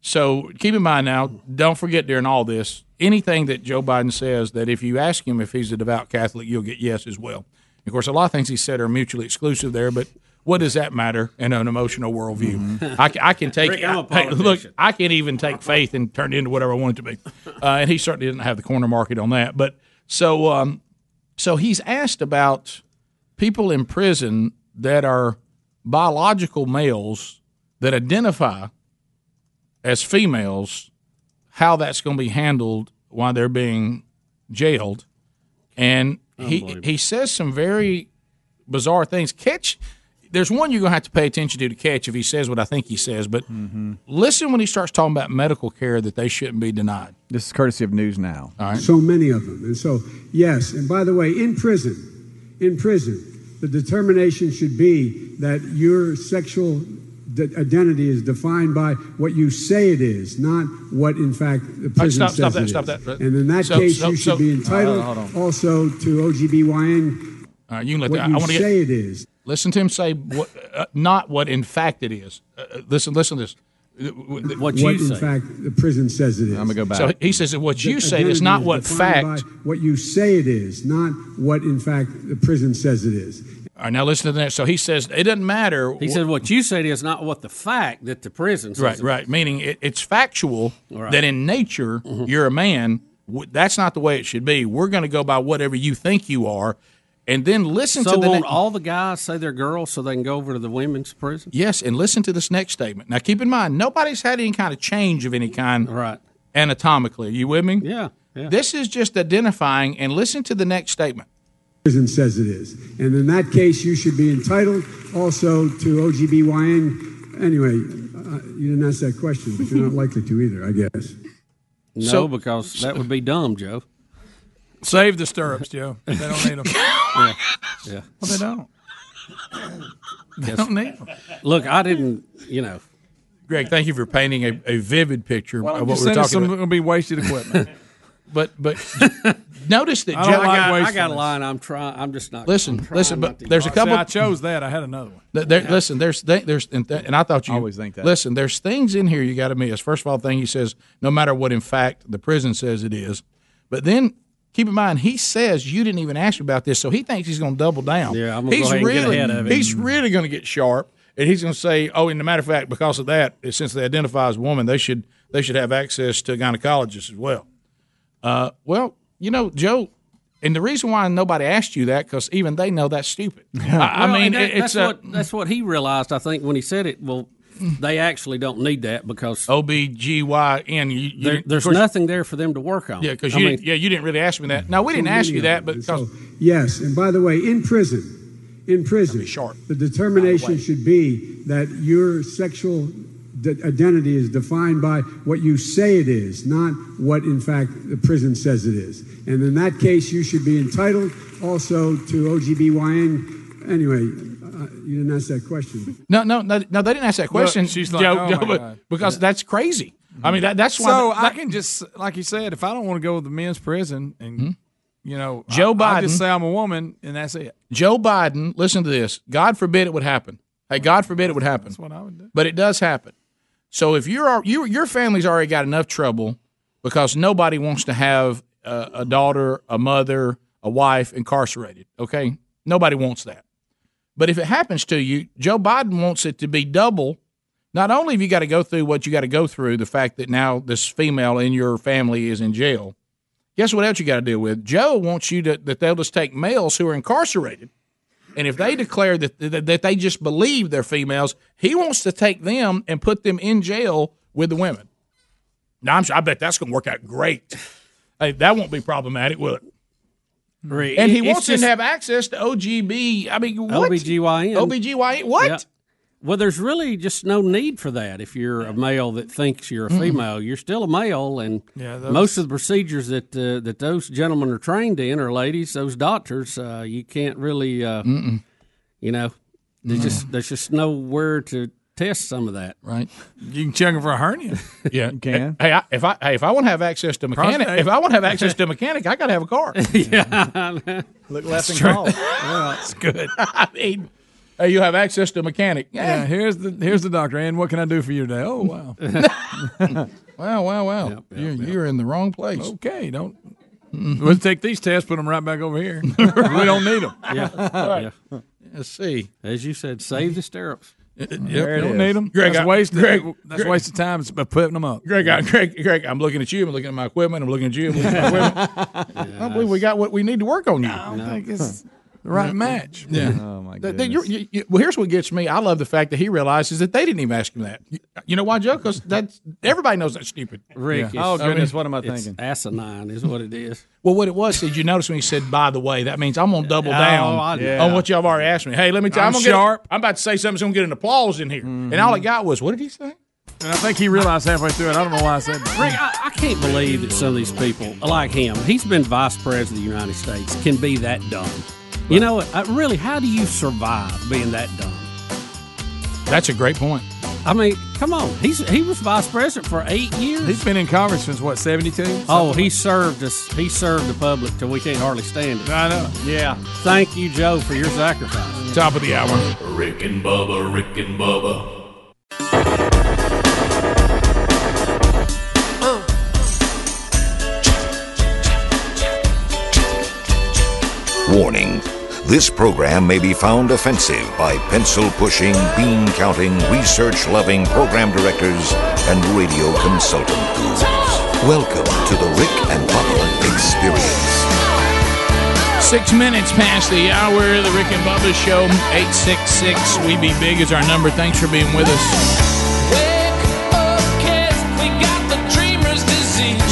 Speaker 2: So keep in mind now, don't forget during all this, anything that Joe Biden says that if you ask him if he's a devout Catholic, you'll get yes as well. Of course, a lot of things he said are mutually exclusive there, but what does that matter in an emotional worldview?
Speaker 5: Mm-hmm.
Speaker 2: I, ca- I can take
Speaker 3: Rick, I'm a
Speaker 2: hey, look, I can't even take faith and turn it into whatever I want it to be. Uh, and he certainly didn't have the corner market on that. But so um, so he's asked about people in prison that are biological males that identify as females, how that's going to be handled while they're being jailed. And he he says some very bizarre things. Catch there's one you're going to have to pay attention to to catch if he says what I think he says, but
Speaker 5: Mm-hmm.
Speaker 2: listen when he starts talking about medical care that they shouldn't be denied.
Speaker 5: This is courtesy of News Now.
Speaker 2: All right.
Speaker 18: So many of them. And so, yes. And by the way, in prison, in prison, the determination should be that your sexual d- identity is defined by what you say it is, not what in fact the
Speaker 2: All right,
Speaker 18: prison
Speaker 2: stop, stop
Speaker 18: says
Speaker 2: that,
Speaker 18: it
Speaker 2: stop
Speaker 18: is.
Speaker 2: that.
Speaker 18: And in that
Speaker 2: So-
Speaker 18: case,
Speaker 2: so-
Speaker 18: you should
Speaker 2: so-
Speaker 18: be
Speaker 2: Hold on,
Speaker 18: entitled
Speaker 2: hold
Speaker 18: also to OGBYN.
Speaker 2: All right, you can let
Speaker 18: what
Speaker 2: that.
Speaker 18: you
Speaker 2: I want to
Speaker 18: say
Speaker 2: get,
Speaker 18: it is.
Speaker 2: Listen to him say what, uh, not what in fact it is. Uh, uh, listen, listen to this. Uh, w- th-
Speaker 18: in fact the prison says it is. I'm gonna go
Speaker 2: So he says that what you said is not what fact.
Speaker 18: what you say it is, not what in fact the prison says it is.
Speaker 2: All right, now listen to the next. So he says it doesn't matter.
Speaker 3: He said, "What you said is not what the fact that the prison says."
Speaker 2: Right,
Speaker 3: it
Speaker 2: right. Meaning it, it's factual
Speaker 3: Right. Mm-hmm.
Speaker 2: that in nature you're a man. W- That's not the way it should be. We're going to go by whatever you think you are, and then listen
Speaker 3: so
Speaker 2: to the
Speaker 3: won't
Speaker 2: ne-
Speaker 3: all the guys say they're girls so they can go over to the women's prison?
Speaker 2: yes, and listen to this next statement. Now, keep in mind, nobody's had any kind of change of any kind,
Speaker 3: right?
Speaker 2: Anatomically, are you with me?
Speaker 3: Yeah. yeah.
Speaker 2: This is just identifying, and listen to the next statement.
Speaker 18: Prison says it is. And in that case, you should be entitled also to OGBYN. Anyway, uh, you didn't ask that question, but you're not likely to either, I guess.
Speaker 3: No,
Speaker 18: So-
Speaker 3: because that would be dumb, Joe.
Speaker 4: Save the stirrups, Joe. They don't need them.
Speaker 3: Yeah, yeah.
Speaker 2: Well, they don't.
Speaker 4: They
Speaker 3: Yes.
Speaker 4: don't need them.
Speaker 3: Look, I didn't. You know,
Speaker 2: Greg, thank you for painting a, a vivid picture
Speaker 4: Well,
Speaker 2: of
Speaker 4: I'm
Speaker 2: what
Speaker 4: just saying
Speaker 2: we're talking
Speaker 4: it's some
Speaker 2: about.
Speaker 4: going to be wasted equipment.
Speaker 2: But but notice that
Speaker 4: I don't
Speaker 2: Joe,
Speaker 4: like
Speaker 3: I, I
Speaker 4: wastefulness.
Speaker 3: got a line. I'm trying. I'm just not.
Speaker 2: Listen,
Speaker 3: I'm trying
Speaker 2: listen,
Speaker 3: not
Speaker 2: but
Speaker 3: to-
Speaker 2: there's a
Speaker 4: See,
Speaker 2: couple-
Speaker 4: I chose that. I had another one.
Speaker 2: Th- there- Listen, there's th- there's and, th- and I thought you
Speaker 5: Always think that.
Speaker 2: Listen, there's things in here you got to miss. First of all, thing he says, no matter what, in fact, the prison says it is. But then keep in mind, he says you didn't even ask about this, so he thinks he's going to double down.
Speaker 3: Yeah, I'm gonna go
Speaker 2: he's
Speaker 3: ahead and
Speaker 2: really
Speaker 3: get ahead of it.
Speaker 2: he's really going to get sharp, and he's going to say, oh, and a matter of fact, because of that, since they identify as woman, they should they should have access to gynecologists as well. Uh, well, you know, Joe. And the reason why nobody asked you that, because even they know that's stupid. I, I
Speaker 3: Well,
Speaker 2: mean,
Speaker 3: and that-
Speaker 2: it- it's
Speaker 3: that's
Speaker 2: a-
Speaker 3: what that's what he realized. I think when he said it, well, they actually don't need that because
Speaker 2: OBGYN. You, you
Speaker 3: there,
Speaker 2: didn't-
Speaker 3: there's
Speaker 2: of course-
Speaker 3: nothing there for them to work on.
Speaker 2: Yeah, because
Speaker 3: I
Speaker 2: you
Speaker 3: mean,
Speaker 2: didn't, yeah you didn't really ask me that. No, we didn't ask you that, but because
Speaker 18: Yes, and by the way, in prison, in prison, the determination should be that your sexual d- identity is defined by what you say it is, not what in fact the prison says it is. And in that case, you should be entitled also to OGBYN. Anyway, uh, you didn't ask that question.
Speaker 2: no, no, no, no, they didn't ask that question.
Speaker 18: Look, she's like,
Speaker 2: Joe,
Speaker 18: oh
Speaker 2: Joe,
Speaker 18: my
Speaker 2: but-
Speaker 18: God.
Speaker 2: because that's crazy. I mean, that, that's why.
Speaker 4: So
Speaker 2: that-
Speaker 4: I
Speaker 2: that-
Speaker 4: can just, like you said, if I don't want to go with the men's prison, and you know,
Speaker 2: Hmm? Joe
Speaker 4: I, I just
Speaker 2: Biden-
Speaker 4: say I'm a woman, and that's it.
Speaker 2: Joe Biden, listen to this. God forbid it would happen. Hey, God forbid it would happen.
Speaker 4: That's what I would do.
Speaker 2: but it does happen. So if you're al- you your family's already got enough trouble because nobody wants to have a, a daughter, a mother, a wife incarcerated. Okay, nobody wants that. But if it happens to you, Joe Biden wants it to be double. Not only have you got to go through what you got to go through, the fact that now this female in your family is in jail. Guess what else you got to deal with? Joe wants you to that they'll just take males who are incarcerated, and if they declare that that, that they just believe they're females, he wants to take them and put them in jail with the women. Now I'm sure, I bet that's going to work out great. Hey, that won't be problematic, will it? And he wants them to have access to OGB. I mean, what?
Speaker 3: OBGYN.
Speaker 2: OBGYN. What?
Speaker 3: Yeah. Well, there's really just no need for that if you're a male that thinks you're a
Speaker 2: Mm-mm.
Speaker 3: female. You're still a male, and
Speaker 4: Yeah, Mm-hmm. those-
Speaker 3: most of the procedures that uh, that those gentlemen are trained in are ladies. Those doctors, uh, you can't really, uh,
Speaker 2: Mm-mm.
Speaker 3: you know, there's
Speaker 2: No.
Speaker 3: just there's just nowhere to test some of that.
Speaker 2: Right,
Speaker 4: you can check them for a hernia.
Speaker 2: Yeah, Hey, I, if I hey, if I want to have access to a mechanic,
Speaker 4: Prostate.
Speaker 2: if I want to have access to a mechanic, I got to have a car.
Speaker 3: yeah,
Speaker 5: look
Speaker 2: less
Speaker 4: That's true.
Speaker 2: That's good. I mean, hey, you have access to a mechanic.
Speaker 4: Yeah,
Speaker 2: Hey.
Speaker 4: here's the here's the doctor, and what can I do for you today? Oh wow,
Speaker 2: wow, wow, wow. you're, you're in the wrong place.
Speaker 4: Okay, don't.
Speaker 2: Mhm.
Speaker 4: We'll take these tests, put them right back over here. we don't need them.
Speaker 2: Yeah.
Speaker 4: Right.
Speaker 3: yeah.
Speaker 2: Let's see.
Speaker 3: As you said, save the stirrups.
Speaker 4: Yep, don't need them.
Speaker 2: Greg,
Speaker 4: that's
Speaker 2: I-
Speaker 4: waste.
Speaker 2: Greg,
Speaker 4: that's
Speaker 2: Greg-
Speaker 4: waste of time. It's by putting them up.
Speaker 2: Greg, I, Greg, Greg, I'm looking at you. I'm looking at my equipment. I'm looking at you. I'm looking at my equipment. I don't believe we got what we need to work on you. I
Speaker 4: don't think it's the right match.
Speaker 2: Yeah.
Speaker 4: Oh, my
Speaker 2: That- that you're- you- you- well, here's what gets me. I love the fact that he realizes that they didn't even ask him that. You, you know why, Joe? Because that's everybody knows that's stupid.
Speaker 3: Rick,
Speaker 2: Yeah.
Speaker 3: it's-
Speaker 2: I mean,
Speaker 3: it's Asinine is what it is.
Speaker 2: Well, what it was is you notice when he said, "By the way," that means I'm gonna double
Speaker 3: Oh,
Speaker 2: down
Speaker 3: I know.
Speaker 2: on what y'all have already asked me. Hey, let me tell you,
Speaker 4: I'm
Speaker 2: gonna get a-
Speaker 4: sharp.
Speaker 2: I'm about to say something that's gonna get an applause in here, and all it got was, "What did he say?"
Speaker 4: And I think he realized halfway through it. I don't know why I said
Speaker 3: Rick, I, I can't believe that some of these people, like him, he's been vice president of the United States, can be that dumb. You know, what? I, really, how do you survive being that dumb?
Speaker 2: That's a great point.
Speaker 3: I mean, come on. He's he was vice president for eight years. He's
Speaker 4: been in Congress since what seventy two.
Speaker 3: Oh, he served us. He served the public till we can't hardly stand it. I know. Yeah. Thank you, Joe, for your sacrifice.
Speaker 2: Top of the hour.
Speaker 9: Rick and Bubba, Rick and Bubba,
Speaker 19: Warning this program may be found offensive by pencil pushing, bean counting, research loving program directors and radio consultant gurus. Welcome to the Rick and Bubba Experience.
Speaker 2: Six minutes past the hour. The Rick and Bubba Show, eight six six. We be big is our number. Thanks for being with us.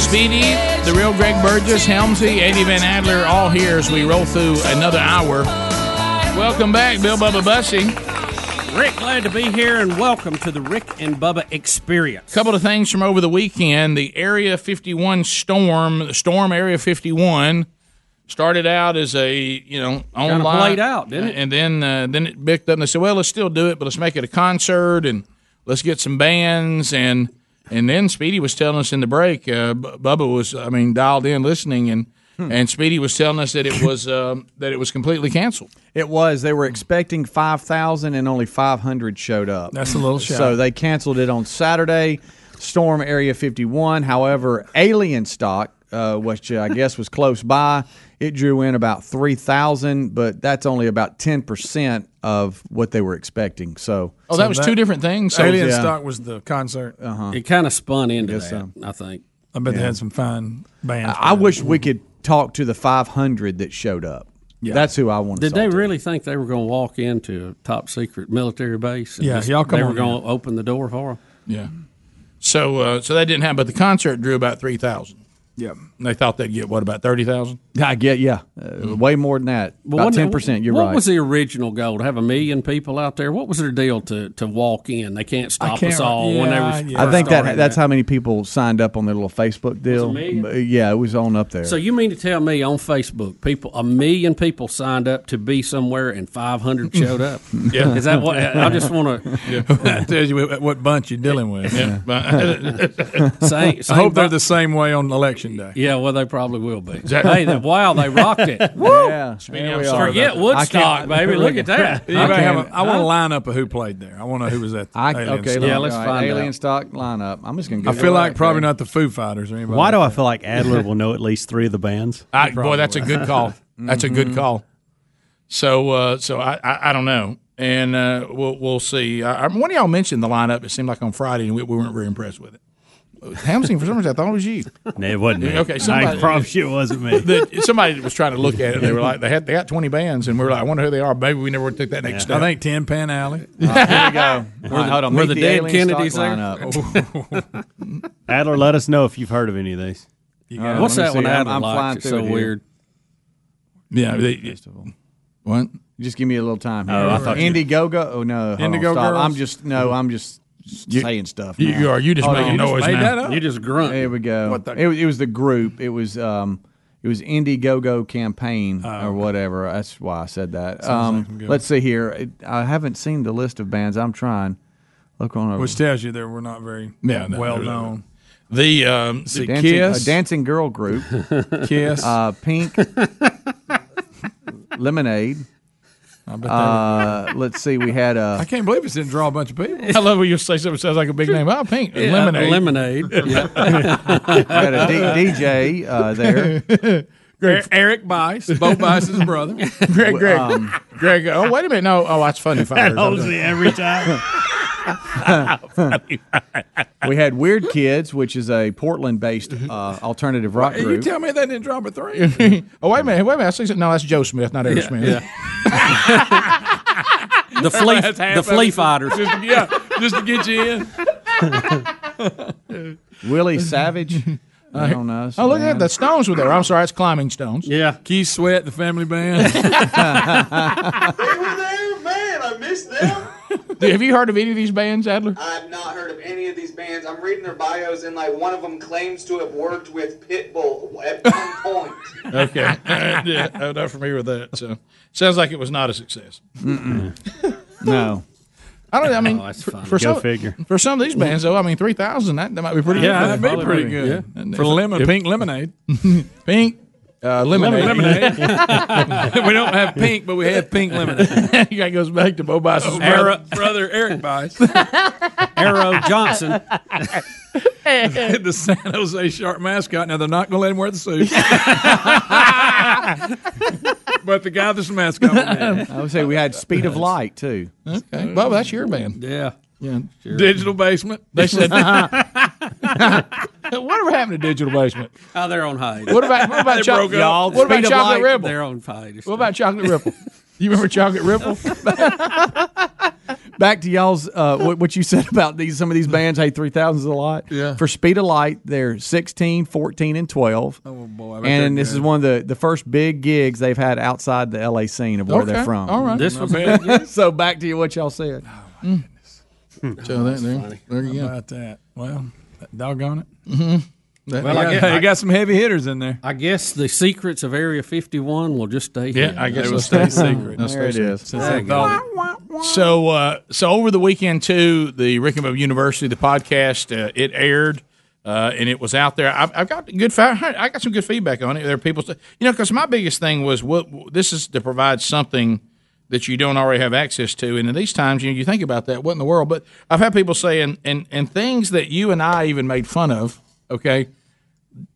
Speaker 2: Speedy, the real Greg Burgess, Helmsy, Eddie Van Adler, all here as we roll through another hour. Welcome back, Bill Bubba Bussy.
Speaker 3: Rick, glad to be here and welcome to the Rick and Bubba Experience.
Speaker 2: couple of things from over the weekend. The Area 51 storm, Storm Area 51, started out as a you know online
Speaker 3: played out, didn't it?
Speaker 2: And then uh, then it picked up. and They said, well, let's still do it, but let's make it a concert and let's get some bands and and then Speedy was telling us in the break. Uh, B- Bubba was, I mean, dialed in listening and.
Speaker 3: Hmm.
Speaker 2: And Speedy was telling us that it was um, that it was completely canceled.
Speaker 5: It was. They were expecting 5,000 and only 500 showed up.
Speaker 4: That's a little
Speaker 5: So
Speaker 4: shy.
Speaker 5: they canceled it on Saturday, Storm Area 51. However, Alien Stock, uh, which I guess was close by, it drew in about 3,000, but that's only about 10% of what they were expecting. So.
Speaker 2: Oh, that was two different things. So-
Speaker 4: Alien
Speaker 2: Yeah.
Speaker 4: Stock was the concert.
Speaker 5: Uh-huh.
Speaker 3: It kind of spun into
Speaker 5: Guess
Speaker 3: that, I think.
Speaker 4: I bet they
Speaker 5: Yeah.
Speaker 4: had some fine bands.
Speaker 5: I, I wish
Speaker 2: Mm-hmm.
Speaker 5: we could talk to the 500 that showed up. That's who I want to
Speaker 3: Did they really think they were going to walk into a top secret military base?
Speaker 2: Yeah, y'all come
Speaker 3: They were
Speaker 2: on
Speaker 3: going to open the door for them.
Speaker 2: Yeah. So uh, so that didn't happen. But the concert drew about three thousand.
Speaker 4: Yeah.
Speaker 2: And they thought they'd get what about thirty thousand? Mm-hmm.
Speaker 5: I get, yeah. Uh, way more than that. about 10%. You're
Speaker 3: what
Speaker 5: right.
Speaker 3: was the original goal? To have a million people out there? What was their deal to, to walk in? They can't stop
Speaker 5: can't
Speaker 3: us
Speaker 5: re-
Speaker 3: all when they were.
Speaker 5: I
Speaker 3: first
Speaker 5: think that
Speaker 3: starting
Speaker 5: that's how many people signed up on their little Facebook deal.
Speaker 3: million?
Speaker 5: Uh, Yeah, it was on up there.
Speaker 3: So you mean to tell me on Facebook, people a million people signed up to be somewhere and five hundred showed up?
Speaker 4: Yeah.
Speaker 3: is that what? I just want to.
Speaker 4: Yeah. That tells you what- what bunch you're dealing with.
Speaker 3: Yeah. Same-
Speaker 4: I hope
Speaker 3: same
Speaker 4: they're
Speaker 3: bu-
Speaker 4: the same way on election day.
Speaker 3: Yeah, well, they probably will be.
Speaker 4: Is that-
Speaker 3: hey, that, wow, they rocked it. Woo!
Speaker 4: Yeah. Speedy,
Speaker 3: There
Speaker 4: I'm
Speaker 3: we
Speaker 4: sorry
Speaker 3: are. Forget
Speaker 4: about that.
Speaker 3: Woodstock,
Speaker 4: I can't-
Speaker 3: baby. Look at that.
Speaker 4: Anybody have a- I want
Speaker 3: Huh?
Speaker 4: to line up of who played there. I want to know who was at. the
Speaker 5: I,
Speaker 4: Alien
Speaker 5: okay,
Speaker 4: Stock.
Speaker 5: yeah, let's find alien stock lineup. I'm just gonna. Go
Speaker 4: I feel like probably not the Foo Fighters or anybody.
Speaker 6: Why
Speaker 4: like
Speaker 6: do I
Speaker 4: that.
Speaker 6: feel like Adler will know at least three of the bands?
Speaker 2: I, boy, that's a good call. That's a good call. So uh, so I, I I don't know, and uh, we'll we'll see. I, I, one of y'all mentioned the lineup. It seemed like on Friday, and we, we weren't very impressed with it. Hamsing for some reason I thought it was you.
Speaker 6: No, it wasn't me.
Speaker 2: Okay, somebody,
Speaker 6: I promise you it wasn't me.
Speaker 2: that- somebody was trying to look at it. They were like, they had they got twenty bands, and we were like, I wonder who they are. Maybe we never would take that next step.
Speaker 4: I think Ten Pan Alley.
Speaker 5: here we go.
Speaker 2: All right, hold on.
Speaker 4: Were
Speaker 2: Meet
Speaker 4: the,
Speaker 2: the
Speaker 4: dead
Speaker 2: alien
Speaker 4: Kennedys
Speaker 2: stock
Speaker 4: there?
Speaker 6: lineup. Adler, let us know if you've heard of any of these.
Speaker 4: You got it. What's that one Adler likes? It's so weird.
Speaker 2: Yeah, they- what?
Speaker 5: Just give me a little time. Here.
Speaker 2: Oh, I thought you-
Speaker 5: Indiegogo. Oh no, hold on,
Speaker 2: Indigo
Speaker 5: stop.
Speaker 2: Girls?
Speaker 5: I'm just no. I'm just s-
Speaker 2: You-
Speaker 5: saying stuff.
Speaker 2: you-
Speaker 5: now.
Speaker 2: you are. You just
Speaker 5: Hold
Speaker 2: making
Speaker 5: on.
Speaker 2: noise You just made now. that up.
Speaker 5: You
Speaker 3: just grunt.
Speaker 5: There we go.
Speaker 2: What the-
Speaker 5: It, was- it was the group. It was um. It was Indiegogo campaign
Speaker 2: Oh,
Speaker 5: or whatever. That's why I said that.
Speaker 4: Sounds
Speaker 5: Um,
Speaker 4: like some good
Speaker 5: let's see here. It, I haven't seen the list of bands. I'm trying. Look on over.
Speaker 4: Which tells you that we're not very
Speaker 5: Yeah, no,
Speaker 4: well
Speaker 5: there's-
Speaker 4: known.
Speaker 2: The um,
Speaker 4: see,
Speaker 5: dancing,
Speaker 4: Kiss.
Speaker 5: a dancing girl group,
Speaker 4: Kiss.
Speaker 5: uh, Pink, Lemonade.
Speaker 4: bet they were-
Speaker 5: Uh, let's see, we had uh,
Speaker 4: I can't believe it didn't draw a bunch of people.
Speaker 2: I love when you say something sounds like a big name. Oh, pink
Speaker 4: Yeah, uh,
Speaker 2: lemonade,
Speaker 4: lemonade. Yeah.
Speaker 5: we had a D- DJ uh, there.
Speaker 2: Greg,
Speaker 4: E-, Eric Bice, Bo Bice's brother.
Speaker 2: Greg, Greg,
Speaker 5: Um,
Speaker 2: Greg. Oh, wait a minute. No. Oh, that's funny. Fire.
Speaker 5: That holds me every
Speaker 6: time.
Speaker 5: we had Weird Kids, which is a Portland-based uh, alternative rock
Speaker 4: Hey, Mm-hmm. you
Speaker 5: group.
Speaker 4: tell me that didn't drop a three.
Speaker 2: oh, wait a minute. Wait a minute. I see some- No, that's Joe Smith, not Eric
Speaker 4: Yeah,
Speaker 2: Smith.
Speaker 4: yeah.
Speaker 3: The flea,
Speaker 4: That's half
Speaker 3: the
Speaker 4: of
Speaker 3: flea
Speaker 4: it.
Speaker 3: fighters.
Speaker 4: Just to- yeah, just to get you in.
Speaker 5: Willie Savage. I don't know.
Speaker 2: Oh, look at that. The Stones were there. I'm sorry. It's Climbing Stones.
Speaker 3: Yeah.
Speaker 4: Keith Sweat, the family band.
Speaker 20: Man, I missed them.
Speaker 2: Have you heard of any of these bands, Adler?
Speaker 5: Uh,
Speaker 20: I've not heard of any of these bands. I'm reading their bios, and like one of them claims to have worked with Pitbull at one point.
Speaker 2: Okay. Uh, yeah, I'm not familiar with that. So sounds like it was not a success.
Speaker 4: Mm.
Speaker 5: Mm-mm. no.
Speaker 2: I don't. I mean,
Speaker 5: Oh, that's
Speaker 2: for,
Speaker 5: funny.
Speaker 2: for
Speaker 5: Go
Speaker 2: some
Speaker 5: figure.
Speaker 2: for some of these bands though, I mean, three thousand that, that might be pretty.
Speaker 4: Yeah,
Speaker 2: good
Speaker 4: that'd be pretty good. For lemon, pink lemonade.
Speaker 2: pink uh, lemonade.
Speaker 4: Lemonade. we don't have pink, but we have pink lemonade.
Speaker 2: that goes back to Bo Bice's
Speaker 4: Era-
Speaker 2: brother.
Speaker 4: brother Eric Bice.
Speaker 3: Arrow Johnson.
Speaker 4: the San Jose Shark mascot. Now they're not going to let him wear the suit, but the guy that's the mascot. will be.
Speaker 5: I would say we had Speed of Light too.
Speaker 2: Okay. Well, that's your band.
Speaker 4: Yeah.
Speaker 2: Yeah. Sure.
Speaker 4: Digital basement.
Speaker 2: They said. Whatever happened to digital basement?
Speaker 3: Oh, they're on hiatus.
Speaker 2: What about what about
Speaker 3: They
Speaker 2: chocolate?
Speaker 3: broke up. Y'all,
Speaker 2: What about
Speaker 3: speed of
Speaker 2: chocolate
Speaker 3: light,
Speaker 2: ripple?
Speaker 3: they're on hiatus.
Speaker 2: What about chocolate ripple? You remember chocolate ripple?
Speaker 5: Back to y'all's uh, what, what you said about these some of these bands. Hey, three thousands a lot.
Speaker 4: Yeah.
Speaker 5: For Speed of Light, they're 16, 14, and twelve. Oh
Speaker 4: boy, I bet
Speaker 5: And
Speaker 4: they're
Speaker 5: this is
Speaker 4: good.
Speaker 5: one of the the first big gigs they've had outside the LA scene of where
Speaker 4: Okay,
Speaker 5: they're from.
Speaker 4: all right. This was big,
Speaker 5: so. Back to you, what y'all said.
Speaker 4: Oh,
Speaker 2: So that, there, there you
Speaker 4: How
Speaker 2: go.
Speaker 4: about that? Well, doggone it.
Speaker 2: Mm-hmm.
Speaker 4: Well, I guess- I- some heavy hitters in there.
Speaker 3: I guess the secrets of Area 51 will just stay.
Speaker 2: Yeah,
Speaker 3: hidden.
Speaker 2: I guess they'll stay secret. They'll stay secret.
Speaker 3: Since they thought-
Speaker 2: So, uh, so over the weekend too, the Rick and Bubba University, the podcast, uh, it aired. Uh, and it was out there. I've, I've got good. Fa- I got some good feedback on it. There are people, say- you know, because my biggest thing was what this is to provide something that you don't already have access to. And in these times, you know, you think about that. What in the world? But I've had people saying and and things that you and I even made fun of. Okay,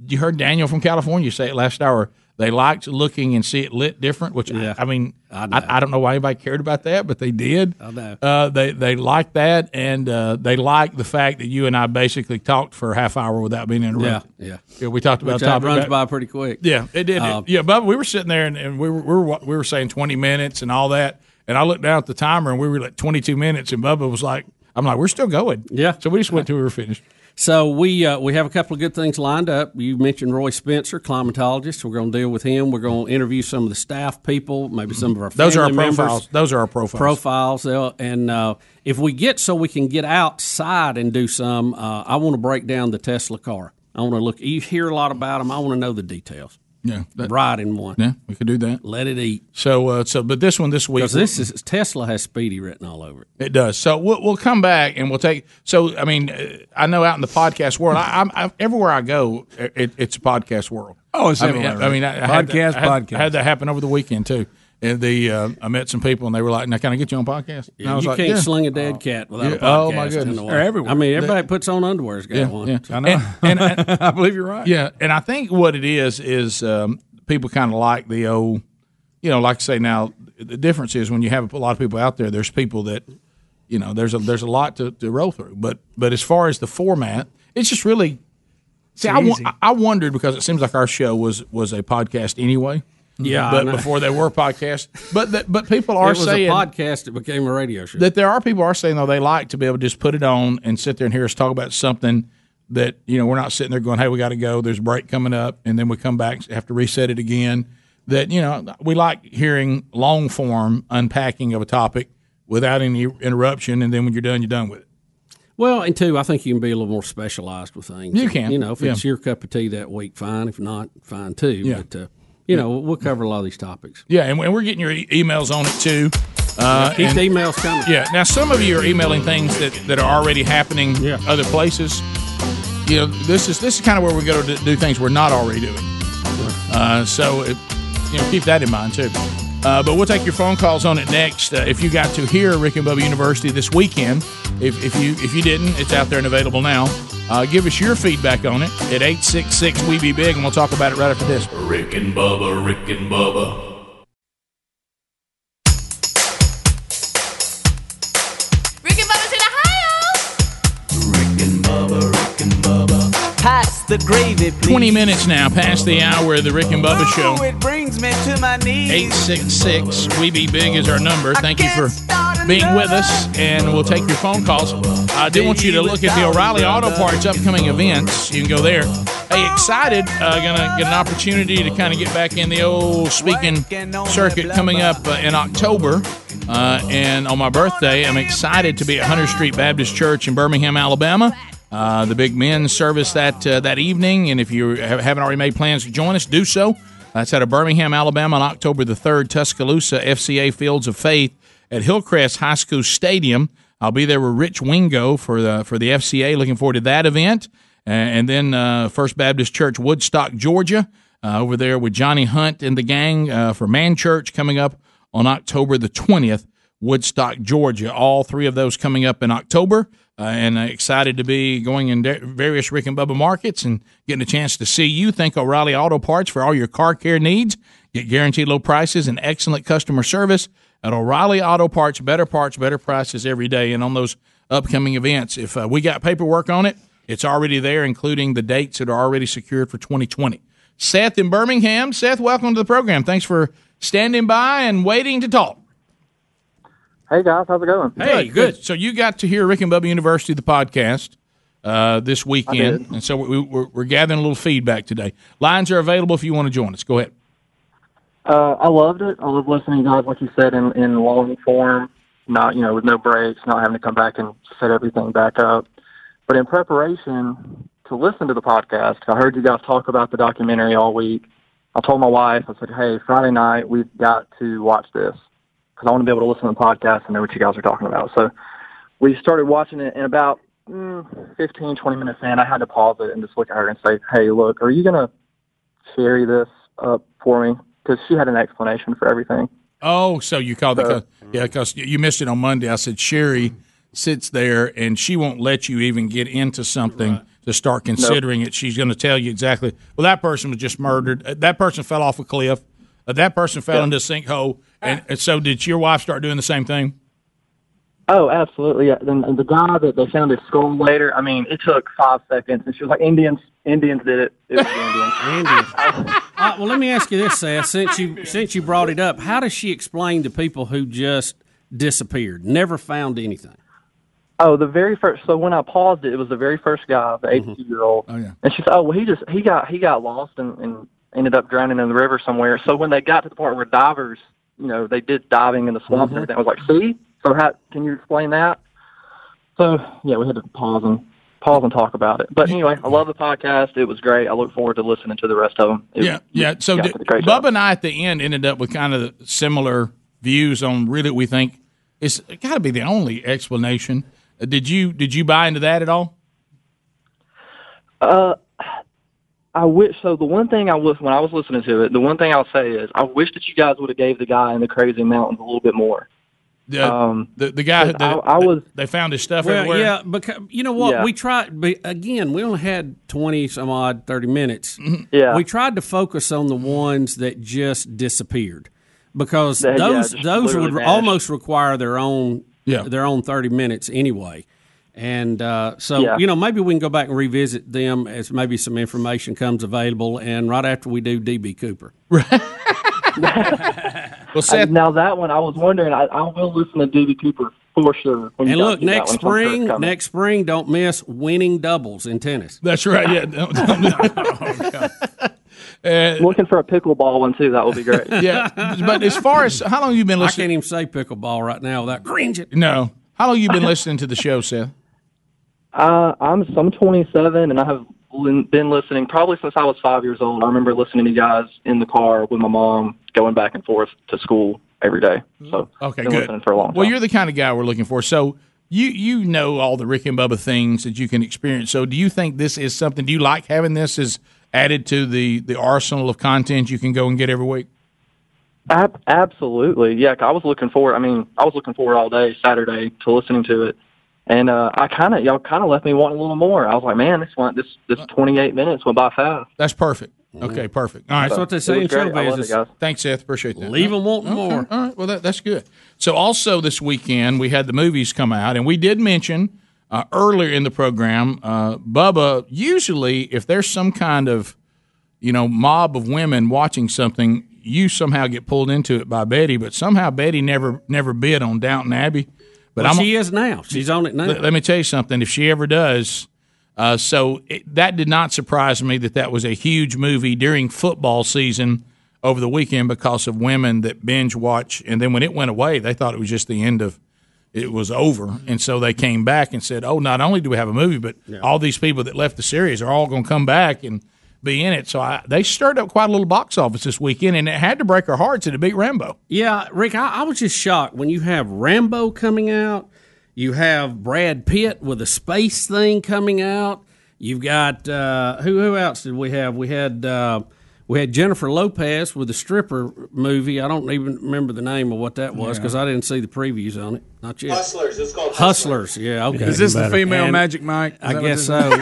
Speaker 2: you heard Daniel from California say it last hour. They liked looking and see it lit different, which I, I mean, I, I, don't know why anybody cared about that, but they did. I know. Uh, they they liked that, and uh, they liked the fact that you and I basically talked for a half hour without being interrupted.
Speaker 3: Yeah, yeah.
Speaker 2: we talked about
Speaker 3: Which
Speaker 2: the
Speaker 3: that
Speaker 2: topic
Speaker 3: runs
Speaker 2: back-
Speaker 3: by pretty quick.
Speaker 2: Yeah, it did.
Speaker 3: Uh,
Speaker 2: It- yeah, but we were sitting there and, and we were, we were wa- we were saying twenty minutes and all that, and I looked down at the timer and we were like twenty two minutes, and Bubba was like, "I'm like, we're still going."
Speaker 3: Yeah.
Speaker 2: So we just went till we were finished.
Speaker 3: So we uh, we have a couple of good things lined up. You mentioned Roy Spencer, climatologist. We're going to deal with him. We're going to interview some of the staff people, maybe some of our
Speaker 2: Those are our
Speaker 3: family members.
Speaker 2: profiles. Those are our profiles.
Speaker 3: profiles. they'll- And uh, if we get so we can get outside and do some, uh, I want to break down the Tesla car. I want to look. You hear a lot about them. I want to know the details.
Speaker 2: Yeah, that-
Speaker 3: ride in one.
Speaker 2: Yeah, we could do that.
Speaker 3: Let it eat.
Speaker 2: So, uh, so but this one this week
Speaker 3: Because this is Tesla has Speedy written all over it.
Speaker 2: It does. So we'll, we'll come back and we'll take. So I mean, uh, I know out in the podcast world, I, I'm, I'm everywhere I go, it, it's a podcast world.
Speaker 4: Oh, it's
Speaker 2: I mean,
Speaker 4: everywhere,
Speaker 2: I, I mean, I,
Speaker 4: right?
Speaker 2: I had
Speaker 4: Podcast,
Speaker 2: that, I had,
Speaker 4: podcast.
Speaker 2: I had that happen over the weekend too. And the uh, I met some people and they were like, "Now, can I get you on podcast?" And I
Speaker 3: you
Speaker 2: was like,
Speaker 3: can't
Speaker 2: yeah.
Speaker 3: sling a dead cat without
Speaker 2: yeah.
Speaker 3: a podcast.
Speaker 2: Oh, my goodness.
Speaker 3: in the way.
Speaker 2: They're everywhere.
Speaker 3: I mean, everybody that puts on underwear's got
Speaker 2: Yeah,
Speaker 3: one.
Speaker 2: yeah. I know. And, I believe you're right. Yeah, and I think what it is is um, people kind of like the old, you know, like I say now the difference is when you have a lot of people out there. There's people that, you know, there's a there's a lot to, to roll through. But but as far as the format, it's just really. See, I, wo-
Speaker 4: easy.
Speaker 2: I wondered because it seems like our show was was a podcast anyway.
Speaker 3: Yeah, I
Speaker 2: but
Speaker 3: know.
Speaker 2: before they were podcasts, but that, but people are
Speaker 3: it was
Speaker 2: saying
Speaker 3: a podcast that became a radio show.
Speaker 2: that there are people are saying though they like to be able to just put it on and sit there and hear us talk about something that you know we're not sitting there going hey we got to go there's a break coming up and then we come back have to reset it again that you know we like hearing long form unpacking of a topic without any interruption and then when you're done you're done with it
Speaker 3: Well, and two, I think you can be a little more specialized with things.
Speaker 2: You can,
Speaker 3: you know, if
Speaker 2: yeah.
Speaker 3: it's your cup of tea that week, fine. If not, fine too.
Speaker 2: Yeah.
Speaker 3: But uh, you know, we'll cover a lot of these topics.
Speaker 2: yeah and, and we're getting your e- emails on it too uh,
Speaker 3: Keep
Speaker 2: and-
Speaker 3: the emails coming.
Speaker 2: Yeah. Now, some of you are emailing things that, that are already happening other places. You know, this is this is kind of where we go to do things we're not already doing. Uh, so, it, you know, keep that in mind too. Uh, but we'll take your phone calls on it next. Uh, if you got to hear Rick and Bubba University this weekend, if, if you if you didn't, it's out there and available now. Uh, give us your feedback on it at eight six six we be big, and we'll talk about it right after this.
Speaker 9: Rick and Bubba, Rick and Bubba,
Speaker 16: Rick and Bubba's in Ohio.
Speaker 17: Pass the gravy, please.
Speaker 2: Twenty minutes now past the hour of the Rick and Bubba
Speaker 17: Oh,
Speaker 2: show.
Speaker 17: it brings me to my knees.
Speaker 2: 866 We Be Big is our number. Thank you for being with us, and we'll take your phone calls. I do want you to look at the O'Reilly Auto Parts upcoming events. You can go there. Hey, excited! Uh, gonna get an opportunity to kind of get back in the old speaking circuit coming up uh, in October. Uh, and on my birthday, I'm excited to be at Hunter Street Baptist Church in Birmingham, Alabama. Uh, the big men's service that uh, that evening, and if you ha- haven't already made plans to join us, do so. That's out of Birmingham, Alabama, on October the third, Tuscaloosa FCA Fields of Faith at Hillcrest High School Stadium. I'll be there with Rich Wingo for the for the FCA. Looking forward to that event, A- and then uh, First Baptist Church, Woodstock, Georgia, uh, over there with Johnny Hunt and the gang uh, for Man Church coming up on October the twentieth. Woodstock, Georgia. All three of those coming up in October, uh, and uh, excited to be going in de- various Rick and Bubba markets and getting a chance to see you. Thank O'Reilly Auto Parts for all your car care needs. Get guaranteed low prices and excellent customer service at O'Reilly Auto Parts. Better parts, better prices every day. And on those upcoming events, if uh, we got paperwork on it, it's already there, including the dates that are already secured for 2020. Seth in Birmingham. Seth, welcome to the program. Thanks for standing by and waiting to talk.
Speaker 21: Hey guys, how's it going?
Speaker 2: Hey, good. So you got to hear Rick and Bubba University, the podcast, uh, this weekend, and so we, we're, we're gathering a little feedback today. Lines are available if you want to join us. Go ahead.
Speaker 21: Uh, I loved it. I love listening to guys like you said in, in long form, not you know with no breaks, not having to come back and set everything back up. But in preparation to listen to the podcast, I heard you guys talk about the documentary all week. I told my wife, I said, "Hey, Friday night we've got to watch this because I want to be able to listen to the podcast and know what you guys are talking about." So we started watching it, and about mm, 15, 20 minutes in, I had to pause it and just look at her and say, "Hey, look, are you gonna carry this up for me?" because she had an explanation for everything.
Speaker 2: Oh, so you called the the yeah? Because you missed it on Monday. I said Sherry sits there and she won't let you even get into something to start considering it. She's going to tell you exactly. Well, that person was just murdered. Uh, That person fell off a cliff. Uh, that person fell
Speaker 21: Yeah.
Speaker 2: into a sinkhole. And, and so, did your wife start doing the same thing?
Speaker 21: Oh, absolutely. Yeah. And and the guy that they found his skull later, I mean, it took five seconds. And she was like, Indians, Indians did it. It was the Indians.
Speaker 3: Uh, well, let me ask you this, Seth. Since you since you brought it up, how does she explain to people who just disappeared, never found anything?
Speaker 21: Oh, the very first. So when I paused it, it was the very first guy, the
Speaker 2: Mm-hmm.
Speaker 21: 82 year old. Oh, yeah. And she said, oh, well, he just, he got, he got lost and, and ended up drowning in the river somewhere. So when they got to the part where divers, you know, they did diving in the swamp and
Speaker 2: Mm-hmm.
Speaker 21: everything, I was like, see? So how, can you explain that? So yeah, we had to pause and pause and talk about it. But anyway, I love the podcast. It was great. I look forward to listening to the rest of them. It-
Speaker 2: Yeah, yeah. So
Speaker 21: yeah,
Speaker 2: did, Bubba and I at the end ended up with kind of similar views on really what we think it's got to be the only explanation. Uh, Did you did you buy into that at all?
Speaker 21: Uh, I wish. So the one thing I was when I was listening to it, the one thing I'll say is I wish that you guys would have gave the guy in the crazy mountains a little bit more.
Speaker 2: The,
Speaker 21: Um,
Speaker 2: the, the guy who
Speaker 21: I, I was
Speaker 2: they found his stuff
Speaker 3: well,
Speaker 2: everywhere.
Speaker 3: yeah, because you know what
Speaker 2: Yeah.
Speaker 3: we tried. But again, we only had twenty some odd, thirty minutes.
Speaker 21: Mm-hmm. Yeah.
Speaker 3: we tried to focus on the ones that just disappeared because
Speaker 4: Yeah, yeah,
Speaker 3: those
Speaker 4: just
Speaker 3: those
Speaker 4: literally
Speaker 3: would
Speaker 4: vanish.
Speaker 3: almost require their own
Speaker 2: yeah.
Speaker 3: their own thirty minutes anyway. And uh, so
Speaker 4: Yeah.
Speaker 3: you know maybe we can go back and revisit them as maybe some information comes available, and right after we do DB Cooper.
Speaker 2: well,
Speaker 3: Seth-
Speaker 21: now that one, I was wondering. I, I will listen to DB Cooper for sure. when you
Speaker 3: And
Speaker 21: guys
Speaker 3: look,
Speaker 21: do that
Speaker 3: next
Speaker 21: one, so I'm sure it's
Speaker 3: spring,
Speaker 21: coming.
Speaker 3: next spring, don't miss winning doubles in tennis.
Speaker 2: That's right. Yeah.
Speaker 3: uh,
Speaker 21: Looking for a pickleball one too. That would be great.
Speaker 2: but as far as how long you been listening?
Speaker 3: I can't even say pickleball right now without cringing.
Speaker 2: No. How long you been listening to the show, Seth?
Speaker 21: Uh, I'm so I'm 27, and I have lin- been listening probably since I was five years old. I remember listening to you guys in the car with my mom, going back and forth to school every day. So
Speaker 2: Okay,
Speaker 21: been
Speaker 2: good.
Speaker 21: listening for a long time.
Speaker 2: Well, you're the kind of guy we're looking for. So you you know all the Rick and Bubba things that you can experience. So do you think this is something? Do you like having this as added to the the arsenal of content you can go and get every week?
Speaker 21: Ab- absolutely, yeah. 'cause I was looking forward. I mean, I was looking forward all day Saturday to listening to it, and uh, I kind of y'all kind of left me wanting a little more. I was like, man, this went this this 28 minutes went by fast.
Speaker 2: That's perfect. Okay, perfect. All right,
Speaker 21: That's what they say It was in great. showbiz I love it, is- guys.
Speaker 2: Thanks, Seth. Appreciate that.
Speaker 3: Leave 'em wanting
Speaker 2: Okay.
Speaker 3: more.
Speaker 2: All right. Well, that, that's good. So, also this weekend we had the movies come out, and we did mention uh, earlier in the program, uh, Bubba. Usually, if there's some kind of you know mob of women watching something, you somehow get pulled into it by Betty, but somehow Betty never never bid on Downton Abbey. But
Speaker 3: Well,
Speaker 2: I'm,
Speaker 3: she is now. She's on it now.
Speaker 2: let, let me tell you something. If she ever does, uh, so it, that did not surprise me that that was a huge movie during football season over the weekend because of women that binge watch. And then when it went away, they thought it was just the end of it was over. And so they came back and said, "Oh, not only do we have a movie, but all these people that left the series are all going to come back and." Be in it, so I, they stirred up quite a little box office this weekend, and it had to break our hearts. It beat Rambo.
Speaker 3: Yeah, Rick, I, I was just shocked when you have Rambo coming out, you have Brad Pitt with a space thing coming out. You've got uh, who? Who else did we have? We had uh, we had Jennifer Lopez with a stripper movie. I don't even remember the name of what that was
Speaker 4: Yeah.
Speaker 3: because I didn't see the previews on it. Not yet.
Speaker 4: Hustlers, it's called
Speaker 3: Hustlers. Yeah. Okay.
Speaker 4: Is this the female
Speaker 3: And-
Speaker 4: Magic Mike? Is
Speaker 3: I
Speaker 4: that what
Speaker 3: guess
Speaker 4: this
Speaker 3: so.
Speaker 4: is?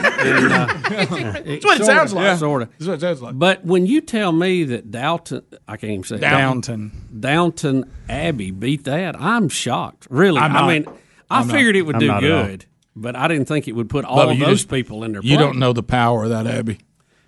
Speaker 3: And, uh,
Speaker 4: That's what it sounds like.
Speaker 3: Sort of.
Speaker 2: That's what it sounds like.
Speaker 3: But when you tell me that Downton, I can't even say it.
Speaker 4: Downton.
Speaker 3: Downton Abbey beat that, I'm shocked. Really.
Speaker 2: I'm
Speaker 3: I
Speaker 2: not.
Speaker 3: mean, I
Speaker 2: I'm not.
Speaker 3: figured it would
Speaker 2: I'm
Speaker 3: do
Speaker 2: not at all.
Speaker 3: good, but I didn't think it would put all
Speaker 2: Bubba,
Speaker 3: of
Speaker 2: you
Speaker 3: those
Speaker 2: just-
Speaker 3: people in their
Speaker 2: You
Speaker 3: place.
Speaker 2: don't know the power of that, Abby.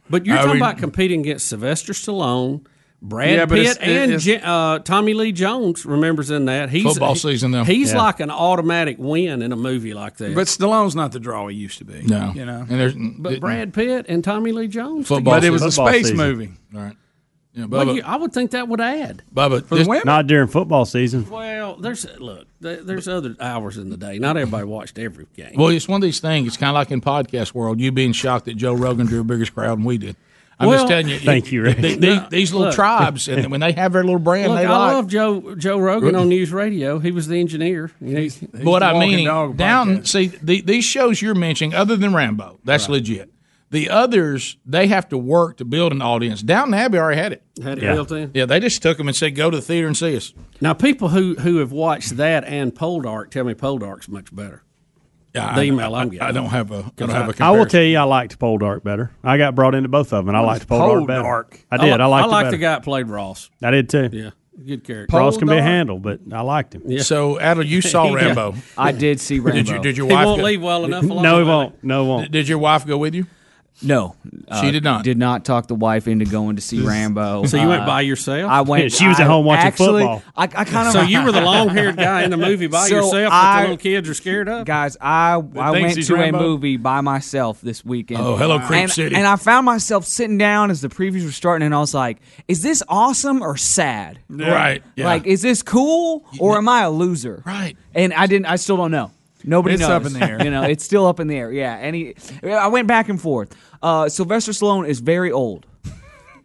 Speaker 3: But you're
Speaker 2: I
Speaker 3: talking
Speaker 2: mean-
Speaker 3: about competing against Sylvester Stallone, Brad
Speaker 2: Yeah, but
Speaker 3: Pitt,
Speaker 2: it's- it-
Speaker 3: and
Speaker 2: it's-
Speaker 3: Je- uh, Tommy Lee Jones. Remembers in that he's
Speaker 2: Football season, though.
Speaker 3: He's
Speaker 2: Yeah.
Speaker 3: like an automatic win in a movie like that.
Speaker 4: But Stallone's not the draw he used to be.
Speaker 2: No.
Speaker 4: you know.
Speaker 2: And there's-
Speaker 3: but Brad Pitt and Tommy Lee Jones.
Speaker 2: Football
Speaker 4: but it was
Speaker 2: season.
Speaker 4: a space
Speaker 2: Football
Speaker 4: movie.
Speaker 2: All right. Yeah,
Speaker 3: Well,
Speaker 2: Bubba,
Speaker 3: you- I would think that would add.
Speaker 2: Bubba,
Speaker 4: For the
Speaker 2: this-
Speaker 4: women?
Speaker 6: Not during football season.
Speaker 3: Well, there's look, there- there's other hours in the day. Not everybody watched every game.
Speaker 2: Well, it's one of these things. It's kind of like in podcast world. You being shocked that Joe Rogan drew a bigger crowd than we did. I'm
Speaker 3: Well-
Speaker 2: just telling you.
Speaker 6: Thank you, Rick.
Speaker 2: th- th- these little
Speaker 3: Look.
Speaker 2: tribes, and when they have their little brand,
Speaker 3: Look,
Speaker 2: they
Speaker 3: I
Speaker 2: like.
Speaker 3: love Joe Joe Rogan on News Radio. He was the engineer. You know,
Speaker 2: But what I mean, down. See, the, these shows you're mentioning, other than Rambo, that's legit. The others, they have to work to build an audience. Downton Abbey already had it.
Speaker 3: Had it Yeah. built in?
Speaker 2: Yeah, they just took them and said, "Go to the theater and see us."
Speaker 3: Now, people who who have watched that and Poldark tell me Poldark's much better.
Speaker 2: Yeah,
Speaker 3: the
Speaker 2: I-
Speaker 3: email
Speaker 2: I-
Speaker 3: am getting.
Speaker 2: I don't have a- I don't have a
Speaker 6: I will tell you, I liked Pole Dark better. I got brought into both of them. and I liked Pole Dark better. I did. I, liked
Speaker 3: I
Speaker 6: it
Speaker 3: like the
Speaker 6: better.
Speaker 3: guy that played Ross.
Speaker 6: I did too.
Speaker 3: Yeah, good character.
Speaker 6: Ross can be handled, but I liked him.
Speaker 2: So, Adler, you saw
Speaker 6: Yeah.
Speaker 2: Rambo.
Speaker 6: I did see
Speaker 2: Did
Speaker 6: Rambo.
Speaker 2: you? Did your
Speaker 6: He
Speaker 2: wife
Speaker 6: won't
Speaker 2: go-
Speaker 6: leave well enough
Speaker 2: Did-
Speaker 6: alone, No, he will won't. they? No, he won't.
Speaker 2: Did- Did your wife go with you?
Speaker 1: No, Uh,
Speaker 2: She did not.
Speaker 1: Did not talk the wife into going to see Rambo.
Speaker 3: So you went
Speaker 1: Uh,
Speaker 3: by yourself?
Speaker 1: I went.
Speaker 3: She was at
Speaker 1: I
Speaker 3: home watching
Speaker 1: actually-
Speaker 3: football.
Speaker 1: I, I kind of.
Speaker 3: So you were the long-haired guy in the movie by
Speaker 1: So
Speaker 3: yourself that the
Speaker 1: I-
Speaker 3: little kids are scared of.
Speaker 1: Guys, I I
Speaker 3: thinks
Speaker 1: went
Speaker 3: he's
Speaker 1: to
Speaker 3: Rambo?
Speaker 1: a movie by myself this weekend.
Speaker 2: Oh, hello, Creep
Speaker 1: and,
Speaker 2: City.
Speaker 1: And I found myself sitting down as the previews were starting, and I was like, "Is this awesome or sad?
Speaker 2: Yeah. Right, yeah.
Speaker 1: Like, is this cool or am I a loser? Right. And I didn't. I still don't know. Nobody
Speaker 2: It's
Speaker 1: knows.
Speaker 2: up in the air.
Speaker 1: You know, it's still up in the air. Yeah. And he, I went back and forth. Uh, Sylvester Stallone is very old.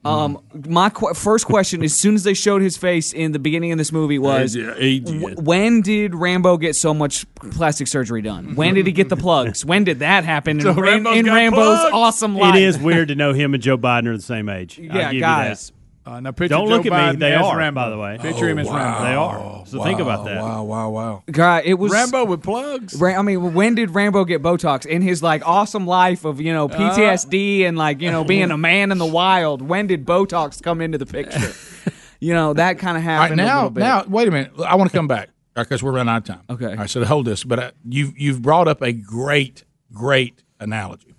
Speaker 2: Hmm.
Speaker 1: Um, my qu- first question, as soon as they showed his face in the beginning of this
Speaker 2: Uh,
Speaker 1: movie, was
Speaker 4: He did- he did.
Speaker 1: "Wh- when did Rambo get so much plastic surgery done? When did he get the plugs? When did that happen?
Speaker 6: So
Speaker 1: in Ram-
Speaker 6: Rambo's
Speaker 1: in
Speaker 6: got
Speaker 1: Rambo's
Speaker 6: plugs.
Speaker 1: awesome life,
Speaker 6: It is weird to know him and Joe Biden are the same age. I'll
Speaker 1: Yeah,
Speaker 6: give you
Speaker 1: guys.
Speaker 6: that.
Speaker 4: Uh, now picture
Speaker 6: Don't look
Speaker 4: Joe
Speaker 6: at me.
Speaker 4: Biden
Speaker 6: They
Speaker 4: as
Speaker 6: are,
Speaker 4: Rambo.
Speaker 6: by the way.
Speaker 4: Picture him as Oh, Rambo.
Speaker 6: They are. So think about that.
Speaker 2: Wow, wow, wow.
Speaker 1: God, it was
Speaker 4: Rambo with plugs.
Speaker 1: Ra- I mean, when did Rambo get Botox in his like awesome life of you know
Speaker 4: Uh-huh.
Speaker 1: PTSD and like you know being a man in the wild? When did Botox come into the picture? You know that kind of
Speaker 2: All right,
Speaker 1: happened a
Speaker 2: now,
Speaker 1: little bit.
Speaker 2: now, wait a minute. I want to come back because we're running out of time. Okay. All right, so hold this, but uh, you've you've brought up a great, great analogy.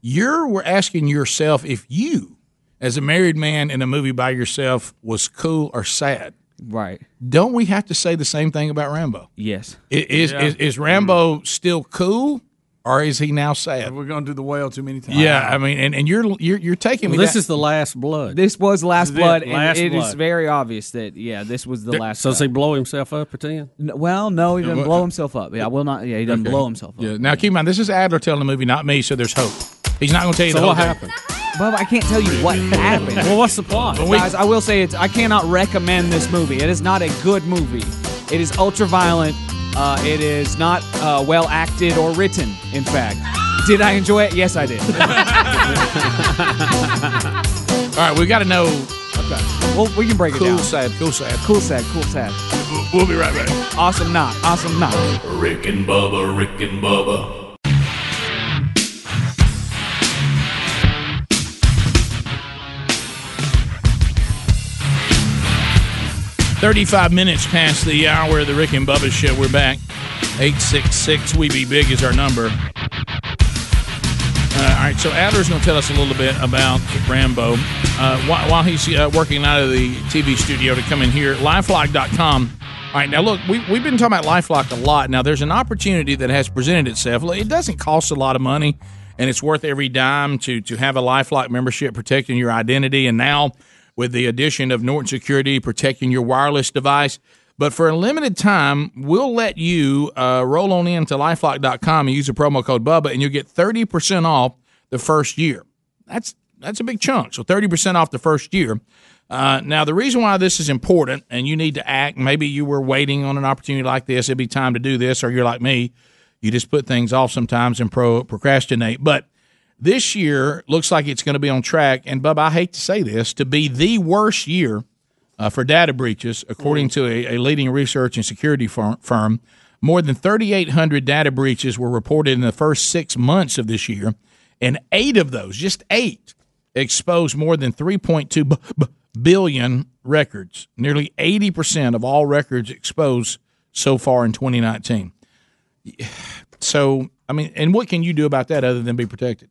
Speaker 2: You're were asking yourself if you, as a married man in a movie by yourself, was cool or sad.
Speaker 1: Right.
Speaker 2: Don't we have to say the same thing about Rambo?
Speaker 1: Yes.
Speaker 2: I- Is
Speaker 4: Yeah.
Speaker 2: is, is Rambo still cool, or is he now sad?
Speaker 4: We're going to do the whale too many times.
Speaker 2: Yeah, I mean, and, and you're you're you're taking me.
Speaker 4: This
Speaker 2: is
Speaker 4: is the last blood.
Speaker 1: This was last
Speaker 4: This is it.
Speaker 1: blood, and
Speaker 4: Last
Speaker 1: it is
Speaker 4: Blood.
Speaker 1: very obvious that yeah, this was the last.
Speaker 3: So does he
Speaker 1: blood.
Speaker 3: blow himself up at the end?
Speaker 1: N- well, no, he doesn't
Speaker 3: What?
Speaker 1: blow himself up. Yeah, I will not. Yeah, he doesn't
Speaker 2: Okay.
Speaker 1: blow himself.
Speaker 2: Yeah. Now keep in mind, this is Adler telling the movie, not me. So there's hope. He's not going to tell you
Speaker 1: So
Speaker 2: the
Speaker 1: what
Speaker 2: whole
Speaker 1: happened? Bubba, I can't tell you what happened.
Speaker 3: well, what's the plot?
Speaker 1: Guys, I will say it's. I cannot recommend this movie. It is not a good movie. It is ultra violent. Uh, it is not uh, well acted or written. In fact, did I enjoy it? Yes, I did.
Speaker 2: All right, we got to know. Okay.
Speaker 1: Well, we can break
Speaker 2: cool,
Speaker 1: it down.
Speaker 2: sad, cool, sad,
Speaker 1: cool, sad, cool, sad.
Speaker 2: We'll be right back.
Speaker 1: Awesome, not awesome, not.
Speaker 9: Rick and Bubba, Rick and Bubba.
Speaker 2: Thirty-five minutes past the hour of the Rick and Bubba show. We're back. Eight six six. We be big is our number. Uh, all right, so Adler's going to tell us a little bit about Rambo. Uh, while, while he's uh, working out of the TV studio to come in here, lifelock.com. All right, now look, we, we've been talking about Lifelock a lot. Now, there's an opportunity that has presented itself. It doesn't cost a lot of money, and it's worth every dime to, to have a Lifelock membership protecting your identity. And now, with the addition of Norton Security protecting your wireless device, but for a limited time, we'll let you uh, roll on in to lifelock.com and use the promo code Bubba, and you'll get 30% off the first year. That's that's a big chunk. So 30% off the first year. Uh, now, the reason why this is important and you need to act, maybe you were waiting on an opportunity like this, it'd be time to do this, or you're like me, you just put things off sometimes and pro- procrastinate. But this year looks like it's going to be on track. And, Bub, I hate to say this, to be the worst year uh, for data breaches, according to a, a leading research and security fir- firm. More than 3,800 data breaches were reported in the first six months of this year, and eight of those, just eight, exposed more than 3.2 b- b- billion records. Nearly 80% of all records exposed so far in 2019. So, I mean, and what can you do about that other than be protected?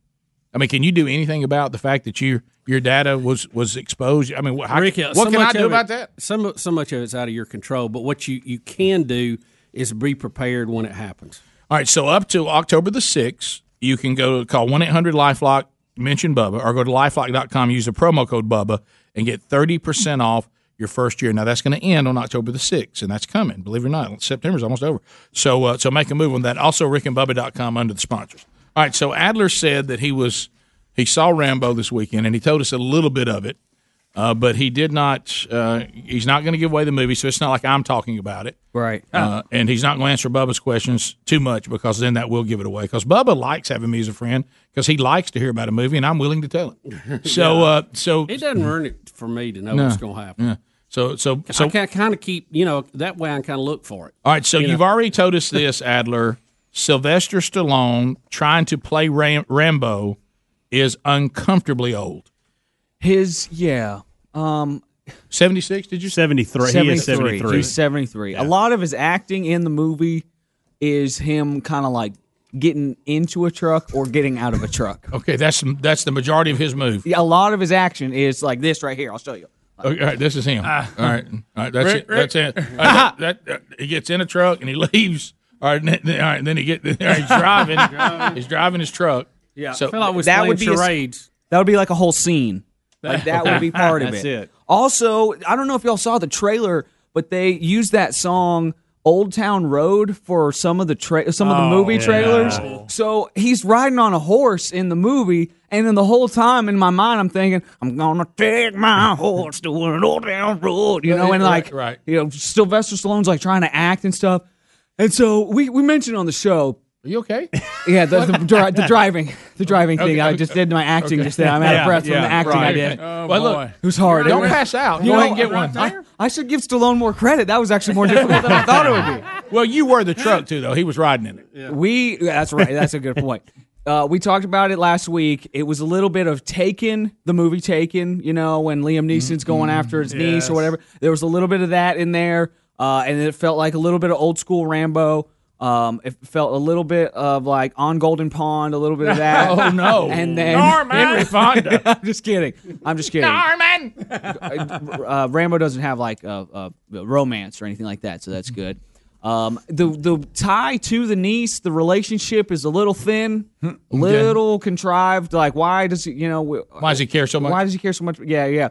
Speaker 2: I mean, can you do anything about the fact that your your data was was exposed? I mean, wh- how,
Speaker 3: Rick, uh,
Speaker 2: what
Speaker 3: so
Speaker 2: can I
Speaker 3: much
Speaker 2: do
Speaker 3: of it-
Speaker 2: about that?
Speaker 3: So, so much of it's out of your control, but what you, you can do is be prepared when it happens.
Speaker 2: All right, so up to October the 6th, you can go to call 1 800 Lifelock, mention Bubba, or go to lifelock.com, use the promo code Bubba, and get 30% off your first year. Now, that's going to end on October the 6th, and that's coming, believe it or not. September's almost over. So uh, so make a move on that. Also, rickandbubba.com under the sponsors. All right, so Adler said that he was he saw Rambo this weekend, and he told us a little bit of it, uh, but he did not. Uh, he's not going to give away the movie, so it's not like I'm talking about it.
Speaker 1: Right.
Speaker 2: Uh, and he's not going to answer Bubba's questions too much because then that will give it away. Because Bubba likes having me as a friend because he likes to hear about a movie, and I'm willing to tell it. So, uh, so
Speaker 3: it doesn't ruin it for me to know
Speaker 2: No.
Speaker 3: what's going to happen.
Speaker 2: yeah. So, so,
Speaker 3: So
Speaker 2: so.
Speaker 3: I can kind of keep you know that way. I kind of look for it.
Speaker 2: All right. So
Speaker 3: you
Speaker 2: you have already told us this, Adler. Sylvester Stallone trying to play Ram- Rambo is uncomfortably old.
Speaker 1: His yeah. Um,
Speaker 2: 76, did you
Speaker 6: say? 73. He is 73.
Speaker 1: He's 73. A lot of his acting in the movie is him kind of like getting into a truck or getting out of a truck.
Speaker 2: Okay, that's that's the majority of his move.
Speaker 1: Yeah, a lot of his action is like this right here. I'll show you.
Speaker 2: Okay, all right, this is him.
Speaker 1: Ah.
Speaker 2: all right, all right, that's
Speaker 1: Rick,
Speaker 2: it. That's it. All right, that, that- he gets in a truck and he leaves. All right, and then, all right, then he get all right, he's driving. he's driving his truck.
Speaker 1: Yeah,
Speaker 2: so
Speaker 1: that would be a- that would be like a whole scene. Like that would be part of
Speaker 2: That's
Speaker 1: it. Also, I don't know if y'all saw the trailer, but they used that song "Old Town Road" for some of the tra- some of the
Speaker 7: Oh,
Speaker 1: movie
Speaker 7: yeah.
Speaker 1: trailers. So he's riding on a horse in the movie, and then the whole time in my mind, I'm thinking, "I'm gonna take my horse to an old town road," you know, and like,
Speaker 2: Right, right.
Speaker 1: you know, Sylvester Stallone's like trying to act and stuff. And so we we mentioned on the show.
Speaker 2: Are you okay?
Speaker 1: Yeah, the, the, dri- the driving, the driving thing.
Speaker 2: Okay,
Speaker 1: I just did my acting
Speaker 2: okay.
Speaker 1: just then. I'm out
Speaker 2: Yeah,
Speaker 1: of breath from
Speaker 2: yeah,
Speaker 1: the acting
Speaker 2: right.
Speaker 1: I did.
Speaker 2: Oh, Well, look, boy.
Speaker 1: it was hard.
Speaker 2: Don't
Speaker 1: It was-
Speaker 2: pass out.
Speaker 1: You
Speaker 2: Go
Speaker 1: know,
Speaker 2: ahead and get one.
Speaker 1: I, I should give Stallone more credit. That was actually more difficult than I thought it would be.
Speaker 2: Well, you were the truck too, though. He was riding in it.
Speaker 1: We. That's right. That's a good point. Uh, we talked about it last week. It was a little bit of Taken, the movie Taken, you know, when Liam Neeson's going
Speaker 2: Mm-hmm.
Speaker 1: after his niece
Speaker 7: Yes.
Speaker 1: or whatever. There was a little bit of that in there, uh, and it felt like a little bit of old school Rambo. Um, it felt a little bit of like on Golden Pond, a little bit of that.
Speaker 2: Oh, no.
Speaker 1: And then
Speaker 2: Norman! Henry Fonda.
Speaker 1: I'm just kidding. I'm just kidding. uh, Rambo doesn't have like a, a romance or anything like that, so that's good. Um, the the tie to the niece, the relationship is a little thin,
Speaker 2: Hmm,
Speaker 1: a little contrived. Like, why does he, you know? Why
Speaker 2: does he care so much?
Speaker 1: Why does he care so much? Yeah, yeah.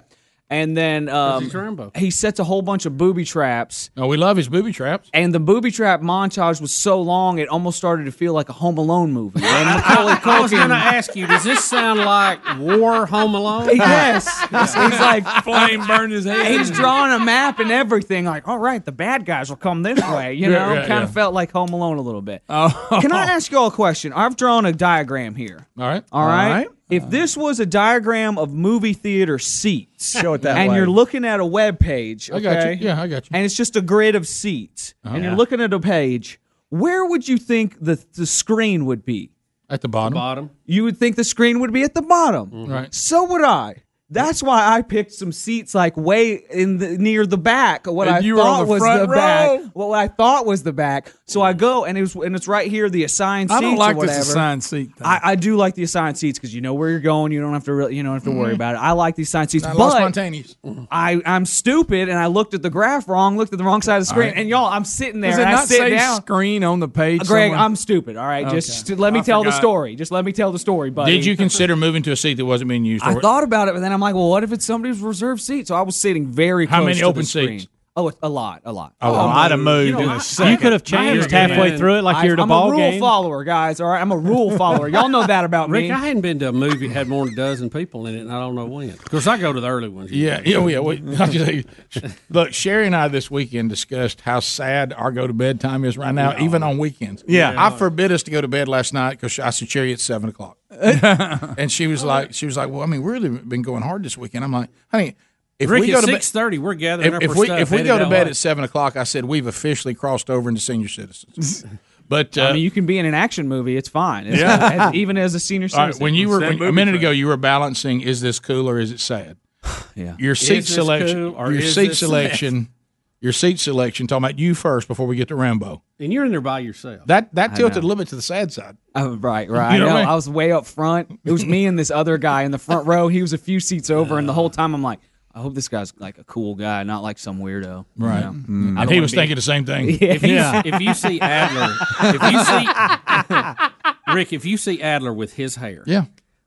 Speaker 1: And then um,
Speaker 3: he's Rambo.
Speaker 1: he sets a whole bunch of booby traps.
Speaker 2: Oh, we love his booby traps.
Speaker 1: And the booby trap montage was so long, it almost started to feel like a Home Alone movie. And Macaulay
Speaker 3: I was going to
Speaker 1: Culkin-
Speaker 3: ask you, does this sound like War Home Alone?
Speaker 1: Yes. He's, he's like
Speaker 3: Flame burned his head.
Speaker 1: He's drawing a map and everything. Like, all right, the bad guys will come this way. You
Speaker 2: Yeah,
Speaker 1: know,
Speaker 2: yeah,
Speaker 1: kind of
Speaker 2: yeah.
Speaker 1: felt like Home Alone a little bit. Oh. Can I ask you all a question? I've drawn a diagram here.
Speaker 2: All right. Uh,
Speaker 1: All right. If this was a diagram of movie theater seats,
Speaker 5: Show it that
Speaker 1: and
Speaker 5: way.
Speaker 1: you're looking at a web page,
Speaker 5: I got you. Yeah,
Speaker 2: I got you.
Speaker 1: And it's just a grid of seats, and you're looking at a page. Where would you think the the screen would be?
Speaker 2: At the bottom. Mm-hmm.
Speaker 3: bottom.
Speaker 1: You would think the screen would be at the bottom,
Speaker 2: Right.
Speaker 1: So would I. That's why I picked some seats like way in the near the back. What
Speaker 2: And
Speaker 1: I
Speaker 2: you were on
Speaker 1: thought
Speaker 2: the
Speaker 1: was
Speaker 2: front
Speaker 1: the
Speaker 2: row.
Speaker 1: back. What I thought was the back. So I go and it was and it's right here the assigned
Speaker 4: I
Speaker 1: seats
Speaker 4: don't
Speaker 1: or
Speaker 4: like
Speaker 1: whatever.
Speaker 4: this assigned seat.
Speaker 1: I, I do like the assigned seats because you know where you're going. You don't have to really, you don't have to worry
Speaker 4: Mhm.
Speaker 1: about it. I like the assigned seats,
Speaker 4: I lost
Speaker 1: but
Speaker 4: spontaneous.
Speaker 1: I I'm stupid and I looked at the graph wrong, looked at the wrong side of the
Speaker 4: All
Speaker 1: screen,
Speaker 4: right.
Speaker 1: and y'all, I'm sitting there
Speaker 4: Does it
Speaker 1: and I
Speaker 4: not
Speaker 1: sit
Speaker 4: say
Speaker 1: down. Uh,
Speaker 4: screen on the page?
Speaker 1: Greg,
Speaker 4: somewhere?
Speaker 1: I'm stupid. All right, just
Speaker 4: Okay.
Speaker 1: let me
Speaker 4: I
Speaker 1: tell the
Speaker 4: forgot.
Speaker 1: story. Just let me tell the story, buddy.
Speaker 2: Did you consider moving to a seat that wasn't being used?
Speaker 1: I
Speaker 2: or-
Speaker 1: thought about it, but then I'm like, well, what if it's somebody's reserved seat? So I was sitting very
Speaker 2: How
Speaker 1: close
Speaker 2: many
Speaker 1: to the
Speaker 2: open
Speaker 1: screen.
Speaker 2: seats?
Speaker 1: Oh, a- a lot, a lot.
Speaker 2: Oh, I'd have moved in a second.
Speaker 6: You could have changed halfway through it like
Speaker 1: I-
Speaker 6: you're at a
Speaker 1: I'm
Speaker 6: ball
Speaker 1: a rule
Speaker 6: game.
Speaker 1: follower, guys. All right, I'm a rule follower. Y'all know that about
Speaker 3: Rick,
Speaker 1: me.
Speaker 3: I hadn't been to a movie that had more than a dozen people in it, and I don't know when. Of course, I go to the early ones.
Speaker 2: Yeah, yeah, oh, yeah. Wait, I'll just tell you. look, Sherry and I this weekend discussed how sad our go to bed time is right now, even on weekends.
Speaker 5: Yeah.
Speaker 2: I forbid us to go to bed last night because I said Sherry it's seven o'clock, and she was like, she was like, well, I mean, we're really been going hard this weekend. I'm like, honey, if
Speaker 3: Rick,
Speaker 2: we go
Speaker 3: at
Speaker 2: to bed-
Speaker 3: six thirty, we're gathering
Speaker 2: if,
Speaker 3: up
Speaker 2: if
Speaker 3: our
Speaker 2: we
Speaker 3: stuff.
Speaker 2: if we
Speaker 3: headed
Speaker 2: go to
Speaker 3: that
Speaker 2: bed
Speaker 3: way.
Speaker 2: at seven o'clock, I said we've officially crossed over into senior citizens. But uh,
Speaker 1: I mean, you can be in an action movie; it's fine. It's
Speaker 2: Yeah.
Speaker 1: as- even as a senior
Speaker 2: all
Speaker 1: citizen.
Speaker 2: right, when you were when- a minute ago, you were balancing: is this cool or is it sad?
Speaker 1: yeah.
Speaker 2: Your
Speaker 1: Is
Speaker 2: seat
Speaker 1: this
Speaker 2: selection,
Speaker 1: cool or
Speaker 2: your
Speaker 1: is
Speaker 2: seat
Speaker 1: this
Speaker 2: selection, your seat selection. Talking about you first before we get to Rambo.
Speaker 3: and you're in there by yourself.
Speaker 2: That that
Speaker 1: I
Speaker 2: tilted a
Speaker 1: know.
Speaker 2: little bit to the sad side.
Speaker 1: Oh, right, right.
Speaker 2: You know
Speaker 1: I, know.
Speaker 2: what I
Speaker 1: I,
Speaker 2: mean?
Speaker 1: was way up front. It was me and this other guy in the front row. He was a few seats over, and the whole time I'm like, I hope this guy's like a cool guy, not like some weirdo. you
Speaker 2: Right.
Speaker 1: know?
Speaker 2: Mm.
Speaker 1: I
Speaker 2: And
Speaker 1: don't
Speaker 2: he
Speaker 1: wanna
Speaker 2: was
Speaker 1: be-
Speaker 2: thinking the same thing.
Speaker 1: Yeah. Uh,
Speaker 3: If you if you see Adler, if you see Rick, if you see Adler with his hair,
Speaker 2: Yeah.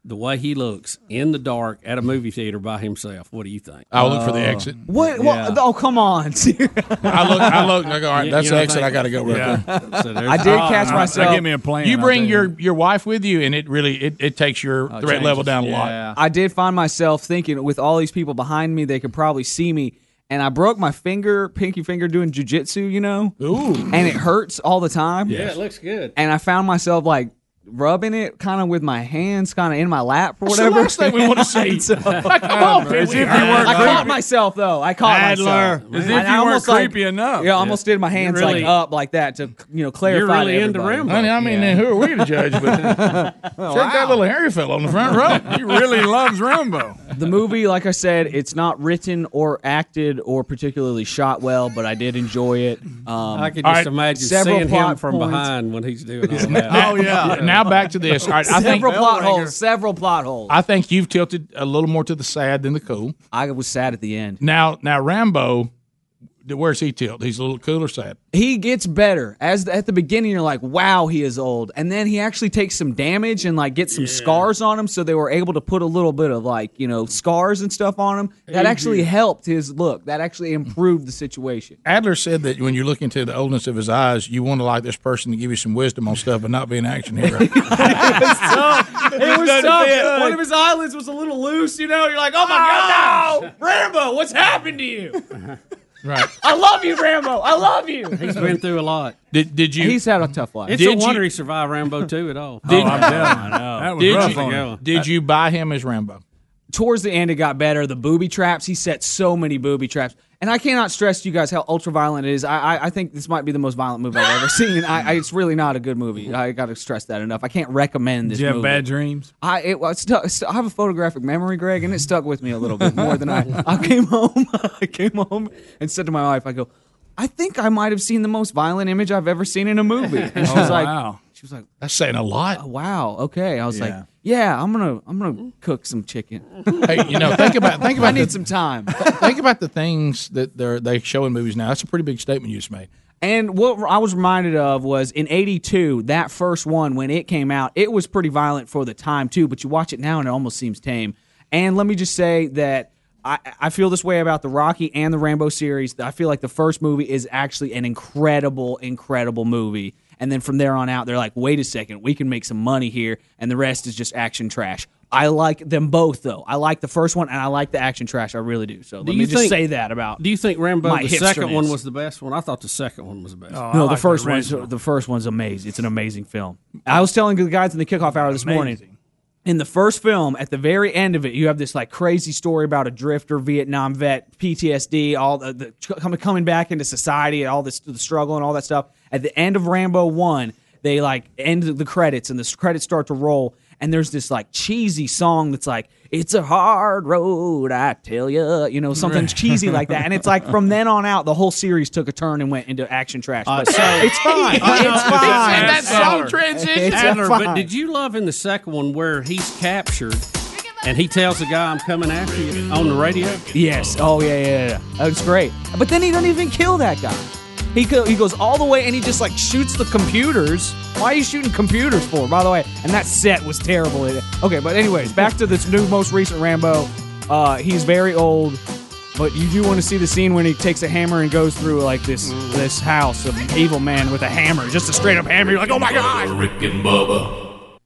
Speaker 3: the way he looks in the dark at a movie theater by himself, what do you think?
Speaker 2: I'll look for
Speaker 3: Uh,
Speaker 2: the exit.
Speaker 1: What? what oh, come on!
Speaker 2: I look, I look, and I go, all right,
Speaker 3: You-
Speaker 2: that's
Speaker 3: you
Speaker 2: the
Speaker 3: know,
Speaker 2: exit.
Speaker 3: thank-
Speaker 2: I got to go right
Speaker 3: Yeah.
Speaker 2: there.
Speaker 3: So there's- I did catch myself-
Speaker 2: You bring your, your wife with you, and it really it, it takes your
Speaker 1: Oh, it
Speaker 2: threat level
Speaker 1: changes.
Speaker 2: down a lot.
Speaker 1: I did find myself thinking with all these people behind me, they could probably see me. And I broke my finger, pinky finger, doing jujitsu, you know?
Speaker 2: Ooh.
Speaker 1: And it hurts all the time.
Speaker 3: Yeah, it looks good.
Speaker 1: And I found myself like rubbing it kind of with my hands, kind of in my lap or
Speaker 2: That's the
Speaker 1: whatever.
Speaker 2: last thing we wanna see.
Speaker 1: So-
Speaker 2: Like, come on, Pee-wee. As if you weren't
Speaker 1: I caught
Speaker 2: creepy.
Speaker 1: myself, though. I caught
Speaker 2: Adler.
Speaker 1: myself.
Speaker 2: As if
Speaker 1: And I
Speaker 2: you weren't
Speaker 1: almost, like-
Speaker 2: creepy enough.
Speaker 1: Yeah, I almost did my hands
Speaker 2: really-
Speaker 1: like up like that to, you know, clarify. to everybody.
Speaker 2: Honey, I mean, who are we to judge? But check
Speaker 11: Oh,
Speaker 2: that little hairy fellow in the front row. He really loves Rambo.
Speaker 1: the movie, like I said, it's not written or acted or particularly shot well, but I did enjoy it. Um,
Speaker 3: I could just imagine seeing him from behind when he's doing all that.
Speaker 2: Now- Oh, Now back to this. All right, I think
Speaker 1: several plot holes. Several plot holes.
Speaker 2: I think you've tilted a little more to the sad than the cool.
Speaker 1: I was sad at the end.
Speaker 2: Now, now Rambo, where's he tilt? He's a little cooler sad.
Speaker 1: He gets better as at the beginning. You're like, wow, he is old, and then he actually takes some damage and like gets some scars on him. So they were able to put a little bit of like you know scars and stuff on him. That
Speaker 2: Aging.
Speaker 1: actually helped his look. That actually improved the situation.
Speaker 2: Adler said that when you look into the oldness of his eyes, you want to like this person to give you some wisdom on stuff, but not be an action hero.
Speaker 1: It was
Speaker 2: doesn't
Speaker 1: tough.
Speaker 2: fit.
Speaker 1: One of his eyelids was a little loose, you know. You're like, oh my god, no, Rambo, what's happened to you?
Speaker 2: right.
Speaker 1: I love you, Rambo. I love you.
Speaker 3: He's been through a lot.
Speaker 2: Did did you?
Speaker 1: He's had a tough life.
Speaker 3: It's
Speaker 2: Did
Speaker 3: a wonder
Speaker 2: you-
Speaker 3: he survived Rambo two at all.
Speaker 2: Oh, Did-
Speaker 3: oh, I'm telling you. I know.
Speaker 2: did you, did you buy him as Rambo?
Speaker 1: towards the end it got better. The booby traps, he set so many booby traps. And I cannot stress to you guys how ultra violent it is. I, I, I think this might be the most violent movie I've ever seen. And I, I, it's really not a good movie. I got to stress that enough. I can't recommend
Speaker 4: Did
Speaker 1: this
Speaker 4: you have
Speaker 1: movie.
Speaker 4: bad dreams?
Speaker 1: I it was stuck, stu- I have a photographic memory, Greg, and it stuck with me a little bit more than I. I came home, I came home, and said to my wife, "I go, I think I might have seen the most violent image I've ever seen in a movie." And she was
Speaker 4: Oh,
Speaker 1: like,
Speaker 4: wow.
Speaker 1: "She was like, "Oh,
Speaker 2: that's saying a lot."
Speaker 1: Wow. Okay. I was
Speaker 2: Yeah.
Speaker 1: like, "Yeah, I'm gonna, I'm gonna cook some chicken."
Speaker 2: Hey, you know, think about think about.
Speaker 1: I need
Speaker 2: the-
Speaker 1: some time.
Speaker 2: think about the things that they're they show in movies now. That's a pretty big statement you just made.
Speaker 1: And what I was reminded of was in '82, that first one when it came out, it was pretty violent for the time too. But you watch it now, and it almost seems tame. And let me just say that I, I feel this way about the Rocky and the Rambo series. I feel like the first movie is actually an incredible, incredible movie. And then from there on out, they're like, wait a second, we can make some money here, and the rest is just action trash. I like them both though. I like the first one, and I like the action trash. I really do. So
Speaker 3: Do
Speaker 1: let me
Speaker 3: you
Speaker 1: just
Speaker 3: think-
Speaker 1: say that about.
Speaker 3: Do you think Rambo
Speaker 1: my
Speaker 3: the second one
Speaker 1: hipsterness.
Speaker 3: was the best one? I thought the second one was Oh, the best.
Speaker 2: Oh,
Speaker 1: no, the first one's the first one's amazing. It's an amazing film. I was telling the guys in the kickoff hour this morning. In the first film, at the very end of it, you have this like crazy story about a drifter, Vietnam vet, PTSD, all the, the coming coming back into society, and all this the struggle and all that stuff. At the end of Rambo one, they like end the credits, and the credits start to roll, and there's this like cheesy song that's like, "It's a hard road, I tell ya," you know, something
Speaker 3: Right.
Speaker 1: cheesy like that. And it's like from then on out, the whole series took a turn and went into action trash.
Speaker 3: Uh,
Speaker 1: But it's fine. it's fine. It's
Speaker 3: Adler,
Speaker 1: fine.
Speaker 3: but did you love in the second one where he's captured and he tells the guy, I'm coming after you on the radio?
Speaker 1: Yes. Oh, yeah, yeah, yeah. That's great. But then he doesn't even kill that guy. He, go, he goes all the way and he just like shoots the computers. Why are you shooting computers for, by the way? And that set was terrible. It- Okay, but anyways, back to this new, most recent Rambo. Uh, he's very old, but you do want to see the scene when he takes a hammer and goes through like this
Speaker 20: Mm.
Speaker 1: this house of evil man with a hammer, just a straight up hammer. You're like, oh my god!
Speaker 9: Rick and Bubba.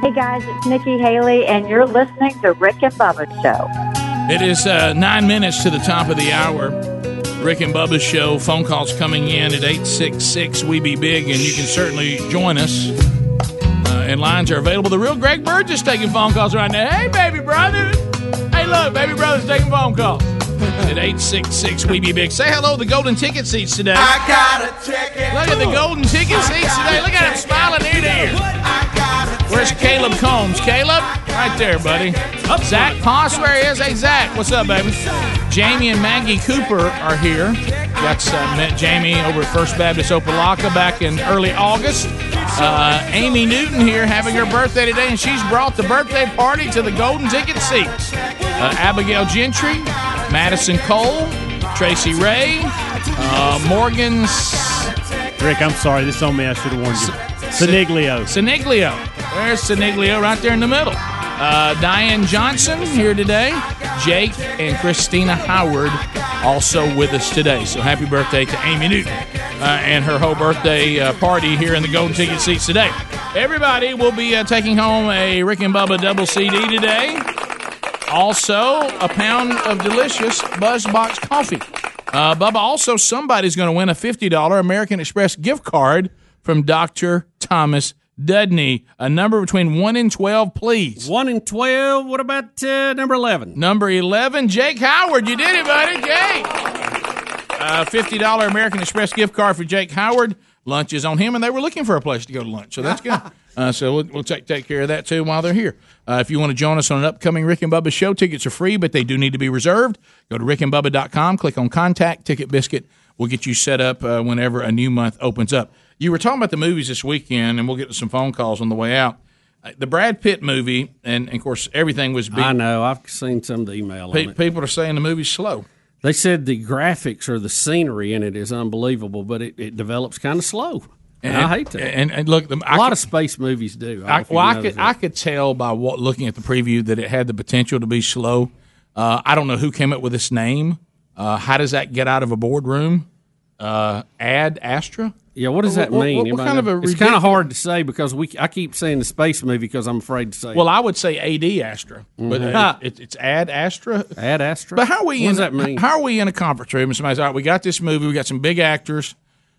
Speaker 12: Hey guys, it's Nikki Haley, and you're listening to Rick and Bubba Show.
Speaker 2: It is uh, nine minutes to the top of the hour. Rick and Bubba's show. Phone calls coming in at 866 We Be Big, and you can certainly join us. Uh, and lines are available. The real Greg Burgess is taking phone calls right now. Hey, baby brother. Hey, look, baby brother's taking phone calls. at 866 We Be Big. Say hello to the golden ticket seats today.
Speaker 11: I got
Speaker 2: a ticket. Look at the golden ticket seats today. Look at him smiling ear to ear. Where's Caleb Combs? Caleb? Right there, buddy. Up, Zach Poss, where he is? Hey, Zach, what's up, baby? Jamie and Maggie Cooper are here. That's uh, met Jamie over at First Baptist Opelika back in early August. Uh, Amy Newton here having her birthday today, and she's brought the birthday party to the Golden Ticket Seats. Uh, Abigail Gentry, Madison Cole, Tracy Ray, uh, Morgan
Speaker 6: Rick, I'm sorry. This is on me. I should have warned you. Siniglio.
Speaker 2: Siniglio. There's Siniglio right there in the middle. Uh, Diane Johnson here today. Jake and Christina Howard also with us today. So happy birthday to Amy Newton uh, and her whole birthday uh, party here in the Golden Ticket Seats today. Everybody will be uh, taking home a Rick and Bubba double CD today. Also, a pound of delicious Buzzbox coffee. Uh, Bubba, also, somebody's going to win a $50 American Express gift card from Dr. Thomas Dudney. A number between 1 and 12, please.
Speaker 3: 1 and 12. What about uh, number 11?
Speaker 2: Number 11, Jake Howard. You did it, buddy. Jake. A $50 American Express gift card for Jake Howard. Lunch is on him, and they were looking for a place to go to lunch, so that's good. Uh, so we'll, we'll take, take care of that too while they're here. Uh, if you want to join us on an upcoming Rick and Bubba show, tickets are free, but they do need to be reserved. Go to rickandbubba.com, click on contact, ticket biscuit. We'll get you set up uh, whenever a new month opens up. You were talking about the movies this weekend, and we'll get to some phone calls on the way out. Uh, The Brad Pitt movie, and, and of course, everything was being.
Speaker 3: I know. I've seen some of the email
Speaker 2: Pe-
Speaker 3: on it.
Speaker 2: people are saying the movie's slow.
Speaker 3: They said the graphics or the scenery in it is unbelievable, but it, it develops kind of slow. And, I hate that.
Speaker 2: And, and look, the,
Speaker 3: a lot of space movies do.
Speaker 2: I, well, I could I could tell by what, looking at the preview that it had the potential to be slow. Uh, I don't know who came up with this name. Uh, how does that get out of a boardroom? Uh, Ad Astra.
Speaker 3: Yeah, what does that
Speaker 2: What- what-
Speaker 3: mean?
Speaker 2: what
Speaker 3: Anybody
Speaker 2: kind of
Speaker 3: know?
Speaker 2: a
Speaker 3: it's kind
Speaker 2: ridiculous-
Speaker 3: of hard to say because we I keep saying the space movie because I'm afraid to say.
Speaker 2: Well, I would say AD Astra, but
Speaker 3: Mhm.
Speaker 2: uh, it, it's Ad Astra.
Speaker 3: Ad Astra.
Speaker 2: But how are we
Speaker 3: What
Speaker 2: in?
Speaker 3: does that mean?
Speaker 2: How are we in a conference room? And somebody's all right. We got this movie. We got some big actors.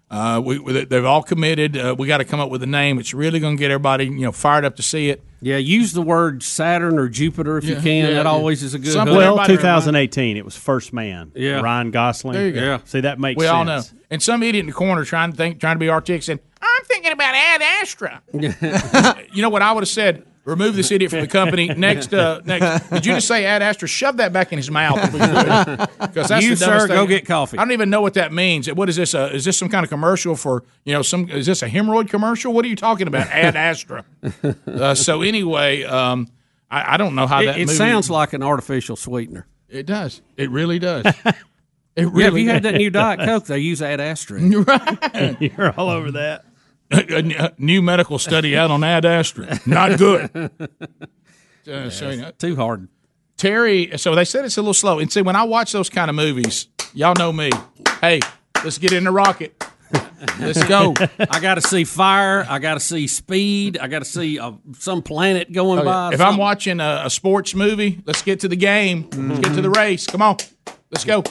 Speaker 2: Uh, we, we they've all committed. Uh, we got to come up with a name. It's really going to get everybody you know fired up to see it.
Speaker 3: Yeah, use the word Saturn or Jupiter if you can. that always is a good. hook.
Speaker 6: well, 2018. It was First Man.
Speaker 3: Yeah.
Speaker 6: Ryan Gosling.
Speaker 2: There you go.
Speaker 6: See, that makes
Speaker 2: we
Speaker 6: sense.
Speaker 2: all know. And some idiot in the corner trying to think, trying to be artistic, said, "I'm thinking about Ad Astra." you know what I would have said? Remove this idiot from the company. Next, uh, next. Did you just say Ad Astra? Shove that back in his mouth. Because that's
Speaker 3: You,
Speaker 2: the dumbest
Speaker 3: sir,
Speaker 2: thing.
Speaker 3: go get coffee.
Speaker 2: I don't even know what that means. What is this? Uh, is this some kind of commercial for you know? Some is this a hemorrhoid commercial? What are you talking about? Ad Astra. uh, so anyway, um, I, I don't know how
Speaker 3: It-
Speaker 2: that.
Speaker 3: it
Speaker 2: movie-
Speaker 3: sounds like an artificial sweetener.
Speaker 2: It does. It really does. It
Speaker 3: yeah, if
Speaker 2: really
Speaker 3: you had
Speaker 2: does.
Speaker 3: that new Diet Coke, they use Ad Astra.
Speaker 2: You're right.
Speaker 6: You're all over that.
Speaker 2: a n- a new medical study out on Ad Astra. Not good. Uh, so, you know,
Speaker 3: Too hard.
Speaker 2: Terry, so they said it's a little slow. And see, when I watch those kind of movies, y'all know me. Hey, let's get in the rocket. Let's go.
Speaker 3: I got to see fire. I got to see speed. I got to see uh, some planet going
Speaker 2: Okay,
Speaker 3: by.
Speaker 2: If I'm watching a, a sports movie, let's get to the game. Let's get to the race. Come on, let's go.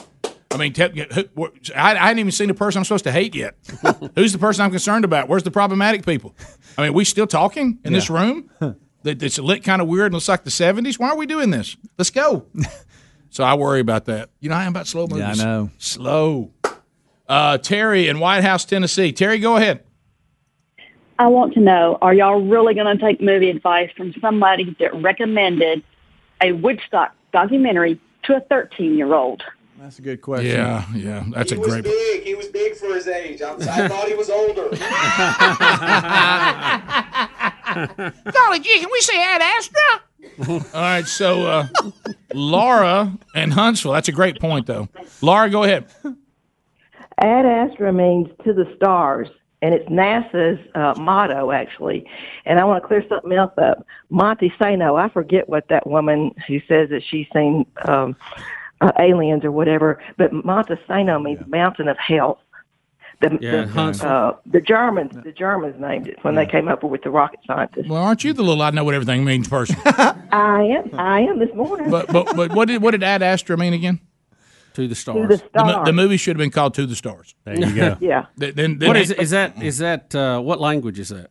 Speaker 2: I mean, te- who- wh- I, I hadn't even seen the person I'm supposed to hate yet. Who's the person I'm concerned about? Where's the problematic people? I mean, we still talking in this room? That It's lit kind of weird and looks like the '70s. Why are we doing this? Let's go. so I worry about that. You know, I am about slow
Speaker 5: Yeah, I
Speaker 2: movies.
Speaker 5: know.
Speaker 2: Slow. Uh, Terry in White House, Tennessee. Terry, go ahead.
Speaker 7: I want to know, are y'all really going to take movie advice from somebody that recommended a Woodstock documentary to a 13-year-old?
Speaker 5: That's a good question.
Speaker 2: Yeah, yeah, that's a
Speaker 20: He was
Speaker 2: great.
Speaker 20: big. He was big for his age. I'm, I thought he was older.
Speaker 11: Golly gee, can we say Ad Astra?
Speaker 2: All right, so uh, Laura and Huntsville. That's a great point, though. Laura, go ahead.
Speaker 22: Ad Astra means to the stars, and it's NASA's uh, motto, actually. And I want to clear something else up. Monty Sano, I forget what that woman who says that she's seen um, uh, aliens or whatever, but Monty Sano means mountain of health. The,
Speaker 2: Yeah,
Speaker 22: the,
Speaker 2: Hansel.
Speaker 22: uh, the Germans, the Germans named it when they came up with the rocket scientists.
Speaker 2: Well, aren't you the little I know what everything means person?
Speaker 22: I am, I am this morning.
Speaker 2: But but but what did what did Ad Astra mean again?
Speaker 3: To the
Speaker 22: stars. the
Speaker 2: mo-
Speaker 22: stars.
Speaker 2: The, movie should have been called To the Stars. There
Speaker 3: you go.
Speaker 22: Yeah.
Speaker 2: Then, then,
Speaker 3: what is, is that? Is that uh, what language is that?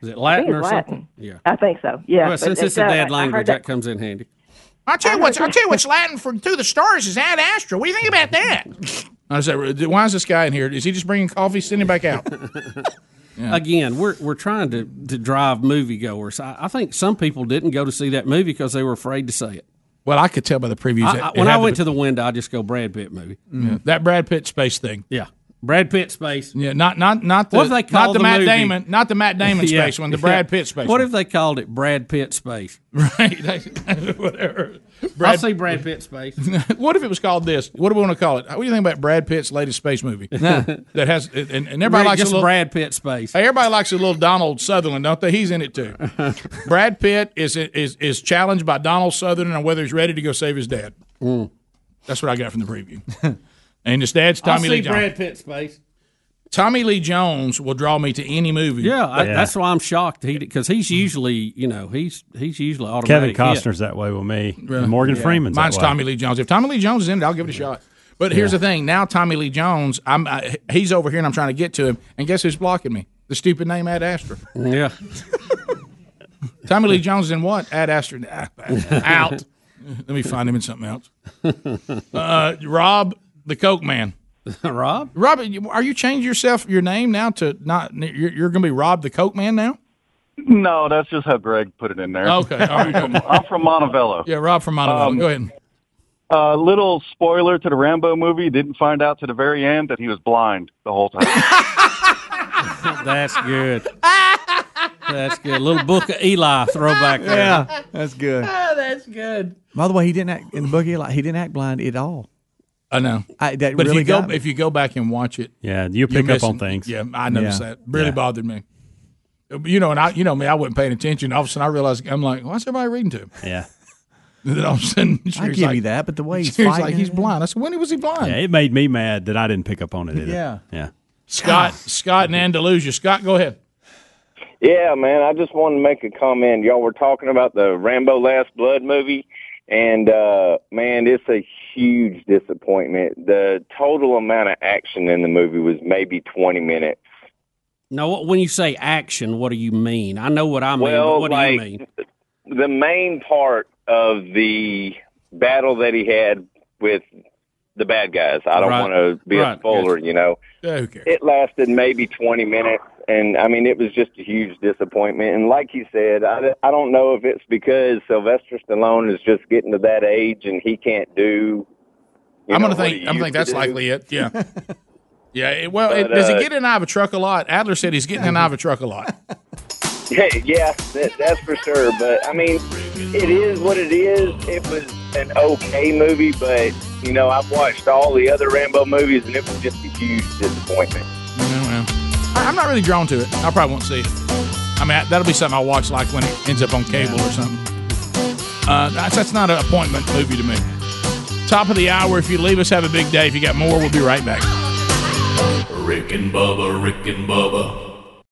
Speaker 3: Is it Latin
Speaker 22: it's
Speaker 3: or
Speaker 22: Latin.
Speaker 3: something? Yeah.
Speaker 22: I think so. Yeah.
Speaker 3: well,
Speaker 22: but
Speaker 3: since it's
Speaker 22: uh,
Speaker 3: a
Speaker 22: I- I
Speaker 3: dead
Speaker 22: heard
Speaker 3: language,
Speaker 22: that-
Speaker 3: that comes in handy.
Speaker 11: I tell you what's I tell you what's Latin for to the stars is Ad Astra. What do you think about that?
Speaker 2: I said, why is this guy in here? Is he just bringing coffee? Send him back out.
Speaker 3: Again, we're we're trying to, to drive moviegoers. I, I think some people didn't go to see that movie because they were afraid to say it.
Speaker 2: Well, I could tell by the previews.
Speaker 3: I-
Speaker 2: it-
Speaker 3: I-
Speaker 2: it
Speaker 3: when
Speaker 2: had
Speaker 3: I
Speaker 2: to
Speaker 3: went
Speaker 2: be- Mm-hmm.
Speaker 3: to the window, I just go Brad Pitt movie.
Speaker 2: Yeah, that Brad Pitt space thing.
Speaker 3: Yeah, Brad Pitt space.
Speaker 2: Yeah, not not not the
Speaker 3: What if they
Speaker 2: not
Speaker 3: call
Speaker 2: the,
Speaker 3: the
Speaker 2: Matt
Speaker 3: movie-
Speaker 2: Damon, not the Matt Damon
Speaker 3: Yeah,
Speaker 2: space one, the
Speaker 3: yeah.
Speaker 2: Brad Pitt space.
Speaker 3: What if they called it Brad Pitt space?
Speaker 2: Right. Whatever.
Speaker 3: I'll see Brad Pitt space.
Speaker 2: what if it was called this? What do we want to call it? What do you think about Brad Pitt's latest space movie? that has and, and everybody
Speaker 3: Brad-
Speaker 2: likes
Speaker 3: just
Speaker 2: a little,
Speaker 3: Brad Pitt space.
Speaker 2: Hey, everybody likes a little Donald Sutherland, don't they? He's in it too. Brad Pitt is is is challenged by Donald Sutherland on whether he's ready to go save his dad.
Speaker 3: Mm.
Speaker 2: That's what I got from the preview. and his dad's
Speaker 3: I'll
Speaker 2: Tommy
Speaker 3: see
Speaker 2: Lee Jones.
Speaker 3: Brad Pitt space.
Speaker 2: Tommy Lee Jones will draw me to any movie.
Speaker 3: Yeah, I,
Speaker 2: But-
Speaker 3: that's why I'm shocked. He because he's usually you know he's he's usually
Speaker 6: Kevin
Speaker 3: automatic.
Speaker 6: Costner's that way with me.
Speaker 2: Really?
Speaker 6: And Morgan
Speaker 2: Yeah.
Speaker 6: Freeman's
Speaker 2: Mine's
Speaker 6: that way.
Speaker 2: Tommy Lee Jones. If Tommy Lee Jones is in it, I'll give it a shot. But here's the thing: now Tommy Lee Jones, I'm I, he's over here and I'm trying to get to him, and guess who's blocking me? The stupid name Ad Astra.
Speaker 3: Yeah.
Speaker 2: Tommy Lee Jones is in what? Ad Astra. Nah, out. Let me find him in something else. Uh, Rob, the Coke Man.
Speaker 3: Rob,
Speaker 2: Rob, are you changing yourself your name now to not? You're, you're going to be Rob the Coke Man now.
Speaker 23: No, that's just how Greg put it in there.
Speaker 2: Okay, all right.
Speaker 23: I'm, from, I'm from Montevello.
Speaker 2: Yeah, Rob from Montevideo.
Speaker 23: Um,
Speaker 2: Go ahead.
Speaker 23: Uh, little spoiler to the Rambo movie. Didn't find out to the very end that he was blind the whole time.
Speaker 3: that's good. That's good. little book of Eli throwback. There.
Speaker 5: Yeah, that's good.
Speaker 3: Oh, that's good.
Speaker 5: By the way, he didn't act in the book. He, like, he didn't act blind at all.
Speaker 2: I know.
Speaker 5: I, that
Speaker 2: but
Speaker 5: really
Speaker 2: if you
Speaker 5: got
Speaker 2: go
Speaker 5: me.
Speaker 2: if you go back and watch it,
Speaker 6: Yeah, you'll
Speaker 2: you're
Speaker 6: pick up on
Speaker 2: missing-
Speaker 6: things.
Speaker 2: Yeah, I noticed
Speaker 6: Yeah.
Speaker 2: that. Really
Speaker 6: Yeah.
Speaker 2: bothered me. You know, and I, you know me, I wasn't paying attention. All of a sudden, I realized I'm like, why's everybody reading to him?
Speaker 6: Yeah.
Speaker 2: And then all of a sudden, she
Speaker 5: I
Speaker 2: was
Speaker 5: give
Speaker 2: like-
Speaker 5: you that, but the way he's
Speaker 2: she was
Speaker 5: fighting
Speaker 2: like
Speaker 5: and
Speaker 2: he's blind. I said, when was he blind?
Speaker 6: Yeah, it made me mad that I didn't pick up on it. Either.
Speaker 2: Yeah.
Speaker 6: yeah.
Speaker 2: Scott, Scott in Andalusia. Scott, go ahead.
Speaker 10: Yeah, man. I just wanted to make a comment. Y'all were talking about the Rambo Last Blood movie, and uh, man, it's a huge disappointment. The total amount of action in the movie was maybe 20 minutes.
Speaker 3: Now, what- when you say action, what do you mean? I know what I mean. but
Speaker 10: well,
Speaker 3: what
Speaker 10: like
Speaker 3: do you mean?
Speaker 10: the main part of the battle that he had with the bad guys. I don't
Speaker 23: Right.
Speaker 10: want to be
Speaker 23: Right.
Speaker 10: a spoiler, you know. It lasted maybe 20 minutes, and I mean, it was just a huge disappointment. And like you said, I, I don't know if it's because Sylvester Stallone is just getting to that age and he can't do. you
Speaker 2: I'm gonna
Speaker 10: know, what
Speaker 2: think.
Speaker 10: he
Speaker 2: I'm gonna
Speaker 10: used
Speaker 2: think
Speaker 10: to
Speaker 2: that's
Speaker 10: do.
Speaker 2: likely it. Yeah. yeah. It, well, it,
Speaker 10: But,
Speaker 2: does
Speaker 10: uh,
Speaker 2: he get in and out of a truck a lot? Adler said he's getting in and out of a truck a lot.
Speaker 10: Yeah, yeah that, that's for sure. But I mean, it is what it is. It was an okay movie, but you know, I've watched all the other Rambo movies, and it was just a huge disappointment.
Speaker 2: I- I'm not really drawn to it. I probably won't see it. I mean, I- that'll be something I'll watch like when it ends up on cable or something. Uh, that's, that's not an appointment movie to me. Top of the hour. If you leave us, have a big day. If you got more, we'll be right back.
Speaker 9: Rick and Bubba, Rick and Bubba.